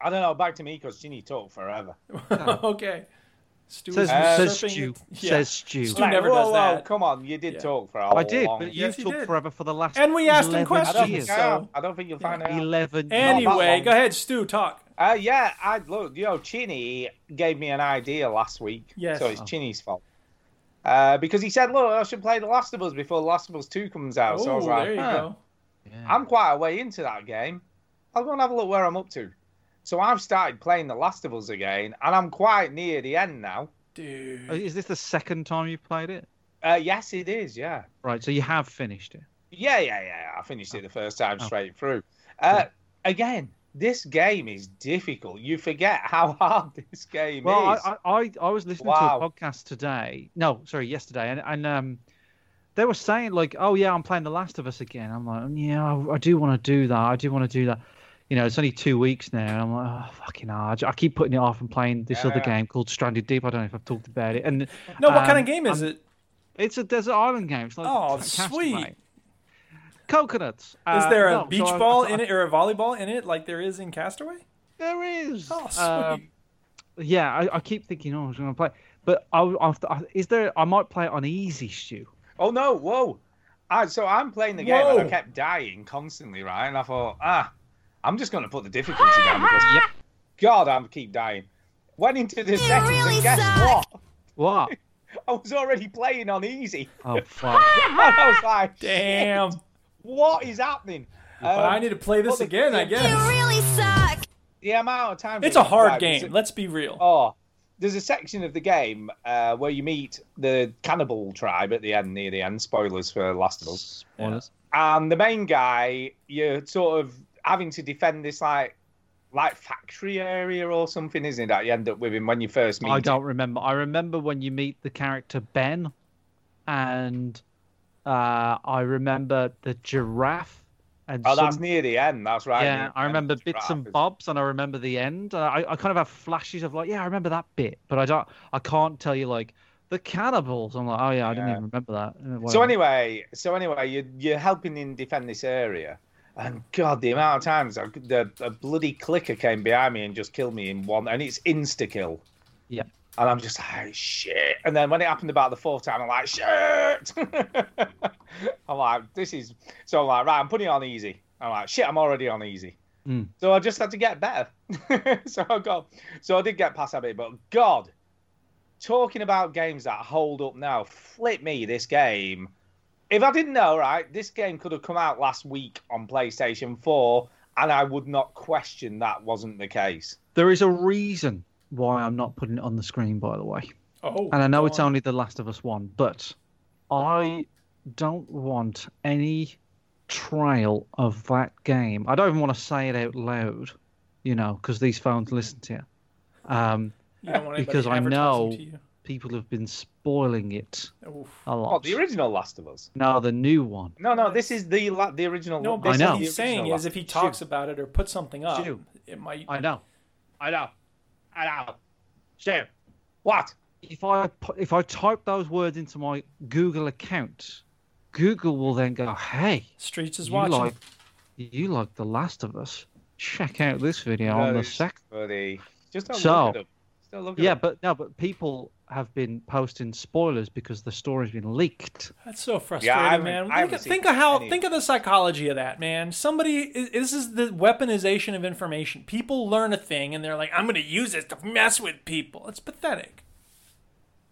I don't know. Back to me because Ginny talked forever. okay. Stu is Says, says usurping Stew. the- Yeah. Says Stew. Stu never whoa, does whoa, that. Come on, you did Yeah. talk for a I did, long but Yes, you've he took did. forever for the last. And we asked I him 11 don't think questions. years. I so- have. I don't think you'll find out. Eleven. Anyway, long. go ahead, Stu, talk. Uh, yeah, I look. You know, Chinny gave me an idea last week. Yes. Oh. So it's Chinny's fault. Uh, because he said, "Look, I should play The Last of Us before The Last of Us Two comes out." so I Oh, was like, there you "Huh, go. I'm quite a way into that game. I'll go and have a look where I'm up to." So I've started playing The Last of Us again, and I'm quite near the end now. Dude. Oh, Is this the second time you've played it? Uh, yes, it is. Yeah. Right, so you have finished it. Yeah, yeah, yeah. I finished it the first time Oh. straight through. Uh, Again, this game is difficult. You forget how hard this game Well, is. I, I, I- I was listening to Wow. a podcast today. No, sorry, yesterday, and, and um, they were saying like, "Oh yeah, I'm playing The Last of Us again." I'm like, "Yeah, I, I do want to do that. I do want to do that." You know, it's only two weeks now, and I'm like, "Oh fucking hard." I keep putting it off and playing this other Yeah. game called Stranded Deep. I don't know if I've talked about it. And No, what um, kind of game is it? It's a desert island game. It's like Oh, fantastic, sweet. mate. Coconuts. Is Uh, there a no, so beach I- ball I- in it or a volleyball in it like there is in Castaway? There is. Oh, sweet. Um, yeah, I, I keep thinking, oh, I was going to play, but I, I, I- is there? I might play it on easy, Stu. Oh no! Whoa! Ah, so I'm playing the game and Whoa. I kept dying constantly, right? And I thought, ah, I'm just going to put the difficulty down because Yep. God, I'm keep dying. Went into the settings really and guess sucked. what? What? I was already playing on easy, Oh fuck! and I was like, Damn. what is happening? But I Um, need to play this well, the- again, I guess. really suck. the amount of time. It's that a you hard died was- game. Let's be real. Oh, there's a section of the game uh, where you meet the cannibal tribe at the end, near the end. Spoilers for Last of Us. Spoilers. and the main guy you're sort of having to defend this like like factory area or something isn't it that you end up with him when you first meet I him? don't remember. I remember when you meet the character Ben, and uh, I remember the giraffe. And oh that's some- near the end that's right near yeah, the I end, remember the bits giraffe and is- bobs, and I remember the end. And I, I kind of have flashes of like, yeah, I remember that bit, but I don't. I can't tell you like the cannibals. I'm like, oh yeah, I didn't Yeah. even remember that. Uh, so whatever. anyway so anyway you're, you're helping him defend this area and god the amount of times I, the, the bloody clicker came behind me and just killed me in one and it's insta kill Yeah. and I'm just like shit. And then when it happened about the fourth time, I'm like shit. I'm like this is so I'm like right. I'm putting it on easy. I'm like shit. I'm already on easy. Mm. So I just had to get better. so I got so I did get past that bit. But God, talking about games that hold up now, flip me this game. If I didn't know, right, this game could have come out last week on PlayStation 4, and I would not question that wasn't the case. There is a reason why I'm not putting it on the screen, by the way. Oh, And I know it's God. only The Last of Us 1, but I don't want any trail of that game. I don't even want to say it out loud, you know, because these phones listen to you. Um, You don't want anybody because I advertising know- to you. people have been spoiling it Oof. a lot. What, the original Last of Us? no, the new one. No, no, this is the la- the original. No, I but know. what he's saying is if he talks about it or puts something up, Shoot. it might. I know. I know, I know. Shame. What? If I pu- if I type those words into my Google account, Google will then go, "Hey, Streets is you watching. like you like The Last of Us? Check out this video on the Those second Buddy, just don't So- look at them. Just don't look at Yeah, them. but no, but people have been posting spoilers because the story's been leaked. That's so frustrating, haven't- man. I haven't Think, seen think of how any- think of the psychology of that, man. Somebody i- this is the weaponization of information. People learn a thing and they're like, "I'm going to use this to mess with people." It's pathetic.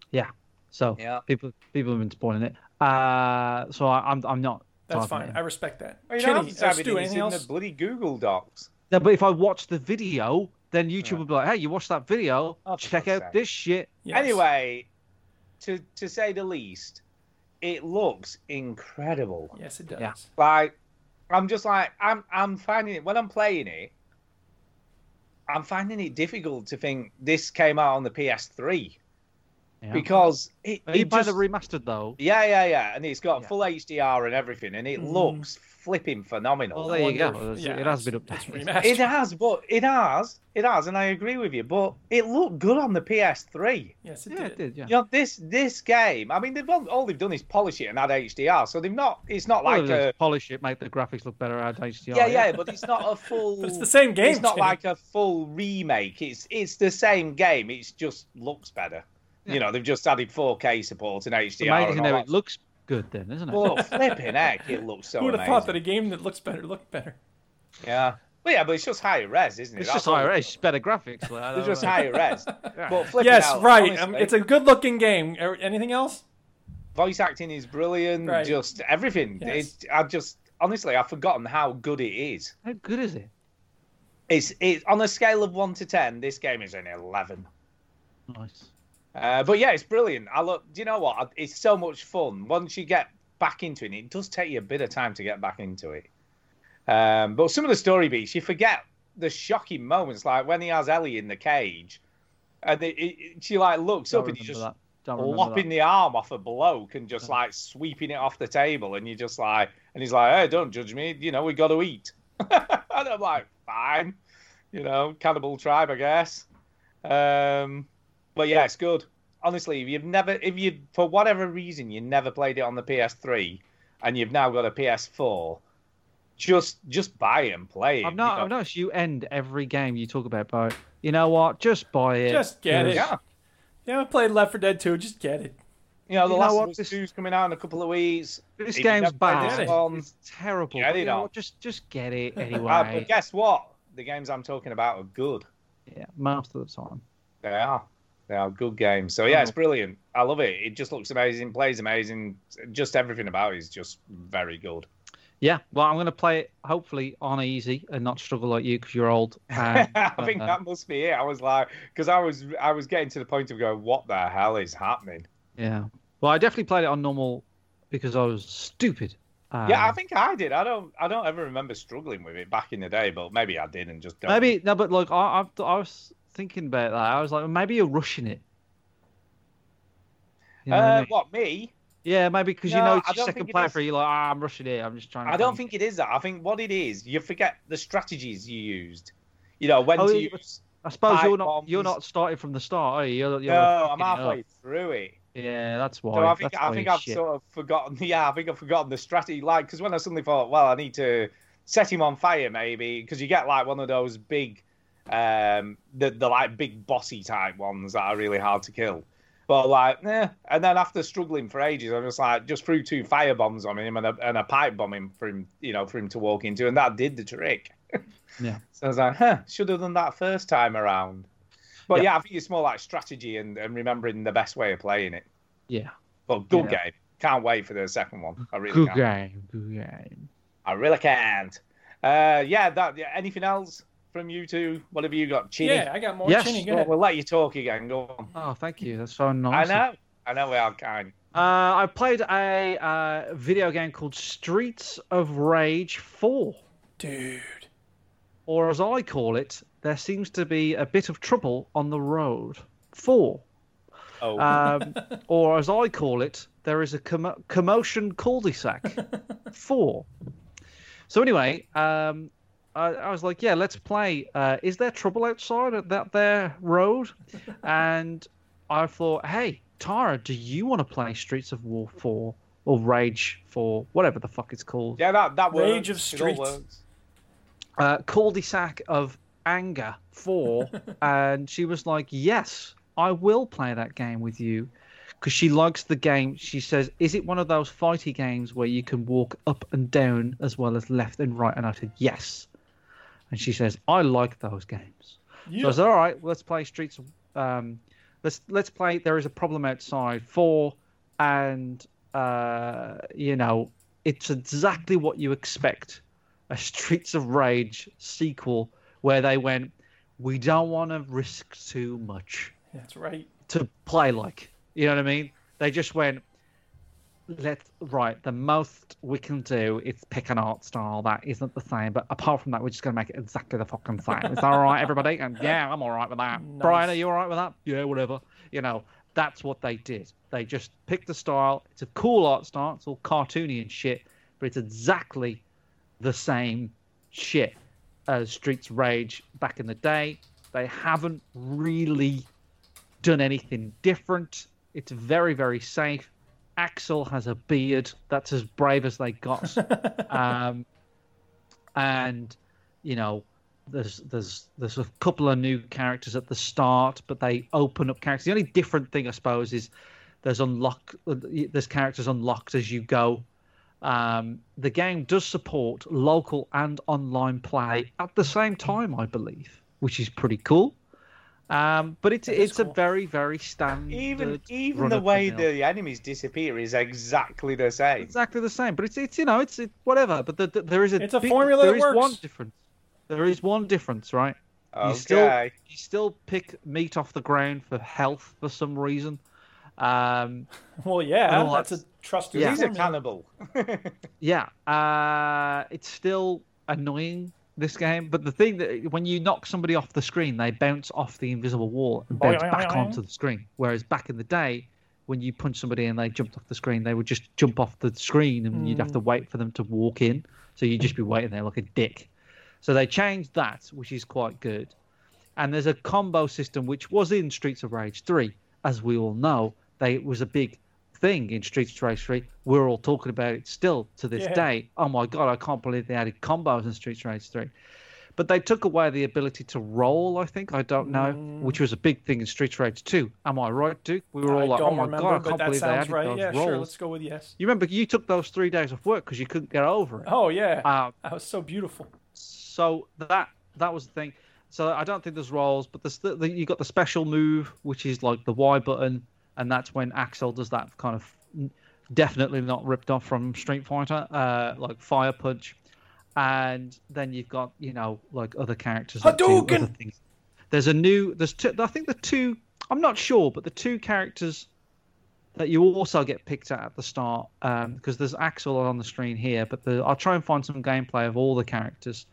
Yeah, so Yeah. people people have been spoiling it. Uh, so I, I'm I'm not That's Five fine. minutes. I respect that. Well, you Kenny, don't have to uh, have Stu, anything. It's anything in else? the bloody Google Docs. No, but if I watch the video, then YouTube will be like, "Hey, you watched that video? Oh, for check fuck's out sake. this shit." Yes. Anyway, to to say the least, it looks incredible. Yes, it does. Yeah. Like, I'm just like I'm I'm finding it when I'm playing it. I'm finding it difficult to think this came out on the PS3 Yeah. because it, Are you it buy just- the remastered though? yeah yeah yeah, and it's got Yeah. Mm. full HDR and everything, and it looks flipping phenomenal. Well, there you wonder go. if- It yeah, has been it's- it's updated. remastered. It has, but it has, it has, and I agree with you. But it looked good on the PS3. Yes, it Yeah, did. it did. Yeah. You know, this this game. I mean, they've done, all they've done is polish it and add HDR, so they've not. It's not Well, like they a polish it, make the graphics look better, add HDR. yeah, yeah, but it's not a full. But it's the same game. It's not Tim. like a full remake. It's it's the same game. It's just looks better. You know, they've just added 4K support and It's HDR. amazing and all how that. it looks good then, isn't it? Well, flipping heck, it looks so Who would have amazing. thought that a game that looks better looked better? Yeah. Well, yeah, but it's just high res, isn't it? it's just That's all- higher, it's better graphics. like, I It's don't just know. high res. But flipping Yes, out, right. Um, honestly, it's a good-looking game. Er, Anything else? voice acting is brilliant. Right. Just everything. Yes. It, I just honestly, I've forgotten how good it is. How good is it? It's it on a scale of one to ten. This game is an eleven. Nice. Uh, but yeah, it's brilliant. I look. Do you know what? It's so much fun. Once you get back into it, and it does take you a bit of time to get back into it. Um, but some of the story beats, you forget the shocking moments, like when he has Ellie in the cage, and it, it, it- she like looks Don't up and you remember just that. Don't remember lopping that. the arm off a bloke and just like sweeping it off the table, and you're just like, and he's like, "Hey, don't judge me. You know, we got to eat." and I'm like, "Fine, you know, cannibal tribe, I guess." Um, but yeah, it's good. Honestly, if you've never, if you for whatever reason you never played it on the PS3, and you've now got a PS4, just just buy it and play it. I've, not, you I've know? noticed you end every game you talk about by, you know what, just buy it. Just get it. Yeah, Yeah, I played Left 4 Dead 2. Just get it. you know, the You know last what, of Us this- 2's coming out in a couple of weeks. This If you've game's never played bad. this one- it's terrible. Get but it you know on. what, Just, just get it anyway. Uh, but guess what? The games I'm talking about are good. yeah, most of the time. They are. They are good games. So Oh. yeah, it's brilliant. I love it. It just looks amazing, plays amazing. Just everything about it is just very good. Yeah, well, I'm going to play it hopefully on easy and not struggle like you because you're old. And, I think uh, that must be it. I was like, because I was, I was getting to the point of going, what the hell is happening? Yeah. Well, I definitely played it on normal because I was stupid. Um, yeah, I think I did. I don't, I don't ever remember struggling with it back in the day, but maybe I did and just don't. Maybe no, but like I, I've, I was thinking about that. I was like, maybe you're rushing it. You know what I Uh, mean? what me? Yeah, maybe because you No, know I it's your don't second think it playthrough. is. You're like, ah, I'm rushing it. I'm just trying. To I don't think think it is that. I think what it is, you forget the strategies you used. You know when Oh, to yeah, but- use. I suppose pipe you're not. You're bombs. not starting from the start, are you? You're, you're No, Oh, I'm picking it up. halfway through it. Yeah, that's why. So I think that's I why think it's I've shit. sort of forgotten. Yeah, I think I've forgotten the strategy. Like, because when I suddenly thought, well, I need to set him on fire, maybe because you get like one of those big, um, the the like big bossy type ones that are really hard to kill. But like, eh. and then after struggling for ages, I'm just like, just threw two fire bombs on him and a, and a pipe bomb him for him, you know, for him to walk into, and that did the trick. Yeah. So I was like, huh, should have done that first time around. But Yeah. yeah, I think it's more like strategy and, and remembering the best way of playing it. Yeah, But good Yeah. game. Can't wait for the second one. I really good can't. game, good game. I really can't. Uh, yeah, that. Yeah, anything else from you two? What have you got, Chini? Yeah, I got more Yes. chinny. Go Well, ahead. we'll let you talk again. Go on. Oh, thank you. That's so nice. I of know. I know we are kind. Uh, I played a uh, video game called Streets of Rage 4, Dude. or as I call it, there seems to be a bit of trouble on the road. 4. Oh, Um, or as I call it, there is a commo- commotion cul-de-sac. 4. So anyway, um, I, I was like, yeah, let's play. Uh, is there trouble outside at that there road? And I thought, hey, Tara, do you want to play Streets of War 4 or Rage 4, whatever the fuck it's called? yeah, that that works. Rage of It all Streets. works. uh, cul-de-sac of anger for, and she was like, "Yes, I will play that game with you," because she likes the game. She says, "Is it one of those fighty games where you can walk up and down as well as left and right?" And I said, "Yes," and she says, "I like those games." So I said, "All right, well, let's play Streets. of- Um, let's let's play. There is a problem outside for, and uh, you know." it's exactly what you expect a Streets of Rage sequel where they went, we don't want to risk too much That's right. to play like. You know what I mean? They just went, let right. The most we can do is pick an art style that isn't the same, but apart from that, we're just gonna make it exactly the fucking same. Is that all right, everybody? And yeah, I'm all right with that. Brian, are you all right with that? Yeah, whatever. You know, that's what they did. They just picked the style. It's a cool art style. It's all cartoony and shit, but it's exactly the same shit as Streets of Rage back in the day. They haven't really done anything different. It's very, very safe. Axel has a beard. That's as brave as they got. um, and you know, there's there's there's a couple of new characters at the start, but they open up characters. The only different thing, I suppose, is there's unlock there's characters unlocked as you go. Um, the game does support local and online play at the same time, I believe, which is pretty cool. Um, but it's it's a very very standard. Even even the way run-of-the-mill the enemies disappear is exactly the same. exactly the same. But it's it's you know it's it, whatever. But the, the, there is a It's a big- formula There that is one works. difference. There is one difference, right? You still Okay. you still pick meat off the ground for health for some reason. Um, Well, yeah, Well, that's a that's- trusted Yeah. He's a formula. cannibal. yeah, uh, it's still annoying this game. But the thing that when you knock somebody off the screen, they bounce off the invisible wall and bounce Boing, boing, back boing. onto the screen. Whereas back in the day, when you punch somebody and they jumped off the screen, they would just jump off the screen and you'd have to wait for them to walk in. So you'd just be waiting there like a dick. So they changed that, which is quite good. And there's a combo system which was in Streets of Rage 3, as we all know. They it was a big thing in Streets of Rage 3. We're all talking about it still to this Yeah. day. Oh my god, I can't believe they added combos in Streets of Rage 3. But they took away the ability to roll, I think. I don't know, Mm. which was a big thing in Streets of Rage 2. Am I right, Duke? We were all I like, don't oh my remember, god, I but can't that believe they sounds added right. those Yeah, rolls. sure. Let's go with yes. You remember you took those three days off work because you couldn't get over it. Oh yeah, Uh, that was so beautiful. so that that was the thing. So I don't think there's roles, but there's the, the, you got the special move, which is like the Y button, and that's when Axel does that kind of definitely not ripped off from Street Fighter, uh, like fire punch, and then you've got you know like other characters. That do Hadouken! other things. There's a new there's two, I think the two I'm not sure, but the two characters that you also get picked at at the start because there's Axel on the screen here, but the, I'll try and find some gameplay of all the characters.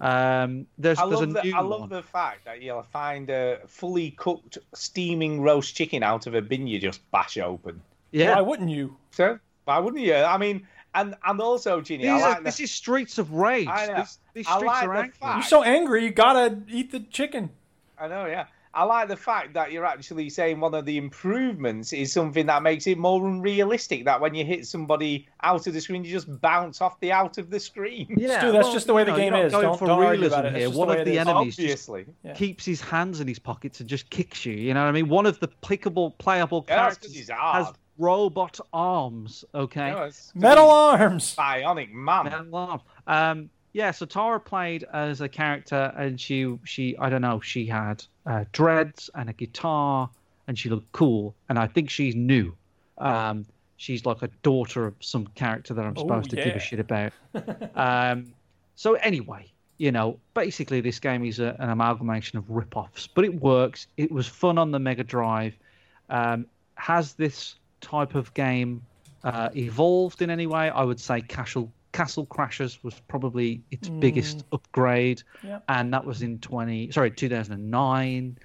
Um, there's I there's love, a the, new I love one. the fact that you'll find a fully cooked, steaming roast chicken out of a bin you just bash open. yeah, Why wouldn't you? So why wouldn't you? I mean, and and also, Ginny, These I are- like this the, is Streets of Rage. I know. These, these I streets like are the angry. fact- You're so angry. You gotta eat the chicken. I know, yeah. I like the fact that you're actually saying one of the improvements is something that makes it more unrealistic. That when you hit somebody out of the screen, you just bounce off the out of the screen. Yeah, Stu, that's just the way you the know, you're game not is. going Don't- for don't argue realism about it. It's here. just the One way it of the is. enemies just Obviously, Yeah. keeps his hands in his pockets and just kicks you. You know what I mean? One of the pickable, playable Yeah, that's 'cause characters he's has hard. robot arms. Okay, You know, it's Metal arms. bionic man. Man Alarm. Um, yeah, so Tara played as a character, and she she I don't know she had uh, dreads and a guitar, and she looked cool, and I think she's new. Um, she's like a daughter of some character that I'm supposed to give yeah. a shit about. um, so anyway, you know, basically this game is a, an amalgamation of rip-offs, but it works. It was fun on the Mega Drive. Um, has this type of game uh, evolved in any way? I would say Castle Castle Crashers was probably its Hmm. biggest upgrade, Yep. and that was in twenty sorry two thousand and nine,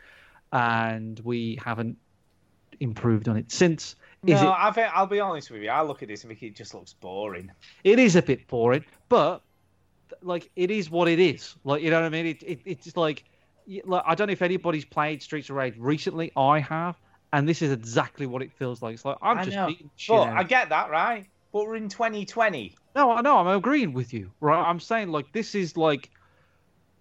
and we haven't improved on it since. Is no, it I think I'll be honest with you. I look at this and think it just looks boring. it is a bit boring, but th- like it is what it is. Like you know what I mean? It, it it's like, y- like I don't know if anybody's played Streets of Rage recently. I have, and this is exactly what it feels like. It's like I'm I just know. beating shit But out I get that, right? But we're in 2020. no, I know. I'm agreeing with you, right? I'm saying like this is like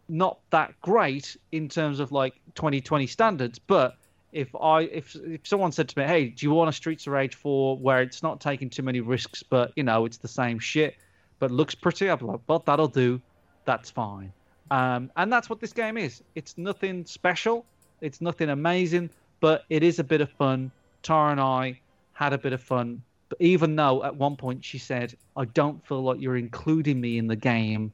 not that great in terms of like 2020 standards, but if I if if someone said to me, "Hey, do you want a Streets of Rage 4 where it's not taking too many risks, but you know it's the same shit, but looks pretty," I'd be like, "Well, that'll do. That's fine." Um, and that's what this game is. It's nothing special. It's nothing amazing, but it is a bit of fun. Tara and I had a bit of fun But even though at one point she said, "I don't feel like you're including me in the game."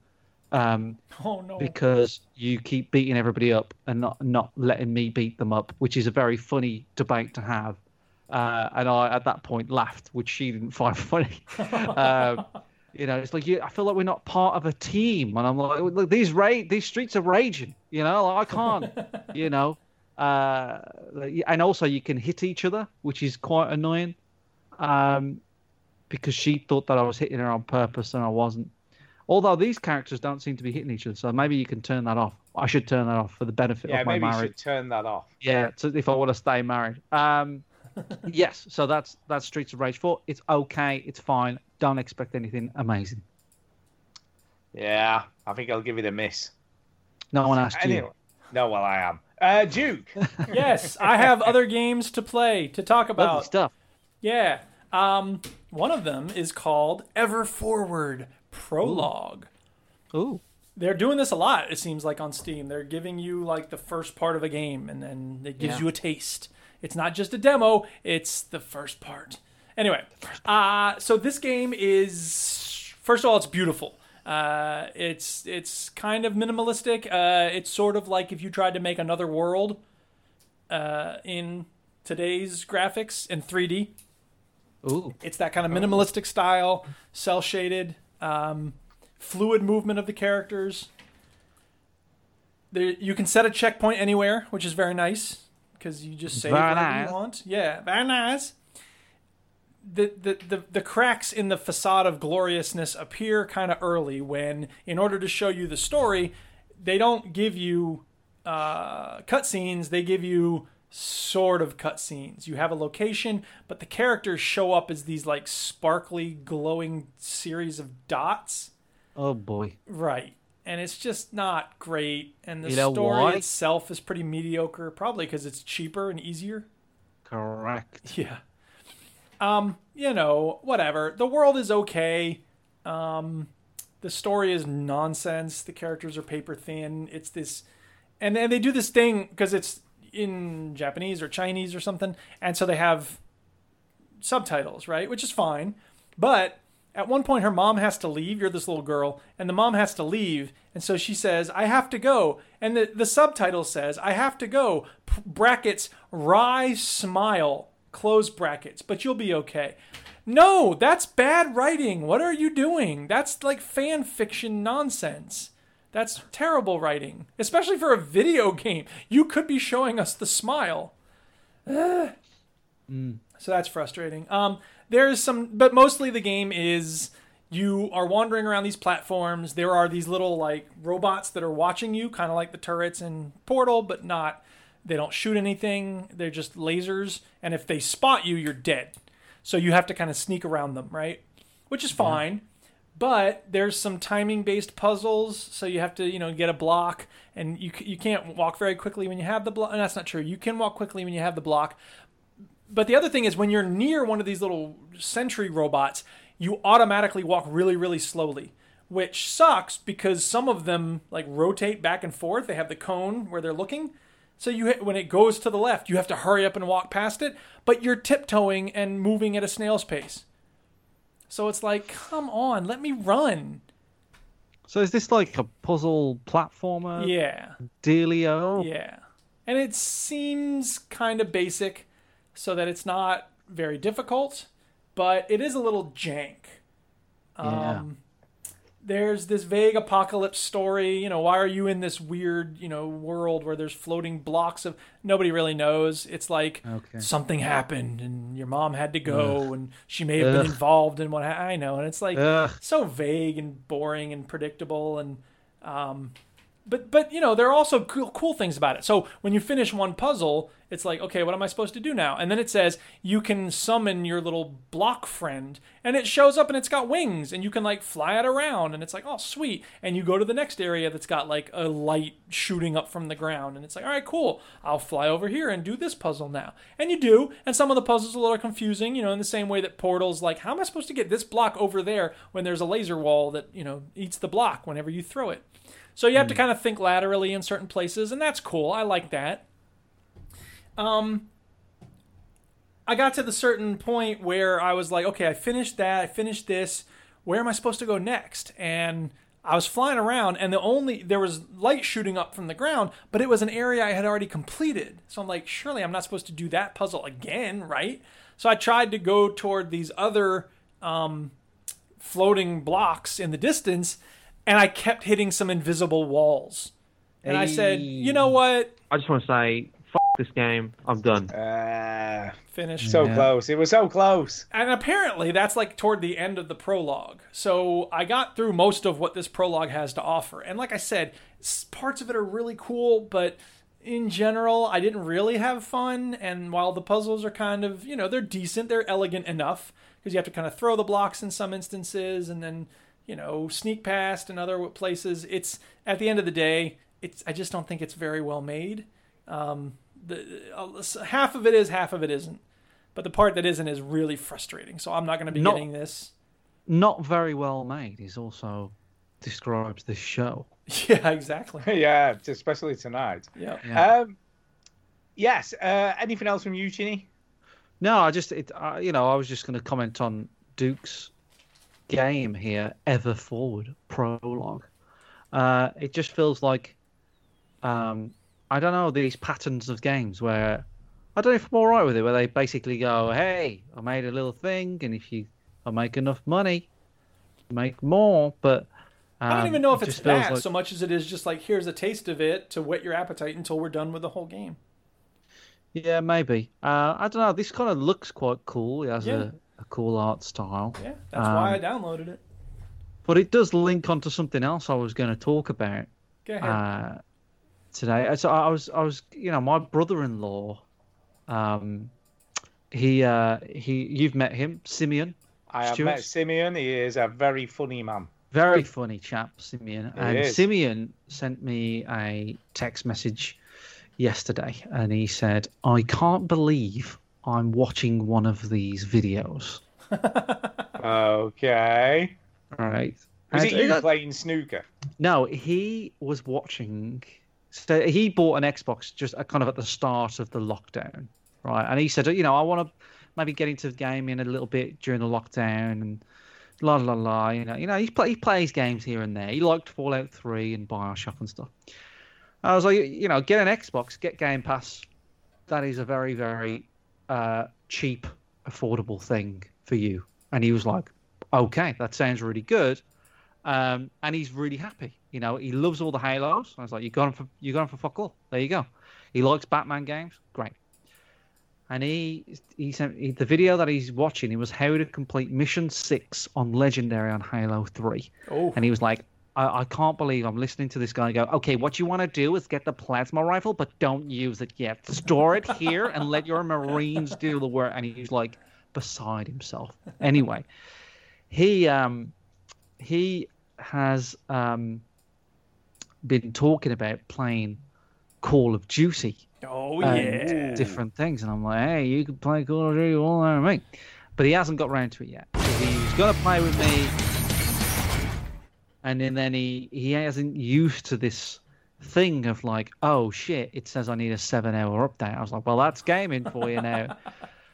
Um, Oh no. because you keep beating everybody up and not not letting me beat them up, which is a very funny debate to have. Uh, and I at that point laughed, which she didn't find funny. um, you know, it's like you, I feel like we're not part of a team, and I'm like, look, these ra- these streets are raging. You know, like, I can't. you know, uh, and also you can hit each other, which is quite annoying. Um, because she thought that I was hitting her on purpose and I wasn't. Although these characters don't seem to be hitting each other, so maybe you can turn that off. I should turn that off for the benefit Yeah, of my maybe you marriage. should turn that off. Yeah, so if I want to stay married. Um, yes, so that's that's Streets of Rage 4. It's okay, it's fine. Don't expect anything amazing. Yeah, I think I'll give it a miss. No one asked Anyway, no, well, I am. Uh, Duke, yes, I have other games to play to talk you. Lovely about. stuff. Yeah. Um, one of them is called Ever Forward Prologue. Ooh, They're doing this a lot, it seems like, on Steam. They're giving you like the first part of a game and then it gives Yeah. you a taste. It's not just a demo, it's the first part. Anyway, uh, so this game is, first of all, it's beautiful. Uh, it's it's kind of minimalistic. Uh, it's sort of like if you tried to make another world uh, in today's graphics in 3D. ooh. It's that kind of minimalistic style, cell shaded, um, fluid movement of the characters. There, you can set a checkpoint anywhere, which is very nice because you just save Very whatever nice. you want. Yeah, very nice. The, the, the, the cracks in the facade of gloriousness appear kind of early when, in order to show you the story, they don't give you uh, cutscenes, they give you sort of cutscenes. You have a location, but the characters show up as these like sparkly, glowing series of dots. Oh boy. Right. And it's just not great. And the You know story why? itself is pretty mediocre, probably because it's cheaper and easier. Correct. Yeah. Um, you know, whatever. The world is okay. Um, the story is nonsense. The characters are paper thin. It's this, and then they do this thing because it's in Japanese or Chinese or something, and so they have subtitles, right? Which is fine, but at one point her mom has to leave. You're this little girl, and the mom has to leave, and so she says, "I have to go," and the the subtitle says, "I have to go." p- Brackets, wry smile, close brackets, but you'll be okay. No, that's bad writing. What are you doing? That's like fan fiction nonsense. That's terrible writing, especially for a video game. You could be showing us the smile. So that's frustrating. Um, there's some, but mostly the game is you are wandering around these platforms. There are these little like robots that are watching you, kind of like the turrets in Portal, but not. They don't shoot anything. They're just lasers, and if they spot you, you're dead. So you have to kind of sneak around them, right? Which is fine but there's some timing based puzzles so you have to you know get a block and you, c- you can't walk very quickly when you have the block and that's not true you can walk quickly when you have the block but the other thing is when you're near one of these little sentry robots you automatically walk really really slowly which sucks because some of them like rotate back and forth they have the cone where they're looking so you hit, when it goes to the left you have to hurry up and walk past it but you're tiptoeing and moving at a snail's pace so it's like come on let me run So is this like a puzzle platformer Yeah, dealio? yeah. And it seems kind of basic, so that it's not very difficult, but it is a little jank. Yeah. Um, There's this vague apocalypse story. You know, why are you in this weird, you know, world where there's floating blocks of nobody really knows? It's like Okay. something happened and your mom had to go and she may have been Ugh. involved in what ha- I know. And it's like, Ugh. so vague and boring and predictable and um but but you know there are also cool, cool things about it so when you finish one puzzle it's like okay what am i supposed to do now and then it says you can summon your little block friend and it shows up and it's got wings and you can like fly it around and it's like oh sweet and you go to the next area that's got like a light shooting up from the ground and it's like all right cool i'll fly over here and do this puzzle now and you do and some of the puzzles are a little confusing you know in the same way that portals like how am i supposed to get this block over there when there's a laser wall that you know eats the block whenever you throw it so you have to kind of think laterally in certain places, and that's cool. I like that. Um, I got to the certain point where I was like, okay, I finished that, I finished this. Where am I supposed to go next? And I was flying around, and the only there was light shooting up from the ground, but it was an area I had already completed. So I'm like, surely I'm not supposed to do that puzzle again, right? So I tried to go toward these other um, floating blocks in the distance, and I kept hitting some invisible walls. And I said, Hey. you know what? I just want to say, f- this game. I'm done. Uh, Finish. so Yeah. close. It was so close. and apparently that's like toward the end of the prologue. So I got through most of what this prologue has to offer. And like I said, s- parts of it are really cool, but in general, I didn't really have fun. And while the puzzles are kind of, you know, they're decent, they're elegant enough because you have to kind of throw the blocks in some instances and then, you know, sneak past in other places. It's at the end of the day, it's I just don't think it's very well made. Um, the, uh, half of it is, half of it isn't. But the part that isn't is really frustrating. So I'm not going to be No. getting this. Not very well made is also describes this show. Yeah, exactly. yeah, especially tonight. Yeah. Yeah. Um, yes. Uh, anything else from you, Ginny? No, I just it I, you know I was just going to comment on Duke's game here, Ever Forward Prologue. Uh, it just feels like um, I don't know these patterns of games where I don't know if I'm all right with it, where they basically go, "Hey, I made a little thing, and if you I make enough money, make more." But um, I don't even know if it it's just feels that like- so much as it is just like here's a taste of it to whet your appetite until we're done with the whole game. Yeah, maybe. Uh, I don't know. This kind of looks quite cool. It has Yeah. a, a cool art style. Yeah, that's why I Um, downloaded it. But it does link onto something else I was going to talk about Go ahead. uh, today. Uh, So I was, I was, you know, my brother-in-law. Um, he, uh, he, you've met him, Simeon. I have Stuart? met Simeon. He is a very funny man. Very funny chap, Simeon. and is. Simeon sent me a text message yesterday, and he said, "I can't believe I'm watching one of these videos." Okay. All right. Was And- it you playing snooker? No, he was watching. So he bought an Xbox just at- kind of at the start of the lockdown, right? And he said, you know, I want to maybe get into gaming a little bit during the lockdown and la la la. You know, you know, he, play, he plays games here and there. He liked Fallout Three and Bioshock and stuff. I was like, you know, get an Xbox, get Game Pass. That is a very very uh, cheap, affordable thing for you. And he was like, okay, that sounds really good um, and he's really happy. You know, he loves all the Halos. I was like, you got him for you got him for fuck all. There you go. He likes Batman games. Great. And he he sent he, the video that he's watching. It was how to complete Mission Six on Legendary on Halo Three. Oh. And he was like, I, I can't believe I'm listening to this guy go. Okay, what you want to do is get the plasma rifle, but don't use it yet. Store it here and let your Marines do the work. And he's like beside himself. Anyway, he um he has um, been talking about playing Call of Duty oh and yeah. different things, and I'm like, hey, you can play Call of Duty all over me, but he hasn't got round to it yet. So he's gonna play with me, and then, then he he hasn't used to this thing of like, oh shit, it says I need a seven hour update. I was like, well, that's gaming for you now.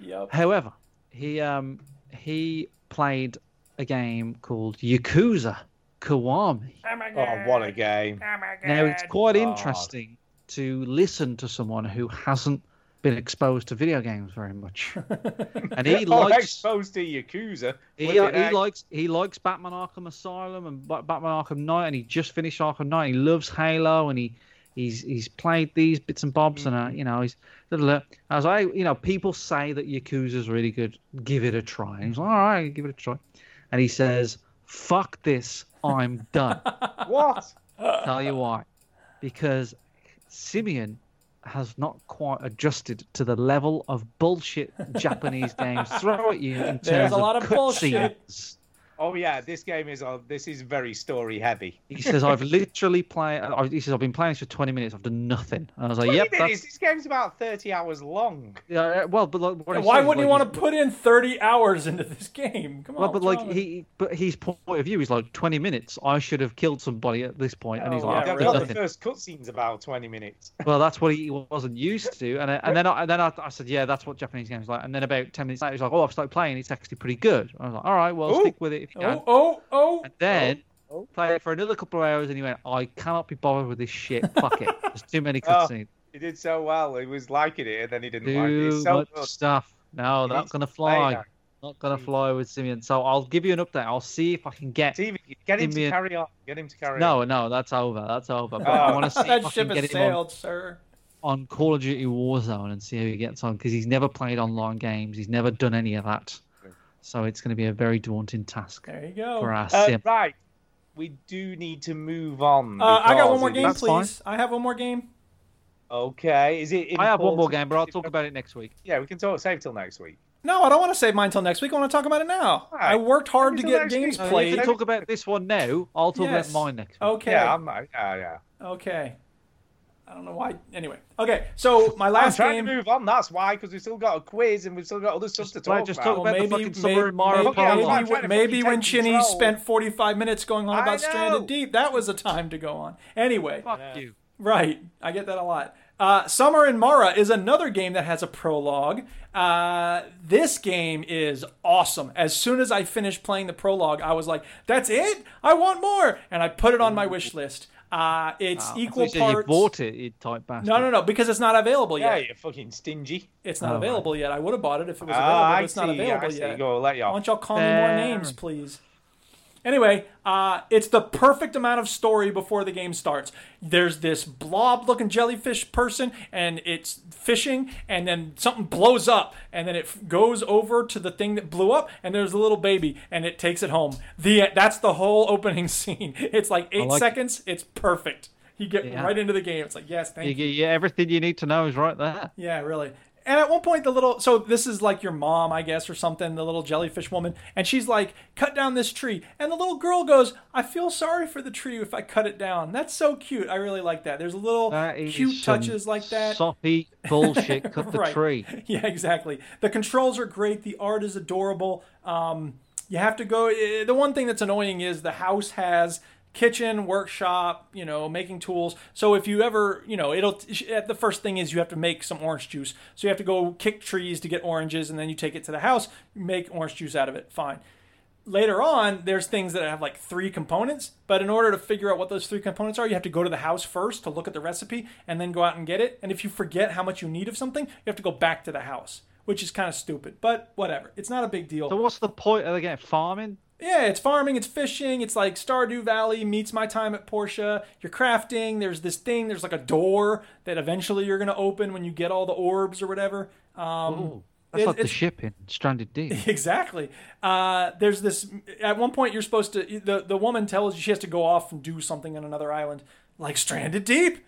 Yep. However, he um he played a game called Yakuza Kiwami. Oh, what a game! Now it's quite interesting to listen to someone who hasn't been exposed to video games very much, and he oh, likes. exposed to Yakuza. He, he Flipping heck. likes he likes Batman Arkham Asylum and Ba- Batman Arkham Knight, and he just finished Arkham Knight. He loves Halo, and he he's he's played these bits and bobs, and uh, you know he's. da, da, da. I was like, you know, people say that Yakuza's really good. Give it a try. And he's like, all right, give it a try, and he says, "Fuck this, I'm done." what? Tell you why. Because Simeon has not quite adjusted to the level of bullshit Japanese games throw at you in terms a lot of bullshit. cutscenes. Oh yeah, this game is uh, this is very story heavy. He says, "I've literally played." I- He says, "I've been playing this for 20 minutes. I've done nothing." And I was like, What "Yep, it that's is, this game's about thirty hours long. yeah, well." But like, what I'm Why saying is, wouldn't like, you want he's- to put in 30 hours into this game? Come on. Well, but what's like wrong with- he, but his point of view is like 20 minutes. I should have killed somebody at this point, and he's Oh, like, yeah, "I've I done thought the nothing." first cutscene's about twenty minutes. Well, that's what he wasn't used to, and I, and then I, and then I, I said, "Yeah, that's what Japanese games are like." And then about 10 minutes later, he's like, "Oh, I've started playing. It's actually pretty good." I was like, "All right, well, Ooh. stick with it if you can." Oh, oh, oh. And then Oh. played it for another couple of hours, and he went, "I cannot be bothered with this shit. Fuck it. There's too many Oh, cutscenes, He did so well. He was liking it, and then he didn't like it. too It's So much good. stuff. No, You they're need not gonna to play fly. that. Not gonna fly with Simeon. So I'll give you an update. I'll see if I can get." TV, get him Give me to a- carry on. Get him to carry on. No, no, that's over. That's over. But Oh. I want to see if I that can ship get has him on, sailed, sir. on Call of Duty Warzone and see how he gets on because he's never played online games. He's never done any of that. So it's going to be a very daunting task There you go. for our Uh, sim. right, we do need to move on. Uh, I got one because more it- game, That's fine. please. I have one more game. Okay, is it? I have one more important? game, but I'll talk about it next week. Yeah, we can talk. Save till next week. No, I don't want to save mine till next week. I want to talk about it now. right. I worked hard to Maybe get next games week. You played. can talk about this one now. I'll talk Yes. Oh, about mine next week. Okay. Yeah, I'm. uh, Yeah, yeah. Okay. I don't know why. Anyway. Okay. So my I'm last trying game. to move on. that's why, because we've still got a quiz and we've still got other stuff to Right, talk just about. talk Well, about the maybe, fucking maybe, summer in Mario maybe- Party. maybe I'm trying to maybe fucking when take Chinny control. spent 45 minutes going on I about Stranded know. Deep, that was a time to go on. Anyway, Fuck you. Right. I get that a lot. Uh, Summer in Mara is another game that has a prologue. Uh, this game is awesome. As soon as I finished playing the prologue, I was like, that's it? I want more. And I put it on my wish list. Uh, it's Ah, I thought equal you said you parts. bought it, you type bastard. No, no, no, because it's not available Yeah, yet. you're fucking stingy. It's not available yet. I would have bought it if it was available, Ah, but I it's see. not I available see. yet. Go let you Why off. don't y'all call me more Fair. names, please? Anyway, uh, it's the perfect amount of story before the game starts. There's this blob looking jellyfish person, and it's fishing, and then something blows up, and then it f- goes over to the thing that blew up, and there's a little baby, and it takes it home. The That's the whole opening scene. It's like eight like it. seconds, it's perfect. You get Yeah. right into the game. It's like, yes, thank You get, yeah, everything you need to know is right there. yeah, really. And at one point, the little so this is like your mom, I guess, or something. The little jellyfish woman, and she's like, "Cut down this tree." And the little girl goes, "I feel sorry for the tree if I cut it down." That's so cute. I really like that. There's little That is cute some touches like that. Soppy bullshit. Cut the Right. tree. Yeah, exactly. The controls are great. The art is adorable. Um, you have to go. eh, The one thing that's annoying is the house has kitchen, workshop, you know, making tools. So if you ever, you know, it'll eh, the first thing is you have to make some orange juice. So you have to go kick trees to get oranges, and then you take it to the house, make orange juice out of it. Fine later on, there's things that have like three components, but in order to figure out what those three components are, you have to go to the house first to look at the recipe and then go out and get it. And if you forget how much you need of something, you have to go back to the house, which is kind of stupid, but whatever. It's not a big deal. So what's the point of the game? Farming? Yeah, it's farming, it's fishing, it's like Stardew Valley meets my time at Porsche. You're crafting, there's this thing, there's like a door that eventually you're going to open when you get all the orbs or whatever. Ooh, that's it- like the it's- ship in Stranded Deep. Exactly. Uh, there's this. At one point, you're supposed to. The, the woman tells you she has to go off and do something on another island, like Stranded Deep.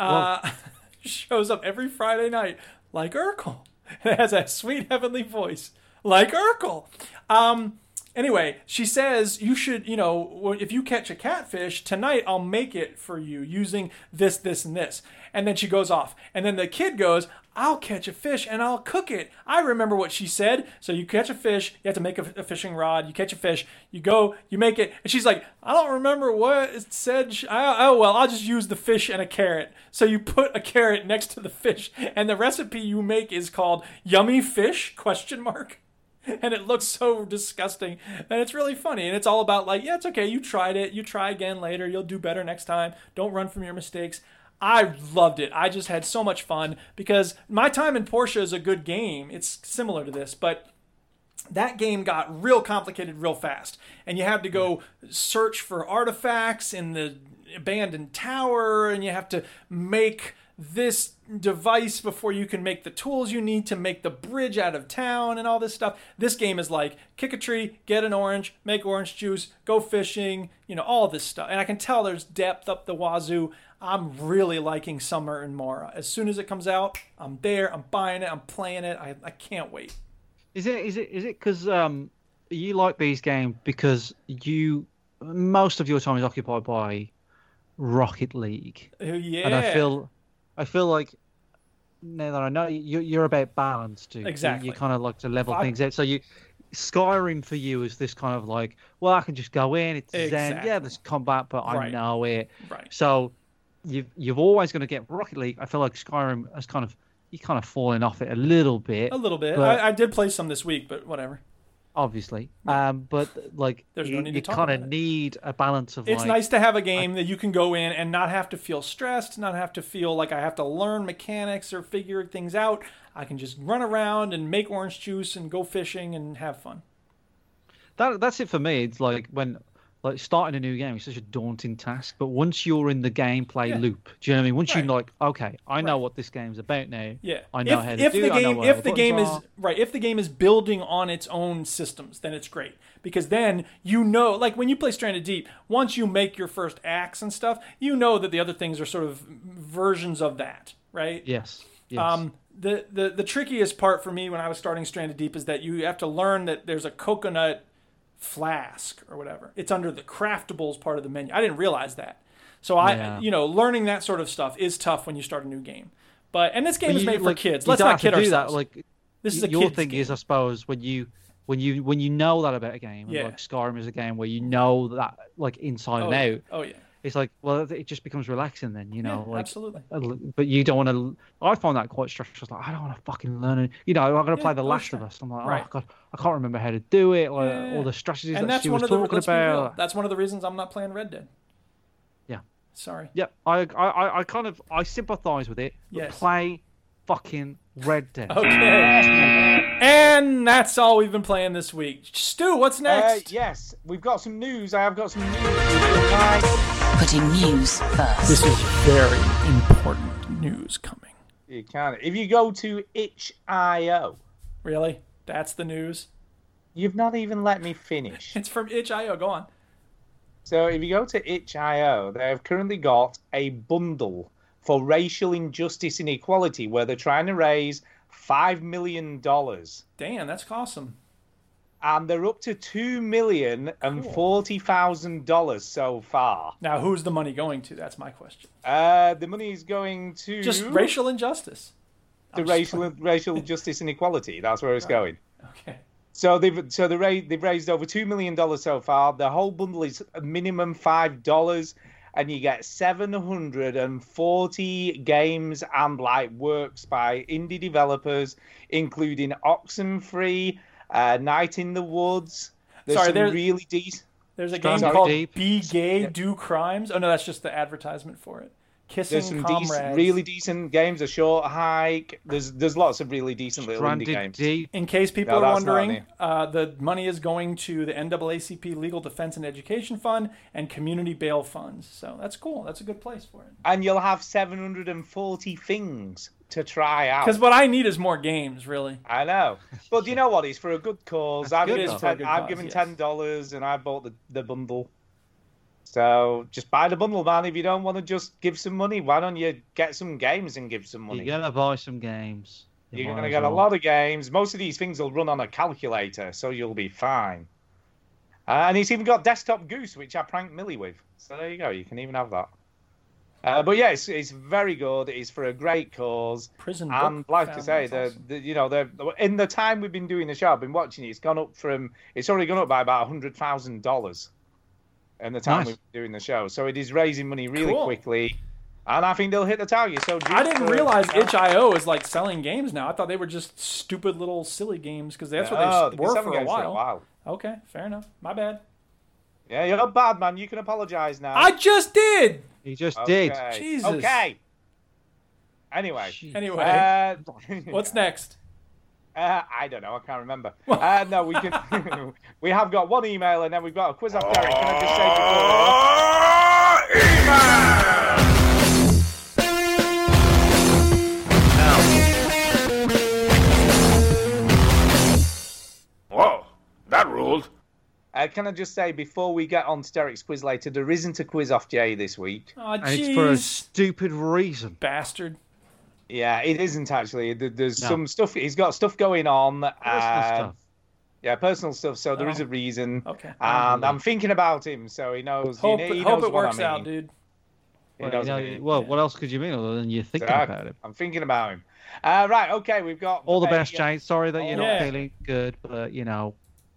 Uh, shows up every Friday night, like Urkel. It has that sweet heavenly voice, like Urkel. Um, anyway, she says you should, you know, w- if you catch a catfish tonight, I'll make it for you using this, this, and this. And then she goes off, and then the kid goes, "I'll catch a fish and I'll cook it." I remember what she said. So you catch a fish, you have to make a, a fishing rod. You catch a fish, you go, you make it, and she's like, "I don't remember what it said." She- I, oh well, I'll just use the fish and a carrot. So you put a carrot next to the fish, and the recipe you make is called "Yummy Fish?" question mark and it looks so disgusting and it's really funny and it's all about like yeah it's okay you tried it you try again later you'll do better next time don't run from your mistakes i loved it i just had so much fun because my time in porsche is a good game it's similar to this but that game got real complicated real fast and you had to go search for artifacts in the abandoned tower and you have to make this device before you can make the tools you need to make the bridge out of town and all this stuff this game is like kick a tree get an orange make orange juice go fishing you know all this stuff and i can tell there's depth up the wazoo i'm really liking summer and mara as soon as it comes out i'm there i'm buying it i'm playing it i, I can't wait Is it is it is it because um you like these games because you most of your time is occupied by Rocket League. Oh, yeah. and I feel, I feel like now that I know you, you're about balance too. You- Exactly. You, kind of like to level Fuck. things out. So you, Skyrim for you is this kind of like, well, I can just go in. It's Zen. Exactly. Yeah, there's combat, but I Right. know it. Right. So you've you've always going to get Rocket League. I feel like Skyrim has kind of you kind of fallen off it a little bit. A little bit. But- I, I did play some this week, but whatever. obviously. Um, but like There's no you, need to you talk kind about of it. need a balance of It's like, nice to have a game that you can go in and not have to feel stressed, not have to feel like I have to learn mechanics or figure things out. I can just run around and make orange juice and go fishing and have fun. that that's it for me. It's like when like starting a new game is such a daunting task, but once you're in the gameplay loop, do you know what I mean? Once Right. you're like, okay, I know what this game's about now. Yeah, I know if, how to if do the it, I know game what if the the game is buttons right, if the game is building on its own systems, then it's great because then you know, like when you play Stranded Deep, once you make your first acts and stuff, you know that the other things are sort of versions of that, right? Yes. Yes. Um, the, the the trickiest part for me when I was starting Stranded Deep is that you have to learn that there's a coconut flask or whatever. It's under the craftables part of the menu. I didn't realize that. So I, Yeah. you know, learning that sort of stuff is tough when you start a new game. But and this game But is you- made for like, kids. you Let's don't not have to kid do ourselves. that. Like this is a your kid's thing game. is, I suppose, when you when you when you know that about a game, Yeah. and like Skyrim is a game where you know that like inside oh, and yeah. out. oh yeah, It's like, well, it just becomes relaxing then, you know. Yeah, like, absolutely. a l- But you don't want to. I find that quite stressful. Like, I don't want to fucking learn it. You know, I'm going to play Yeah, The all the Last of time. Us. I'm like, Right. oh god, I can't remember how to do it. Like, Yeah. all the strategies and that that's she one of was the talking let's be real, about. that's one of the reasons I'm not playing Red Dead. Yeah. Sorry. Yeah, I, I, I- I kind of, I sympathise with it. But Yes. Oh. Play fucking Red Dead. Okay. and that's all we've been playing this week. Stu, what's Uh, next? yes, we've got some news. I have got some news. Right. Putting news first. This is very important news coming. You can if you go to itch.io, Really? That's the news? you've not even let me finish. It's from itch.io. Go on. So if you go to itch.io, they have currently got a bundle for racial injustice and equality where they're trying to raise $5 million. Damn, that's awesome. And they're up to $2,040,000 so far. Now, who's the money going to? That's my question. Uh, the money is going to Just racial injustice. the just racial, racial justice and equality. That's where it's going. Okay. So they've so they ra- they've raised over two million dollars so far. The whole bundle is a minimum five dollars, and you get seven hundred and forty games and like works by indie developers, including Oxenfree, uh, Night in the Woods. There's Sorry, some there- really decent. There's a game Strong called deep. Be Gay, Do Crimes. Oh, no, that's just the advertisement for it. Kissing There's some Comrades. decent, really decent games. A short hike. There's there's lots of really decent little indie Stranded games. Deep. In case people No, are that's not wondering, me. uh, the money is going to the NAACP Legal Defense and Education Fund and community bail funds. So that's cool. That's a good place for it. and you'll have seven hundred and forty things to try out. Because what I need is more games, really. I know. But do you know what? It's for a good cause. I've good given, ten, though. It's for a good I've cause, given yes. ten dollars and I bought the, the bundle. So just buy the bundle, man. If you don't want to just give some money, why don't you get some games and give some money? You're gonna buy some games. You You're might going to as get a well. lot of games. Most of these things will run on a calculator, so you'll be fine. Uh, and it's even got Desktop Goose, which I pranked Millie with. So there you go. You can even have that. Uh, but yeah, it's, it's very good. It's for a great cause. Prison And Book like I Found, say, that's the, awesome. the you know the in the time we've been doing the show, I've been watching it. It's gone up from it's already gone up by about hundred thousand dollars in the time Nice. we've been doing the show. So it is raising money really Cool. quickly, and I think they'll hit the target. So I just didn't for- realize itch.io is like selling games now. I thought they were just stupid little silly games because that's No, what they they've were been selling for a games while. Okay, fair enough. My bad. Yeah, you're not bad, man. You can apologise now. I just did. He just Okay. Jesus. Okay. Anyway. did. Anyway, Uh, what's next? Uh, I don't know. I can't remember. uh, no, we can. we have got one email, and then we've got a quiz off Derek. Can I just say Oh. before? Whoa, that ruled. Uh, can I just say before we get on to Derek's quiz later, there isn't a quiz off Jay this week. Oh, And it's for a jeez. stupid reason. Bastard. Yeah, it isn't actually. There- There's No. some stuff. He's got stuff going on. Personal uh, stuff. Yeah, personal stuff. So there is a reason. Oh. Okay. And Ah. I'm thinking about him, so he knows. Hope, he, he hope knows it what works I mean. out, dude. He knows Well, what you I know, mean. well, what else could you mean other than you're thinking So, about it? I'm thinking about him. Uh, right. Okay, we've got All the a- best, Jane. Sorry that you're Yeah. not feeling good, but you know,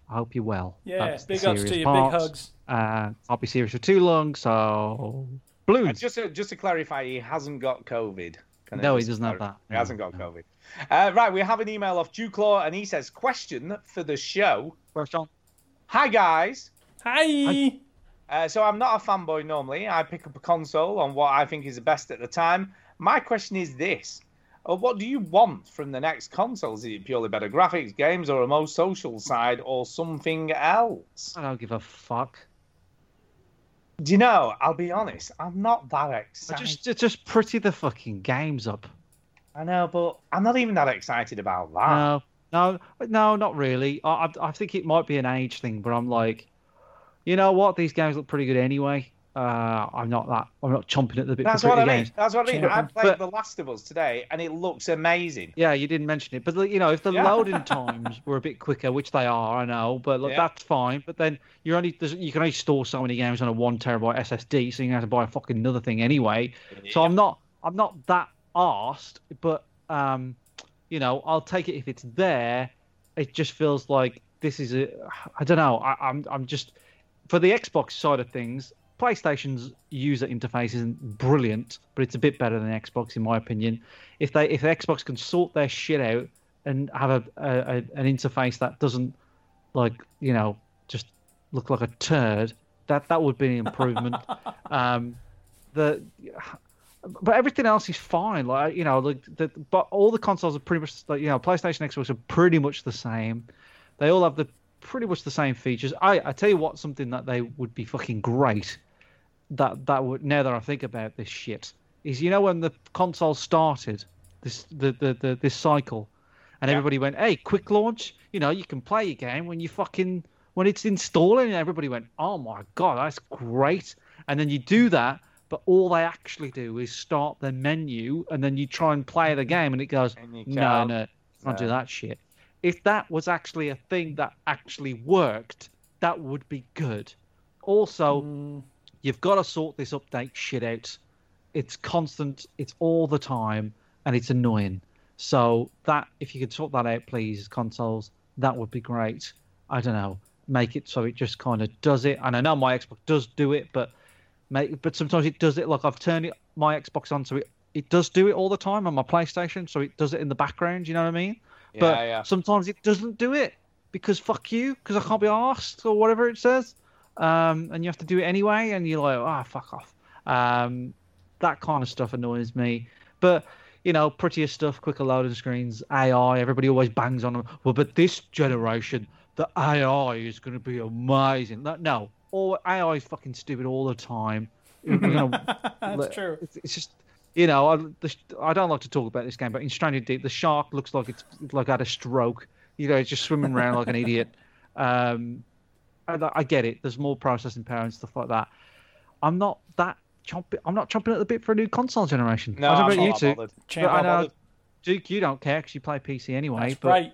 I hope you're well. Yeah, That's the big ups to serious you, big part. hugs. Uh, can't be serious for too long, so blues. Uh, Just to, just to clarify, he hasn't got COVID. Can I No, he just doesn't have clarify? that. He hasn't got COVID. Uh, right, we have an email off Dewclaw, and he says, "Question for the show." Question. Hi guys. Hi. Uh, so I'm not a fanboy normally. I pick up a console on what I think is the best at the time. My question is this: uh, What do you want from the next console? Is it purely better graphics, games, or a more social side, or something else? I don't give a fuck. Do you know? I'll be honest. I'm not that excited. Just, just, just pretty the fucking games up. I know, but I'm not even that excited about that. No, no, no, not really. I, I, I think it might be an age thing, but I'm like, you know what? These games look pretty good anyway. Uh, I'm not that. I'm not chomping at the bit. That's for what I pretty mean. games. That's what I mean. I Champion. played But- The Last of Us today, and it looks amazing. Yeah, you didn't mention it, but like, you know, if the Yeah. loading times were a bit quicker, which they are, I know, but look, Yeah. that's fine. But then you're only there's- you can only store so many games on a one terabyte SSD, so you have to buy a fucking another thing anyway. So I'm not I'm not that arsed, but um, you know, I'll take it if it's there. It just feels like this is a I don't know. I, I'm I'm just for the Xbox side of things. PlayStation's user interface isn't brilliant, but it's a bit better than Xbox in my opinion. If they if Xbox can sort their shit out and have a, a, a an interface that doesn't like you know just look like a turd, that that would be an improvement. um, the but everything else is fine. Like you know, like the, but all the consoles are pretty much like you know, PlayStation, Xbox are pretty much the same. They all have the pretty much the same features. I I tell you what, something that they would be fucking great. That that would now that I think about this shit is you know when the console started this the the, the this cycle, and everybody went, hey, quick launch. You know, you can play your game when you fucking when it's installing. And everybody went, oh my god, that's great. And then you do that, but all they actually do is start the menu, and then you try and play the game, and it goes, you no, can't. no, can't do No. that shit. If that was actually a thing that actually worked, that would be good. Also, you've got to sort this update shit out. It's constant, it's all the time, and it's annoying. So that if you could sort that out, please, consoles, that would be great. I don't know, make it so it just kind of does it. And I know my Xbox does do it, but make but sometimes it does it. Like I've turned it, my Xbox on, so it it does do it all the time on my PlayStation, so it does it in the background. You know what I mean? but Yeah, yeah. sometimes it doesn't do it because fuck you, because I can't be asked or whatever it says. Um, and you have to do it anyway, and you're like, ah, fuck off. Um, that kind of stuff annoys me. But you know, prettier stuff, quicker loading screens, AI. Everybody always bangs on them. Well, but this generation, the AI is going to be amazing. No, No, all AI is fucking stupid all the time. We're gonna- That's true. it's, it's just you know I, the, I don't like to talk about this game, but in Stranger Deep, the shark looks like it's like had a stroke. You know, it's just swimming around like an idiot. Um, I, I get it. There's more processing power and stuff like that. I'm not that chomping. I'm not chomping at the bit for a new console generation. No, I don't know I'm about you not two. bothered. but Champ, I I'm know, bothered. Duke, you don't care because you play PC anyway. That's but right.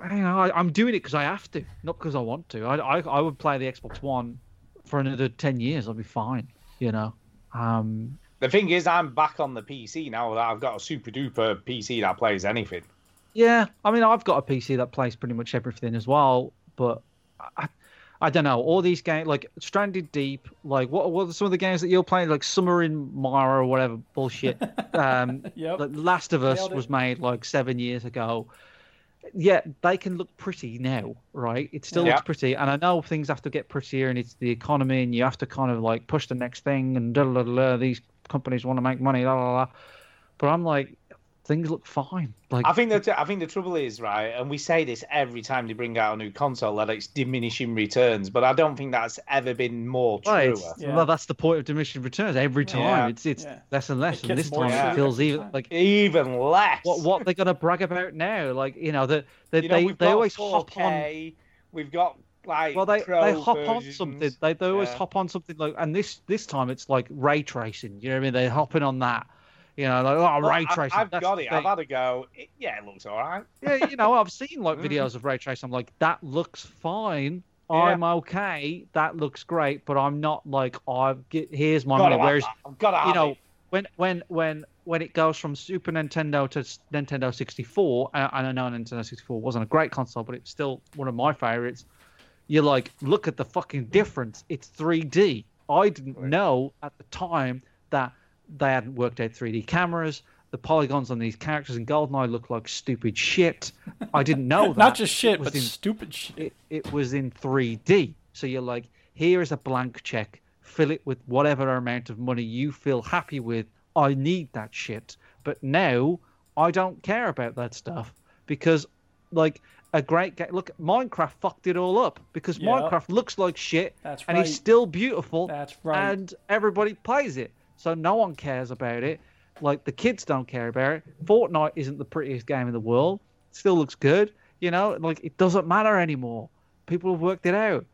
I don't know, I, I'm doing it because I have to, not because I want to. I, I I would play the Xbox One for another ten years. I'll be fine. You know. Um, The thing is, I'm back on the PC now that I've got a super duper PC that plays anything. Yeah, I mean, I've got a PC that plays pretty much everything as well, but I, I don't know. All these games, like Stranded Deep, like what, what are some of the games that you're playing, like Summer in Mara or whatever bullshit. Um, Yep. like Last of Us Nailed it. was made like seven years ago. Yeah, they can look pretty now, right? It still Yeah. looks pretty, and I know things have to get prettier, and it's the economy, and you have to kind of like push the next thing, and da da da. da. These companies want to make money, la la la. But I'm like, things look fine. Like I think that I think the trouble is right, and we say this every time they bring out a new console that it's diminishing returns, but I don't think that's ever been more truer. Well, it's- Yeah. well, that's the point of diminishing returns. Every time Yeah. it's it's Yeah. less and less, It and gets this more true time it feels every even time. like Even less. what what they're gonna brag about now. Like you know that they You know, they, we've they got always 4K, hop on. We've got like Well, they, pro they hop on versions. something. They, they always Yeah. hop on something like, and this this time it's like ray tracing. You know what I mean? They're hopping on that. You know, like oh, Well, ray I- tracing. I've that's got the it. thing. I've had a go. It- yeah, it looks all right. yeah, you know, I've seen like videos of ray tracing. I'm like, that looks fine. Mm. Yeah. I'm okay. That looks great, but I'm not like I've get, here's my Gotta money. have Whereas that. I've gotta you have know it. when when when when it goes from Super Nintendo to s- Nintendo 64, and and I know Nintendo 64 wasn't a great console, but it's still one of my favorites. You're like, look at the fucking difference. It's 3D. I didn't know at the time that they hadn't worked out 3D cameras. The polygons on these characters in Goldeneye look like stupid shit. I didn't know that. Not just shit, It was but stupid shit. It, it was in 3D. So you're like, here is a blank check. Fill it with whatever amount of money you feel happy with. I need that shit. But now I don't care about that stuff because, like, a great game. Look, Minecraft fucked it all up because Yeah. Minecraft looks like shit That's and right. it's still beautiful. That's right. And everybody plays it. So no one cares about it. Like the kids don't care about it. Fortnite isn't the prettiest game in the world. It still looks good. You know, like it doesn't matter anymore. People have worked it out.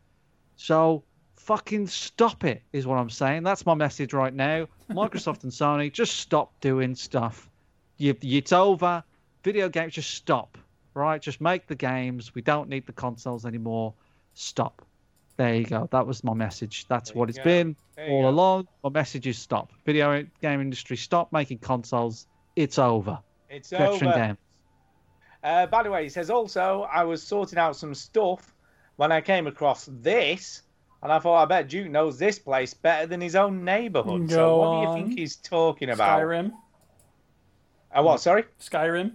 So fucking stop it is what I'm saying. That's my message right now. Microsoft and Sony, just stop doing stuff. You, it's over. Video games, just stop. Right? Just make the games. We don't need the consoles anymore. Stop. There you go. That was my message. That's what it's go. been There you all go. along. My message is stop. Video game industry, stop making consoles. It's over. It's Veteran over. game. Uh, by the way, he says also, I was sorting out some stuff when I came across this, and I thought, I bet Duke knows this place better than his own neighbourhood. So Go what do on. you think he's talking about? Skyrim. Uh, what, sorry? Skyrim.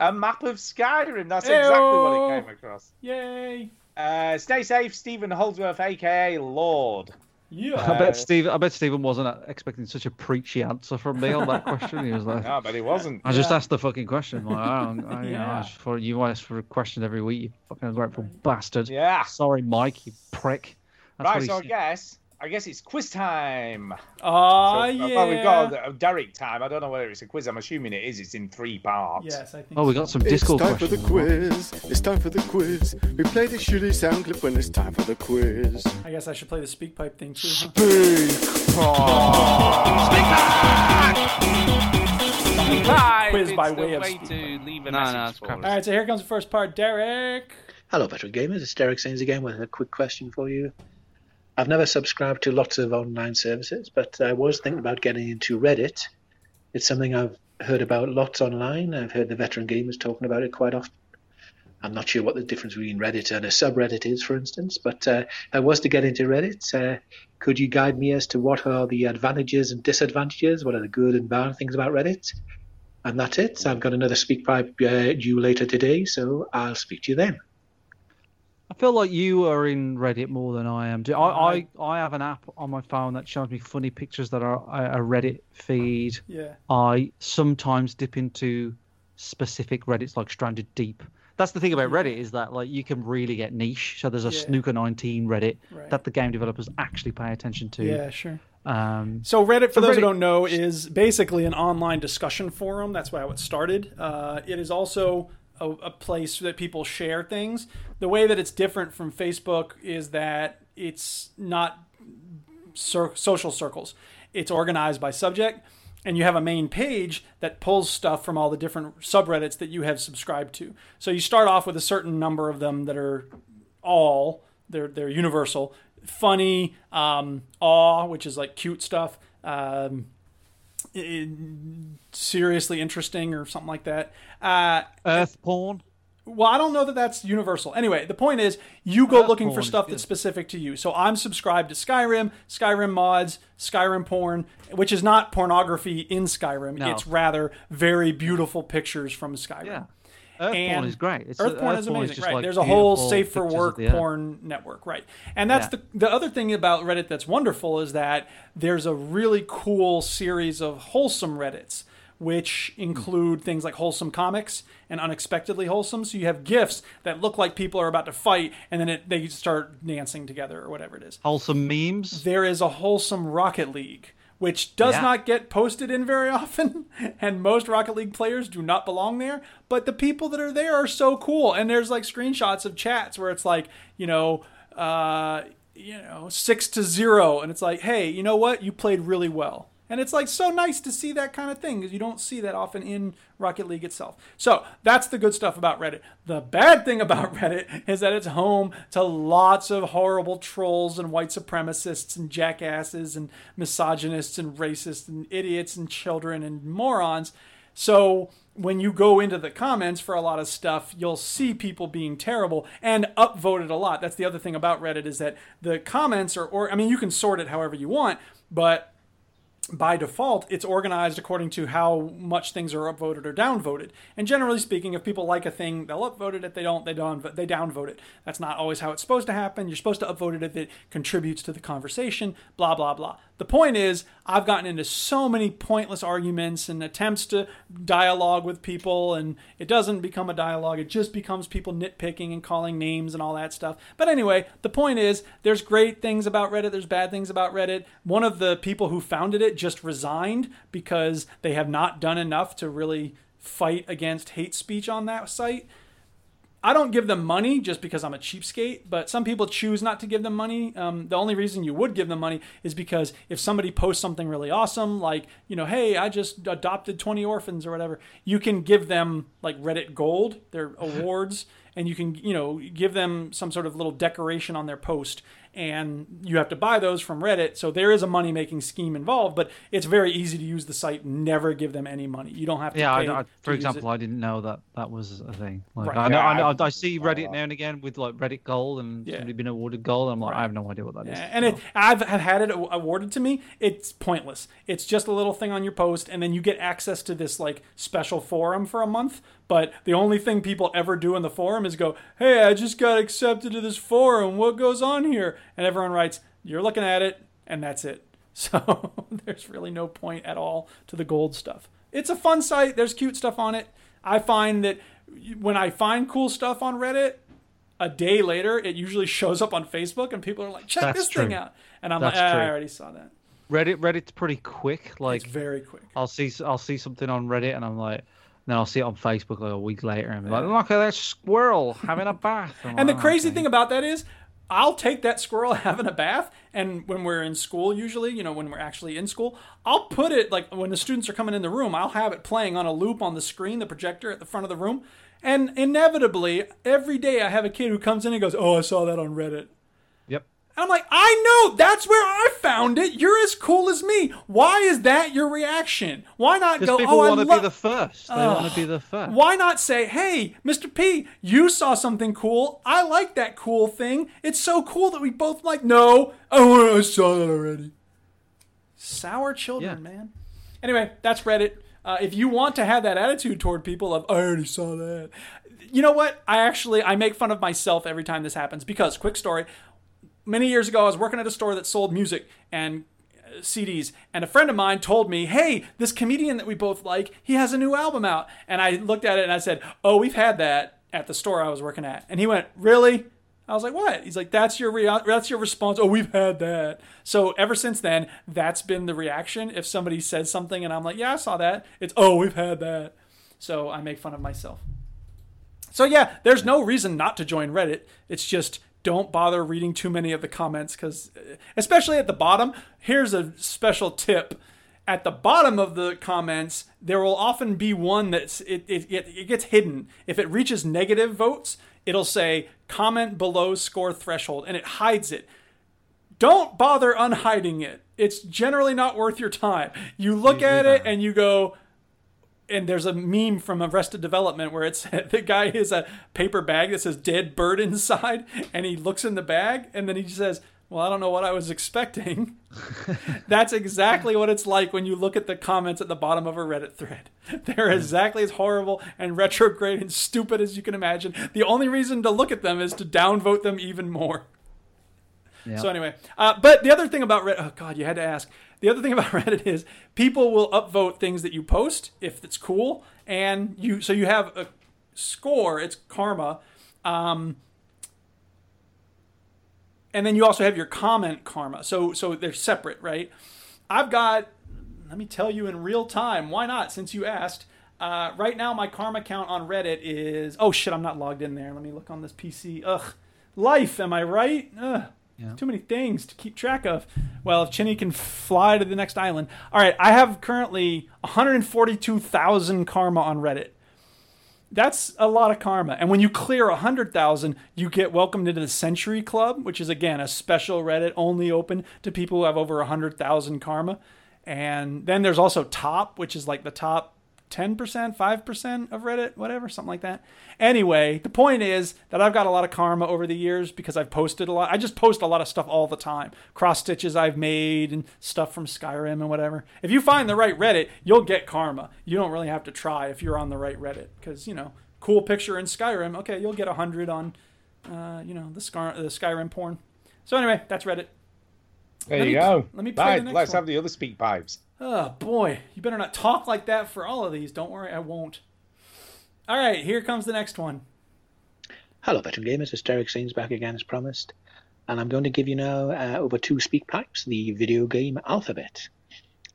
A map of Skyrim. That's Hey-o. exactly what it came across. Yay. Uh, stay safe, Stephen Holdsworth, aka Lord. Yeah. I bet Steve. I bet Stephen wasn't expecting such a preachy answer from me on that question. He was like, No, but he wasn't. I just asked the fucking question. Like, I don't, I, you know, I Yeah. asked for, you asked for a question every week, you fucking ungrateful bastard. Yeah. Sorry, Mike, you prick. That's what Right, he so I said. guess I guess it's quiz time. Ah, So- yeah. Well, we've got a Derek time. I don't know whether it's a quiz. I'm assuming it is. It's in three parts. Yes, I think. Oh, we got some It's Discord time for questions. the quiz. It's time for the quiz. We play the shitty sound clip when it's time for the quiz. I guess I should play the speak pipe thing too. Huh? Quiz by way of speak. to leave a No, no, it's crap. All right, so here comes the first part, Derek. Hello, veteran gamers. It's Derek Sains again with a quick question for you. I've never subscribed to lots of online services, but I was thinking about getting into Reddit. It's something I've heard about lots online. I've heard the veteran gamers talking about it quite often. I'm not sure what the difference between Reddit and a subreddit is, for instance, but uh, if I was to get into Reddit, uh, could you guide me as to what are the advantages and disadvantages? What are the good and bad things about Reddit? And that's it. I've got another speak pipe uh, due later today, so I'll speak to you then. I feel like you are in Reddit more than I am. Do- I, I, I have an app on my phone that shows me funny pictures that are uh, a a Reddit feed. Yeah. I sometimes dip into specific Reddits like Stranded Deep. That's the thing about Reddit is that like you can really get niche. So there's a Yeah. Snooker 19 Reddit Right. that the game developers actually pay attention to. Yeah, sure. Um, So Reddit, for So those who Reddit- don't know, is basically an online discussion forum. That's how it started. Uh, it is also a, a place that people share things. The way that it's different from Facebook is that it's not cir- social circles. It's organized by subject, and you have a main page that pulls stuff from all the different subreddits that you have subscribed to. So you start off with a certain number of them that are all they're they're universal. Funny, um, awe, which is like cute stuff. Um, i- i- seriously interesting or something like that. Uh, Earth porn. well, I don't know that that's universal. Anyway, the point is, you go Earth looking porn for is stuff good. that's specific to you. So I'm subscribed to Skyrim, Skyrim mods, Skyrim porn, which is not pornography in Skyrim. No. It's rather very beautiful pictures from Skyrim. Yeah. Earth porn And is great. It's, uh, Earth porn is Earthborn amazing, just, right? like, There's a whole beautiful safe for pictures of work the Earth. porn network, right? And that's Yeah. the the other thing about Reddit that's wonderful is that there's a really cool series of wholesome Reddits, which include things like wholesome comics and unexpectedly wholesome. So you have gifs that look like people are about to fight, and then it, they start dancing together or whatever it is. Wholesome memes. There is a wholesome Rocket League. Which does Yeah. not get posted in very often, and most Rocket League players do not belong there. But the people that are there are so cool, and there's like screenshots of chats where it's like, you know, uh, you know, six to zero, and it's like, hey, you know what? You played really well. And it's like so nice to see that kind of thing because you don't see that often in Rocket League itself. So that's the good stuff about Reddit. The bad thing about Reddit is that it's home to lots of horrible trolls and white supremacists and jackasses and misogynists and racists and idiots and children and morons. So when you go into the comments for a lot of stuff, you'll see people being terrible and upvoted a lot. That's the other thing about Reddit is that the comments are, or I mean, you can sort it however you want, but by default, it's organized according to how much things are upvoted or downvoted. And generally speaking, if people like a thing, they'll upvote it. If they don't, they don't. They downvote it. That's not always how it's supposed to happen. You're supposed to upvote it if it contributes to the conversation. Blah blah blah. The point is, I've gotten into so many pointless arguments and attempts to dialogue with people, and it doesn't become a dialogue. It just becomes people nitpicking and calling names and all that stuff. But anyway, the point is, there's great things about Reddit. There's bad things about Reddit. One of the people who founded it just resigned because they have not done enough to really fight against hate speech on that site. I don't give them money just because I'm a cheapskate, but some people choose not to give them money. Um, the only reason you would give them money is because if somebody posts something really awesome, like, you know, hey, I just adopted 20 orphans or whatever, you can give them like Reddit Gold, their awards, and you can, you know, give them some sort of little decoration on their post. And you have to buy those from Reddit. So there is a money making scheme involved, but it's very easy to use the site. Never give them any money. You don't have to. yeah, pay I, I, to for use example, it. I didn't know that that was a thing. Like, Right. I, know, Yeah, I, know, I- Oh, I see Reddit now and again with like Reddit Gold and Yeah. somebody been awarded Gold. And I'm like, I have no idea what that is. Yeah, and it, I've have had it awarded to me. It's pointless. It's just a little thing on your post, and then you get access to this like special forum for a month. But the only thing people ever do in the forum is go, "Hey, I just got accepted to this forum. What goes on here?" And everyone writes, "You're looking at it," and that's it. So there's really no point at all to the gold stuff. It's a fun site. There's cute stuff on it. I find that when I find cool stuff on Reddit, a day later, it usually shows up on Facebook, and people are like, "Check That's this thing true. out," and I'm That's like, "Ah, "I true. already saw that." Reddit Reddit's pretty quick. Like very quick. I'll see I'll see something on Reddit and I'm like, then I'll see it on Facebook like a week later and I'm like, look at that squirrel having a bath. I'm And the like, "Oh." crazy thing about that is, I'll take that squirrel having a bath, and when we're in school, usually, you know, when we're actually in school, I'll put it like when the students are coming in the room, I'll have it playing on a loop on the screen, the projector at the front of the room, and inevitably, every day I have a kid who comes in and goes, "Oh, I saw that on Reddit." Yep. And I'm like, I know that's where I found it. You're as cool as me. Why is that your reaction? Why not 'Cause go? people oh, I wanna be love- the first. They wanna be the first. Why not say, hey, Mr. P, you saw something cool. I like that cool thing. It's so cool that we both like. No, oh, I saw that already. Sour children, man. Anyway, that's Reddit. Uh, if you want to have that attitude toward people of, I already saw that. You know what? I actually, I make fun of myself every time this happens because, quick story, many years ago, I was working at a store that sold music and uh, CDs, and a friend of mine told me, "Hey, this comedian that we both like, he has a new album out." And I looked at it and I said, "Oh, we've had that at the store I was working at." And he went, "Really?" I was like, "What?" He's like, "That's your rea- that's your response. Oh, we've had that." So ever since then, that's been the reaction. If somebody says something and I'm like, "Yeah, I saw that," it's, "Oh, we've had that." So I make fun of myself. So yeah, there's no reason not to join Reddit. It's just don't bother reading too many of the comments because, especially at the bottom, here's a special tip. At the bottom of the comments, there will often be one that's it it, it, it gets hidden. If it reaches negative votes, it'll say comment below score threshold, and it hides it don't bother unhiding it. It's generally not worth your time. You look at it and you go, and there's a meme from Arrested Development where it's the guy has a paper bag that says dead bird inside, and he looks in the bag and then he says, Well, I don't know what I was expecting. That's exactly what it's like when you look at the comments at the bottom of a Reddit thread. They're exactly as horrible and retrograde and stupid as you can imagine. The only reason to look at them is to downvote them even more. Yeah. So anyway, uh, but the other thing about Reddit, oh god, you had to ask. The other thing about Reddit is people will upvote things that you post if it's cool, and you so you have a score. It's karma, um, and then you also have your comment karma. So so they're separate, right? I've got. Let me tell you in real time. Why not? Since you asked. Uh, right now, my karma count on Reddit is. Oh shit, I'm not logged in there. Let me look on this PC. Ugh, life. Am I right? Ugh. Yeah. Too many things to keep track of. Well, if Chinny can fly to the next island. All right, I have currently 142,000 karma on Reddit. That's a lot of karma. And when you clear 100,000, you get welcomed into the Century Club, which is again a special Reddit only open to people who have over 100,000 karma. And then there's also top, which is like the top 10%, 5% of Reddit, whatever, something like that. Anyway, the point is that I've got a lot of karma over the years because I've posted a lot. I just post a lot of stuff all the time. Cross stitches I've made and stuff from Skyrim and whatever. If you find the right Reddit, you'll get karma. You don't really have to try if you're on the right Reddit because, you know, cool picture in Skyrim, okay, you'll get 100 on, uh, you know, the, Sky- the Skyrim porn. So anyway, that's Reddit. There Let you me- go. let me play the Right, next Let's one. have the other speak pipes. Oh boy, you better not talk like that for all of these. Don't worry, I won't. All right, here comes the next one. Hello, veteran gamers. Hysteric Scenes back again as promised. And I'm going to give you now uh, over two speak pipes the video game alphabet.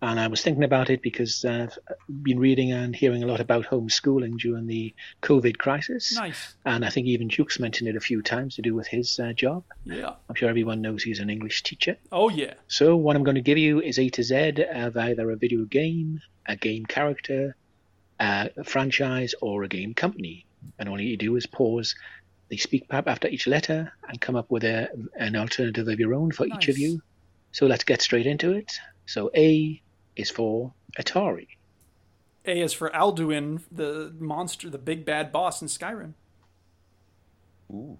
And I was thinking about it because I've uh, been reading and hearing a lot about homeschooling during the COVID crisis. Nice. And I think even Duke's mentioned it a few times to do with his uh, job. Yeah. I'm sure everyone knows he's an English teacher. Oh yeah. So what I'm going to give you is A to Z of either a video game, a game character, a franchise, or a game company. And all you do is pause the speak pipe after each letter and come up with a, an alternative of your own for each of you. So let's get straight into it. So A is for Atari. A is for Alduin, the monster, the big bad boss in Skyrim. Ooh.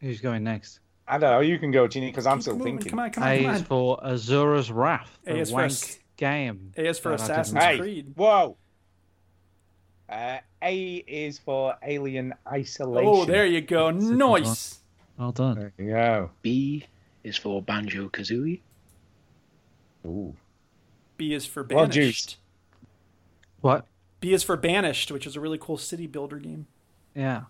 Who's going next? I don't know. You can go, Ginny, because I'm still moving. thinking. Come on, come on, A come is on. for Azura's Wrath, A the is for wank ass- game. A is for that I didn't Assassin's like. Hey, Creed. Whoa. Uh, A is for Alien Isolation. Oh, there you go. Nice. Well done. you go. B is for Banjo Kazooie. Ooh. B is for Well, banished. juiced. What? B is for banished, which is a really cool city builder game. Yeah.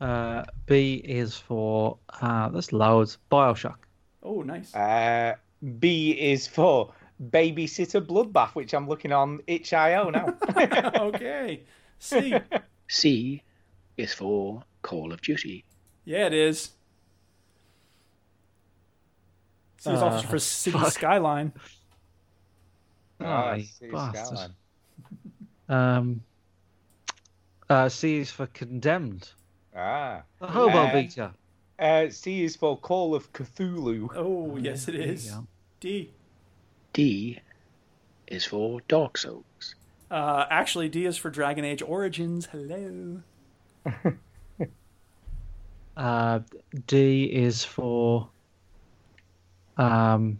Uh, B is for uh, that's loads. Bioshock. Oh, nice. Uh, B is for Babysitter Bloodbath, which I'm looking on itch.io now. Ah, okay. C. C is for Call of Duty. Yeah, it is. C is also Ah, for City fuck. Skyline. Ah, Aye, Cities bastard. Skyline. Um, uh, C is for Condemned. Ah. The Hobo Uh, Beater. Uh, C is for Call of Cthulhu. Oh, yes, it There you is. go. D. D is for Dark Souls. Uh, actually, D is for Dragon Age Origins. Hello. Uh, D is for um,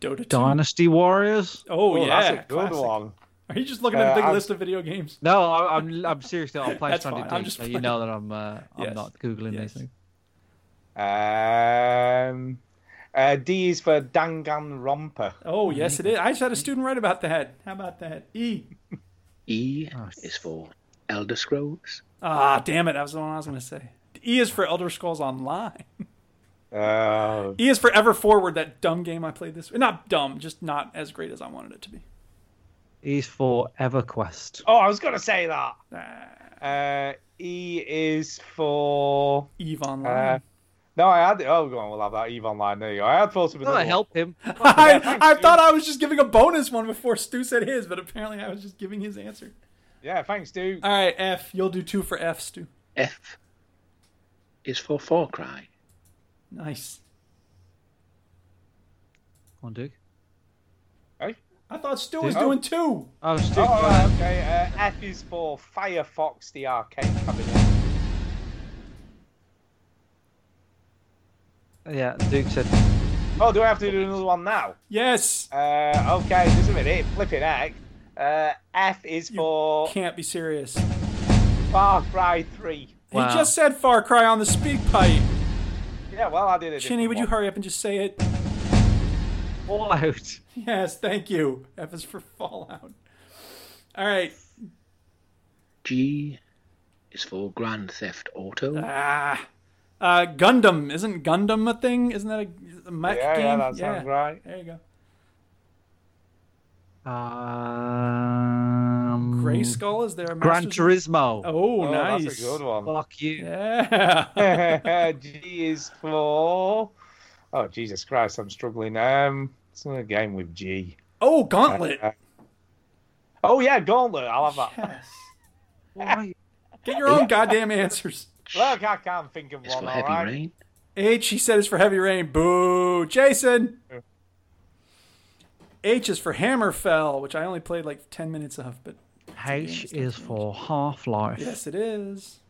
Dota 2. Dynasty Warriors. Oh, Oh, yeah. that's a good classic. one. Are you just looking at a Uh, big I'm- list of video games? No, I, I'm I'm seriously. I'll play That's Stranded fine, Deep. I'm just so you playing. know that I'm uh, Yes. I'm not googling Yes. these things. Um, uh, D is for Danganronpa. Oh, yes, it is. I just had a student write about that. How about that? E. E Oh, is for Elder Scrolls. Ah, damn it. That was the one I was going to say. E is for Elder Scrolls Online. Uh, E is for Ever Forward, that dumb game I played this Not dumb, just not as great as I wanted it to be. He's E for EverQuest. oh, I was going to say that. Ah, Uh, e is for. Eve Uh, Online. no, I had. Oh, go on. We'll have that Eve Online. There you go. I had thought of Gotta another one. help him. I, I thought I was just giving a bonus one before Stu said his, but apparently I was just giving his answer. Yeah, thanks, dude. All right, F. You'll do two for F, Stu. F is for Far Cry. Nice. Come on, Duke. I thought Stu was Oh. doing two. Oh, Stu. Oh, all right, okay. Uh, F is for Firefox, the arcade cabinet. Yeah, Duke said. Oh, do I have to do another one now? Yes. Uh, okay, just a minute. Flipping heck. Uh, F is for Can't be serious. Far Cry 3. Wow. He just said Far Cry on the speak pipe. Yeah, well, I did it. Chinny, would you hurry up and just say it? Fallout. Yes, thank you. F is for Fallout. All right. G is for Grand Theft Auto. Ah. Uh, Gundam. Isn't Gundam a thing? Isn't that a, a mech Yeah, game? yeah, that sounds right. There you go. Um, Gray Skull is there. Gran Turismo. Oh, Oh, nice. that's a good one. Fuck you. Yeah. G is for. Oh Jesus Christ! I'm struggling. Um, it's another game with G. Oh, Gauntlet. Uh, oh yeah, Gauntlet. I love that. Why? Get your own goddamn answers. Look, I can't think of one. All right. rain. H, he said, is for heavy rain. Boo, Jason. H is for Hammerfell, which I only played like ten minutes of, but H is for Half Life. yes, it is.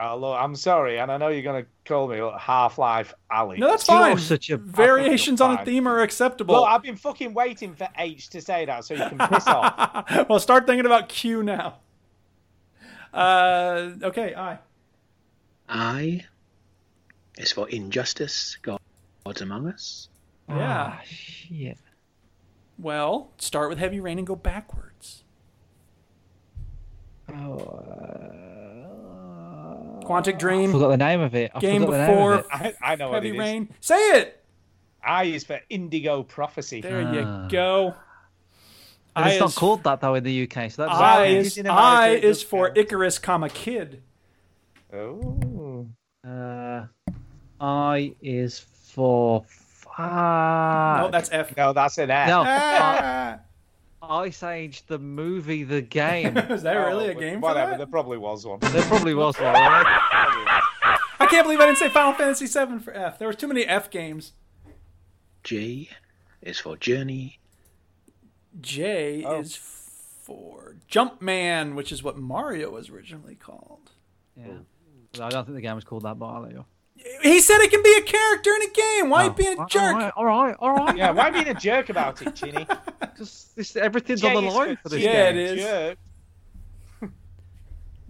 Oh, look, I'm sorry, and I know you're gonna call me Half Life Alley. No, that's You fine. are such a Variations on a fine. theme are acceptable. Look, I've been fucking waiting for H to say that so you can piss off. well, start thinking about Q now. Uh, okay, I. I is for injustice. God- Gods among us. Yeah. Ah, shit. Well, start with heavy rain and go backwards. Quantic I Dream. forgot the name of it. I Game forgot the name before of it. I, I know what heavy it is. rain. Say it. I is for Indigo Prophecy. There Ah. you go. And I it's not is- called that though in the UK. So that's I it is, is in America, I it is does for count. Icarus, comma kid. Oh. Uh, I is for fuck. no, that's F. No, that's an F. No, I- Ah! Ice Age the movie, the game. there Is there Oh, really a but game for Whatever, that? there probably was one. probably was one. right? I can't believe I didn't say Final Fantasy VII for F. There was too many F games. J is for journey. J Oh. is for Jumpman, which is what Mario was originally called. Yeah. Well, I don't think the game was called that, but I'll let you. He said it can be a character in a game. Oh. Why are you being a jerk? All right, all right. Yeah, why being a jerk about it, Chinny? Just, this, everything's on the Jay is line for for this Yeah, game. it is. Jerk.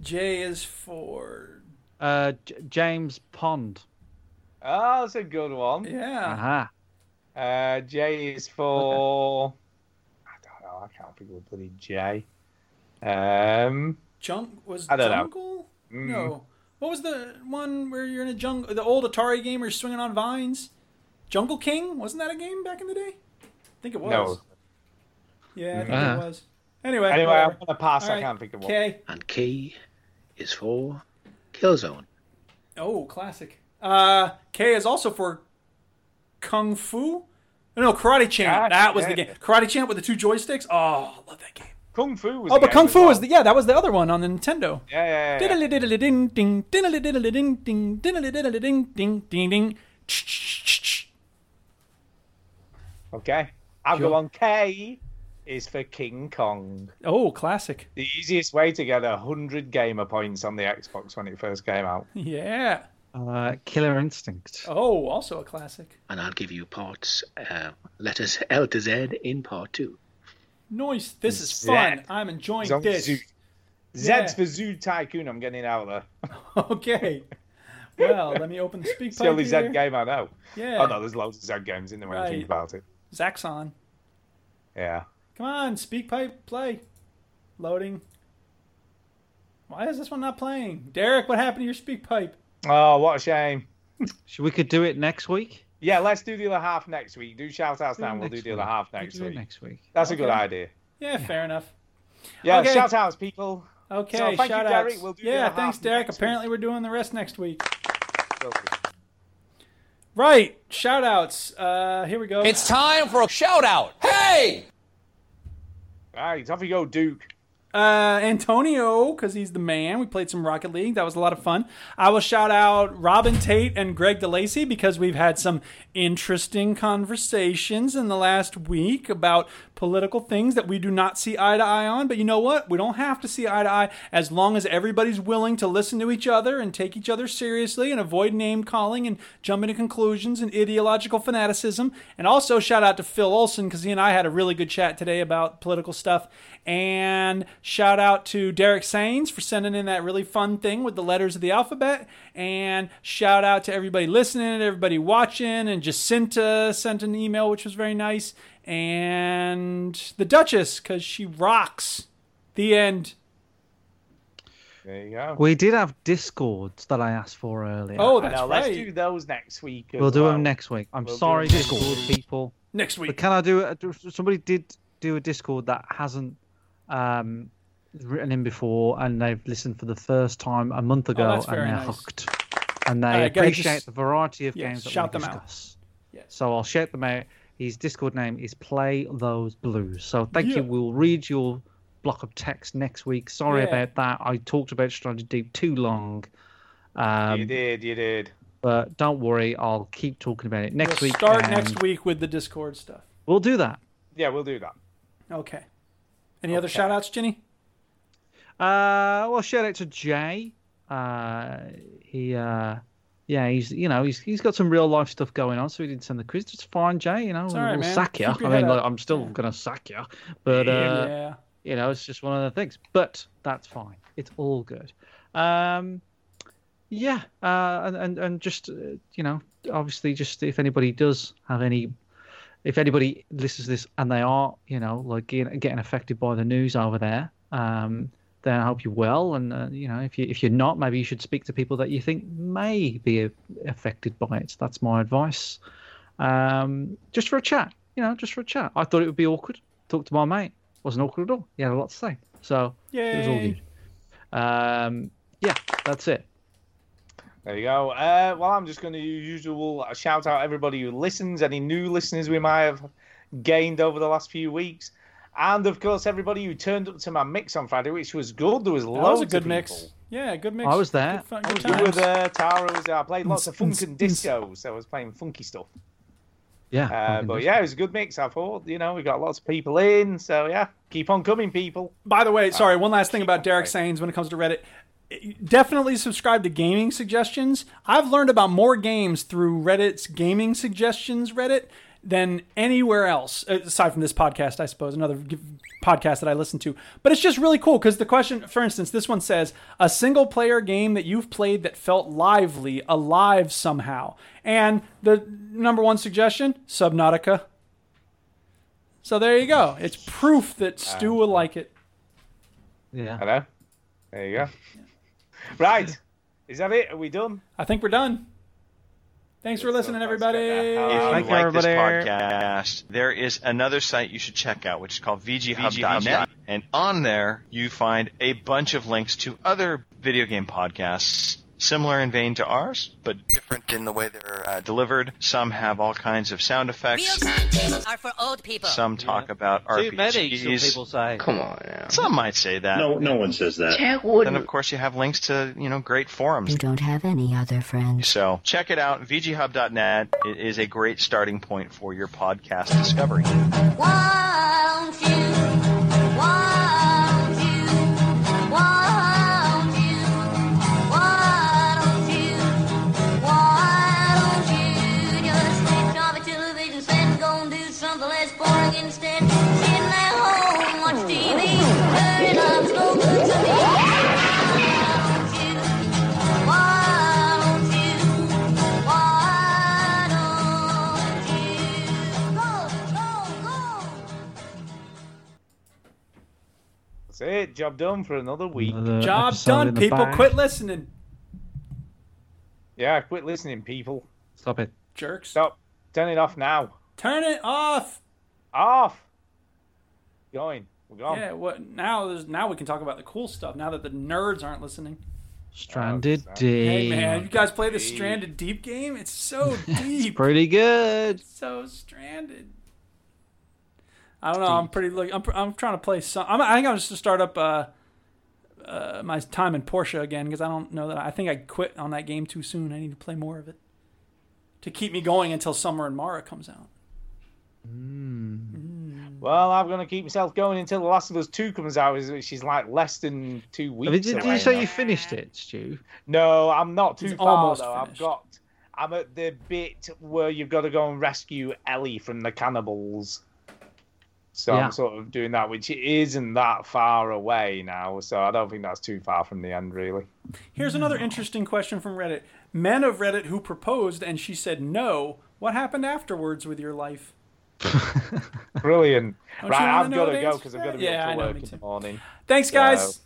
J is for Uh, J- James Pond. Oh, that's a good one. yeah. Aha. Uh, J is for. I don't know. I can't think of a bloody J. Um, Junk was I don't know. jungle. Mm. No, what was the one where you're in a jungle? The old Atari game where you're swinging on vines. Jungle King wasn't that a game back in the day? I think it was. No. Yeah, I think Uh-huh. it was. Anyway. Anyway, I'm whatever. gonna pass. All I right, can't think of one. K. And K is for Killzone. Oh, classic. Uh, K is also for Kung Fu. No, no, Karate Champ. Ah, that was the yeah. game. Karate Champ with the two joysticks. Oh, I love that game. Kung Fu was. Oh, a but game Kung as Fu well. was the yeah. That was the other one on the Nintendo. Yeah, yeah, yeah, yeah. Diddly diddly ding ding diddly diddly ding ding diddly diddly ding ding ding ding. Ch-ch-ch-ch-ch. Okay, I'll Sure. go on. K is for King Kong. Oh, classic. The easiest way to get hundred gamer points on the Xbox when it first came out. Yeah. Uh, Killer Instinct. Oh, also a classic. And I'll give you parts, uh, letters L to Z in part two. Nice. This is Zed. fun. I'm enjoying Zong this. Zoo. Zed's for Zoo Tycoon. I'm getting out there. Okay. Well, let me open the speak It's the only pipe Z here. game I know. Yeah. Oh no, there's loads of Z games in there when you Right. think about it. Zaxxon. Yeah. Come on, speak pipe, play. Loading. Why is this one not playing? Derek, what happened to your speak pipe? Oh, what a shame. Should we could do it next week? Yeah, let's do the other half next week. Do shout outs now and we'll do Mm, next the other week. half We'll next do it week. Next week. That's a good Okay. idea. Yeah, fair enough. Yeah, Okay. shout outs, people. Okay, So, thank you, shout Derek. outs. We'll do the yeah, other thanks, half Derek. next week. Apparently, we're doing the rest next week. Right, shout outs. Uh, here we go. It's Right, off you go, Duke. uh, Antonio because he's the man. We played some Rocket League. That was a lot of fun. I will shout out Robin Tate and Greg DeLacy because we've had some interesting conversations in the last week about political things that we do not see eye to eye on. But you know what? We don't have to see eye to eye as long as everybody's willing to listen to each other and take each other seriously and avoid name calling and jumping to conclusions and ideological fanaticism. And also shout out to Phil Olson because he and I had a really good chat today about political stuff. And shout out to Derek Sains for sending in that really fun thing with the letters of the alphabet. And shout out to everybody listening and everybody watching. And Jacinta sent an email, which was very nice. And the Duchess because she rocks. The end. There you go. We did have Discords that I asked for earlier. Oh, that's now, let's right. do those next week. as we'll do well. them next week. I'm We'll do sorry, them Discord people. Next week. But can I do it? Somebody did do a Discord that hasn't um, written in before and they've listened for the first time a month ago Oh, that's and very they're nice. hooked. And they Uh, again, appreciate just- the variety of yeah, games that shout we them out. discuss. So I'll shout them out. His Discord name is Play Those Blues. So thank Yeah. you. We'll read your block of text next week. Sorry Yeah. about that. I talked about Strategy Deep too long. you Um, did, you did. but don't worry, I'll keep talking about it next we'll week. Start and next week with the Discord stuff. We'll do that. Yeah, we'll do that. Okay. Any other shout outs, Ginny? Uh, well, shout out to Jay. Uh, he, uh, yeah, he's you know he's he's got some real life stuff going on, so he didn't send the quiz. It's fine, Jay. You know, It's all we'll right, man. sack you. I Keep your head mean, like, up. I'm still gonna sack you, but uh, yeah. you know, it's just one of the things. But that's fine. It's all good. Um, yeah, uh, and, and and just uh, you know, obviously, just if anybody does have any, if anybody listens to this and they are, you know, like getting, getting affected by the news over there, um, then I hope you're well. And uh, you know, if you if you're not, maybe you should speak to people that you think may be affected by it. That's my advice. Um, just for a chat, you know, just for a chat. I thought it would be awkward. Talk to my mate. Wasn't awkward at all. He had a lot to say. So it was all Yay. good. Um, yeah, that's it. There you go. Uh, well, I'm just going to do usual uh, shout out everybody who listens, any new listeners we might have gained over the last few weeks, and of course everybody who turned up to my mix on Friday, which was good. There was That loads was a of good people. uh, mix. Yeah, good mix. I was there. Good fun- good You were times. there, Tara was there. I played lots of funk and disco, so I was playing funky stuff. Yeah. Uh, fucking but just- yeah, it was a good mix. I thought, you know, we got lots of people in, so yeah, keep on coming, people. By the way, sorry, one last thing about Derek Sains when it comes to Reddit. Definitely subscribe to gaming suggestions. I've learned about more games through Reddit's gaming suggestions Reddit than anywhere else, aside from this podcast, I suppose, another g- podcast that I listen to. But it's just really cool because the question, for instance, this one says a single player game that you've played that felt lively, alive somehow. And the number one suggestion Subnautica. So there you go. It's proof that Stu will like it. Yeah. Hello. There you go. Right. Is that it? Are we done? I think we're done. Thanks for listening, If everybody. you like this podcast, there is another site you should check out, which is called VGHub.net. VGHub.net. And on there, you find a bunch of links to other video game podcasts similar in vein to ours, but different in the way they're uh, delivered. Some have all kinds of sound effects. are for old people. Some talk about Too RPGs. many, some people say. Come on now. Some might say that. No- no one says that. Jack Then, of course, you have links to, you know, great forums. You don't have any other friends. So check it out, VGHub.net. It is a great starting point for your podcast discovery. Won't you? Won't you? Won't you? Won't you? Won't you just take off the television set and go and do something less boring instead? Sitting at home, watch TV, turning up slow cooks and Won't you? Won't you? That's it. Job done for another week. Job done, people. Quit listening. Yeah, quit listening, people. Stop it. Jerks. Stop. Turn it off now. Turn it off. Off. Going. We're gone. Yeah. What now? There's now we can talk about the cool stuff. Now that the nerds aren't listening. Stranded D. Oh, Hey man, you guys play the Stranded Deep game? It's so deep. Pretty good. so stranded. I don't know. I'm pretty. look- I'm. pr- I'm trying to play some. I'm, I think I'm just to start up uh, uh, my time in Porsche again because I don't know that I, I think I quit on that game too soon. I need to play more of it to keep me going until Summer and Mara comes out. Well, I'm going to keep myself going until The Last of Us 2 comes out, which is like less than two weeks. I mean, did, did away you say now. you finished it, Stu? No, I'm not too He's far almost though. I've finished. got. I'm at the bit where you've got to go and rescue Ellie from the cannibals. So Yeah. I'm sort of doing that, which isn't that far away now. So I don't think that's too far from the end, really. Here's another interesting question from Reddit: Men of Reddit who proposed and she said no. What happened afterwards with your life? Brilliant. Don't you right, wanna I've got know to the go answer because to I've got to that? be Yeah, up I to know, work me in the too. morning. Thanks, guys.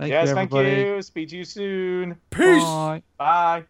yes, thank you. Speak to you soon. Peace. Bye.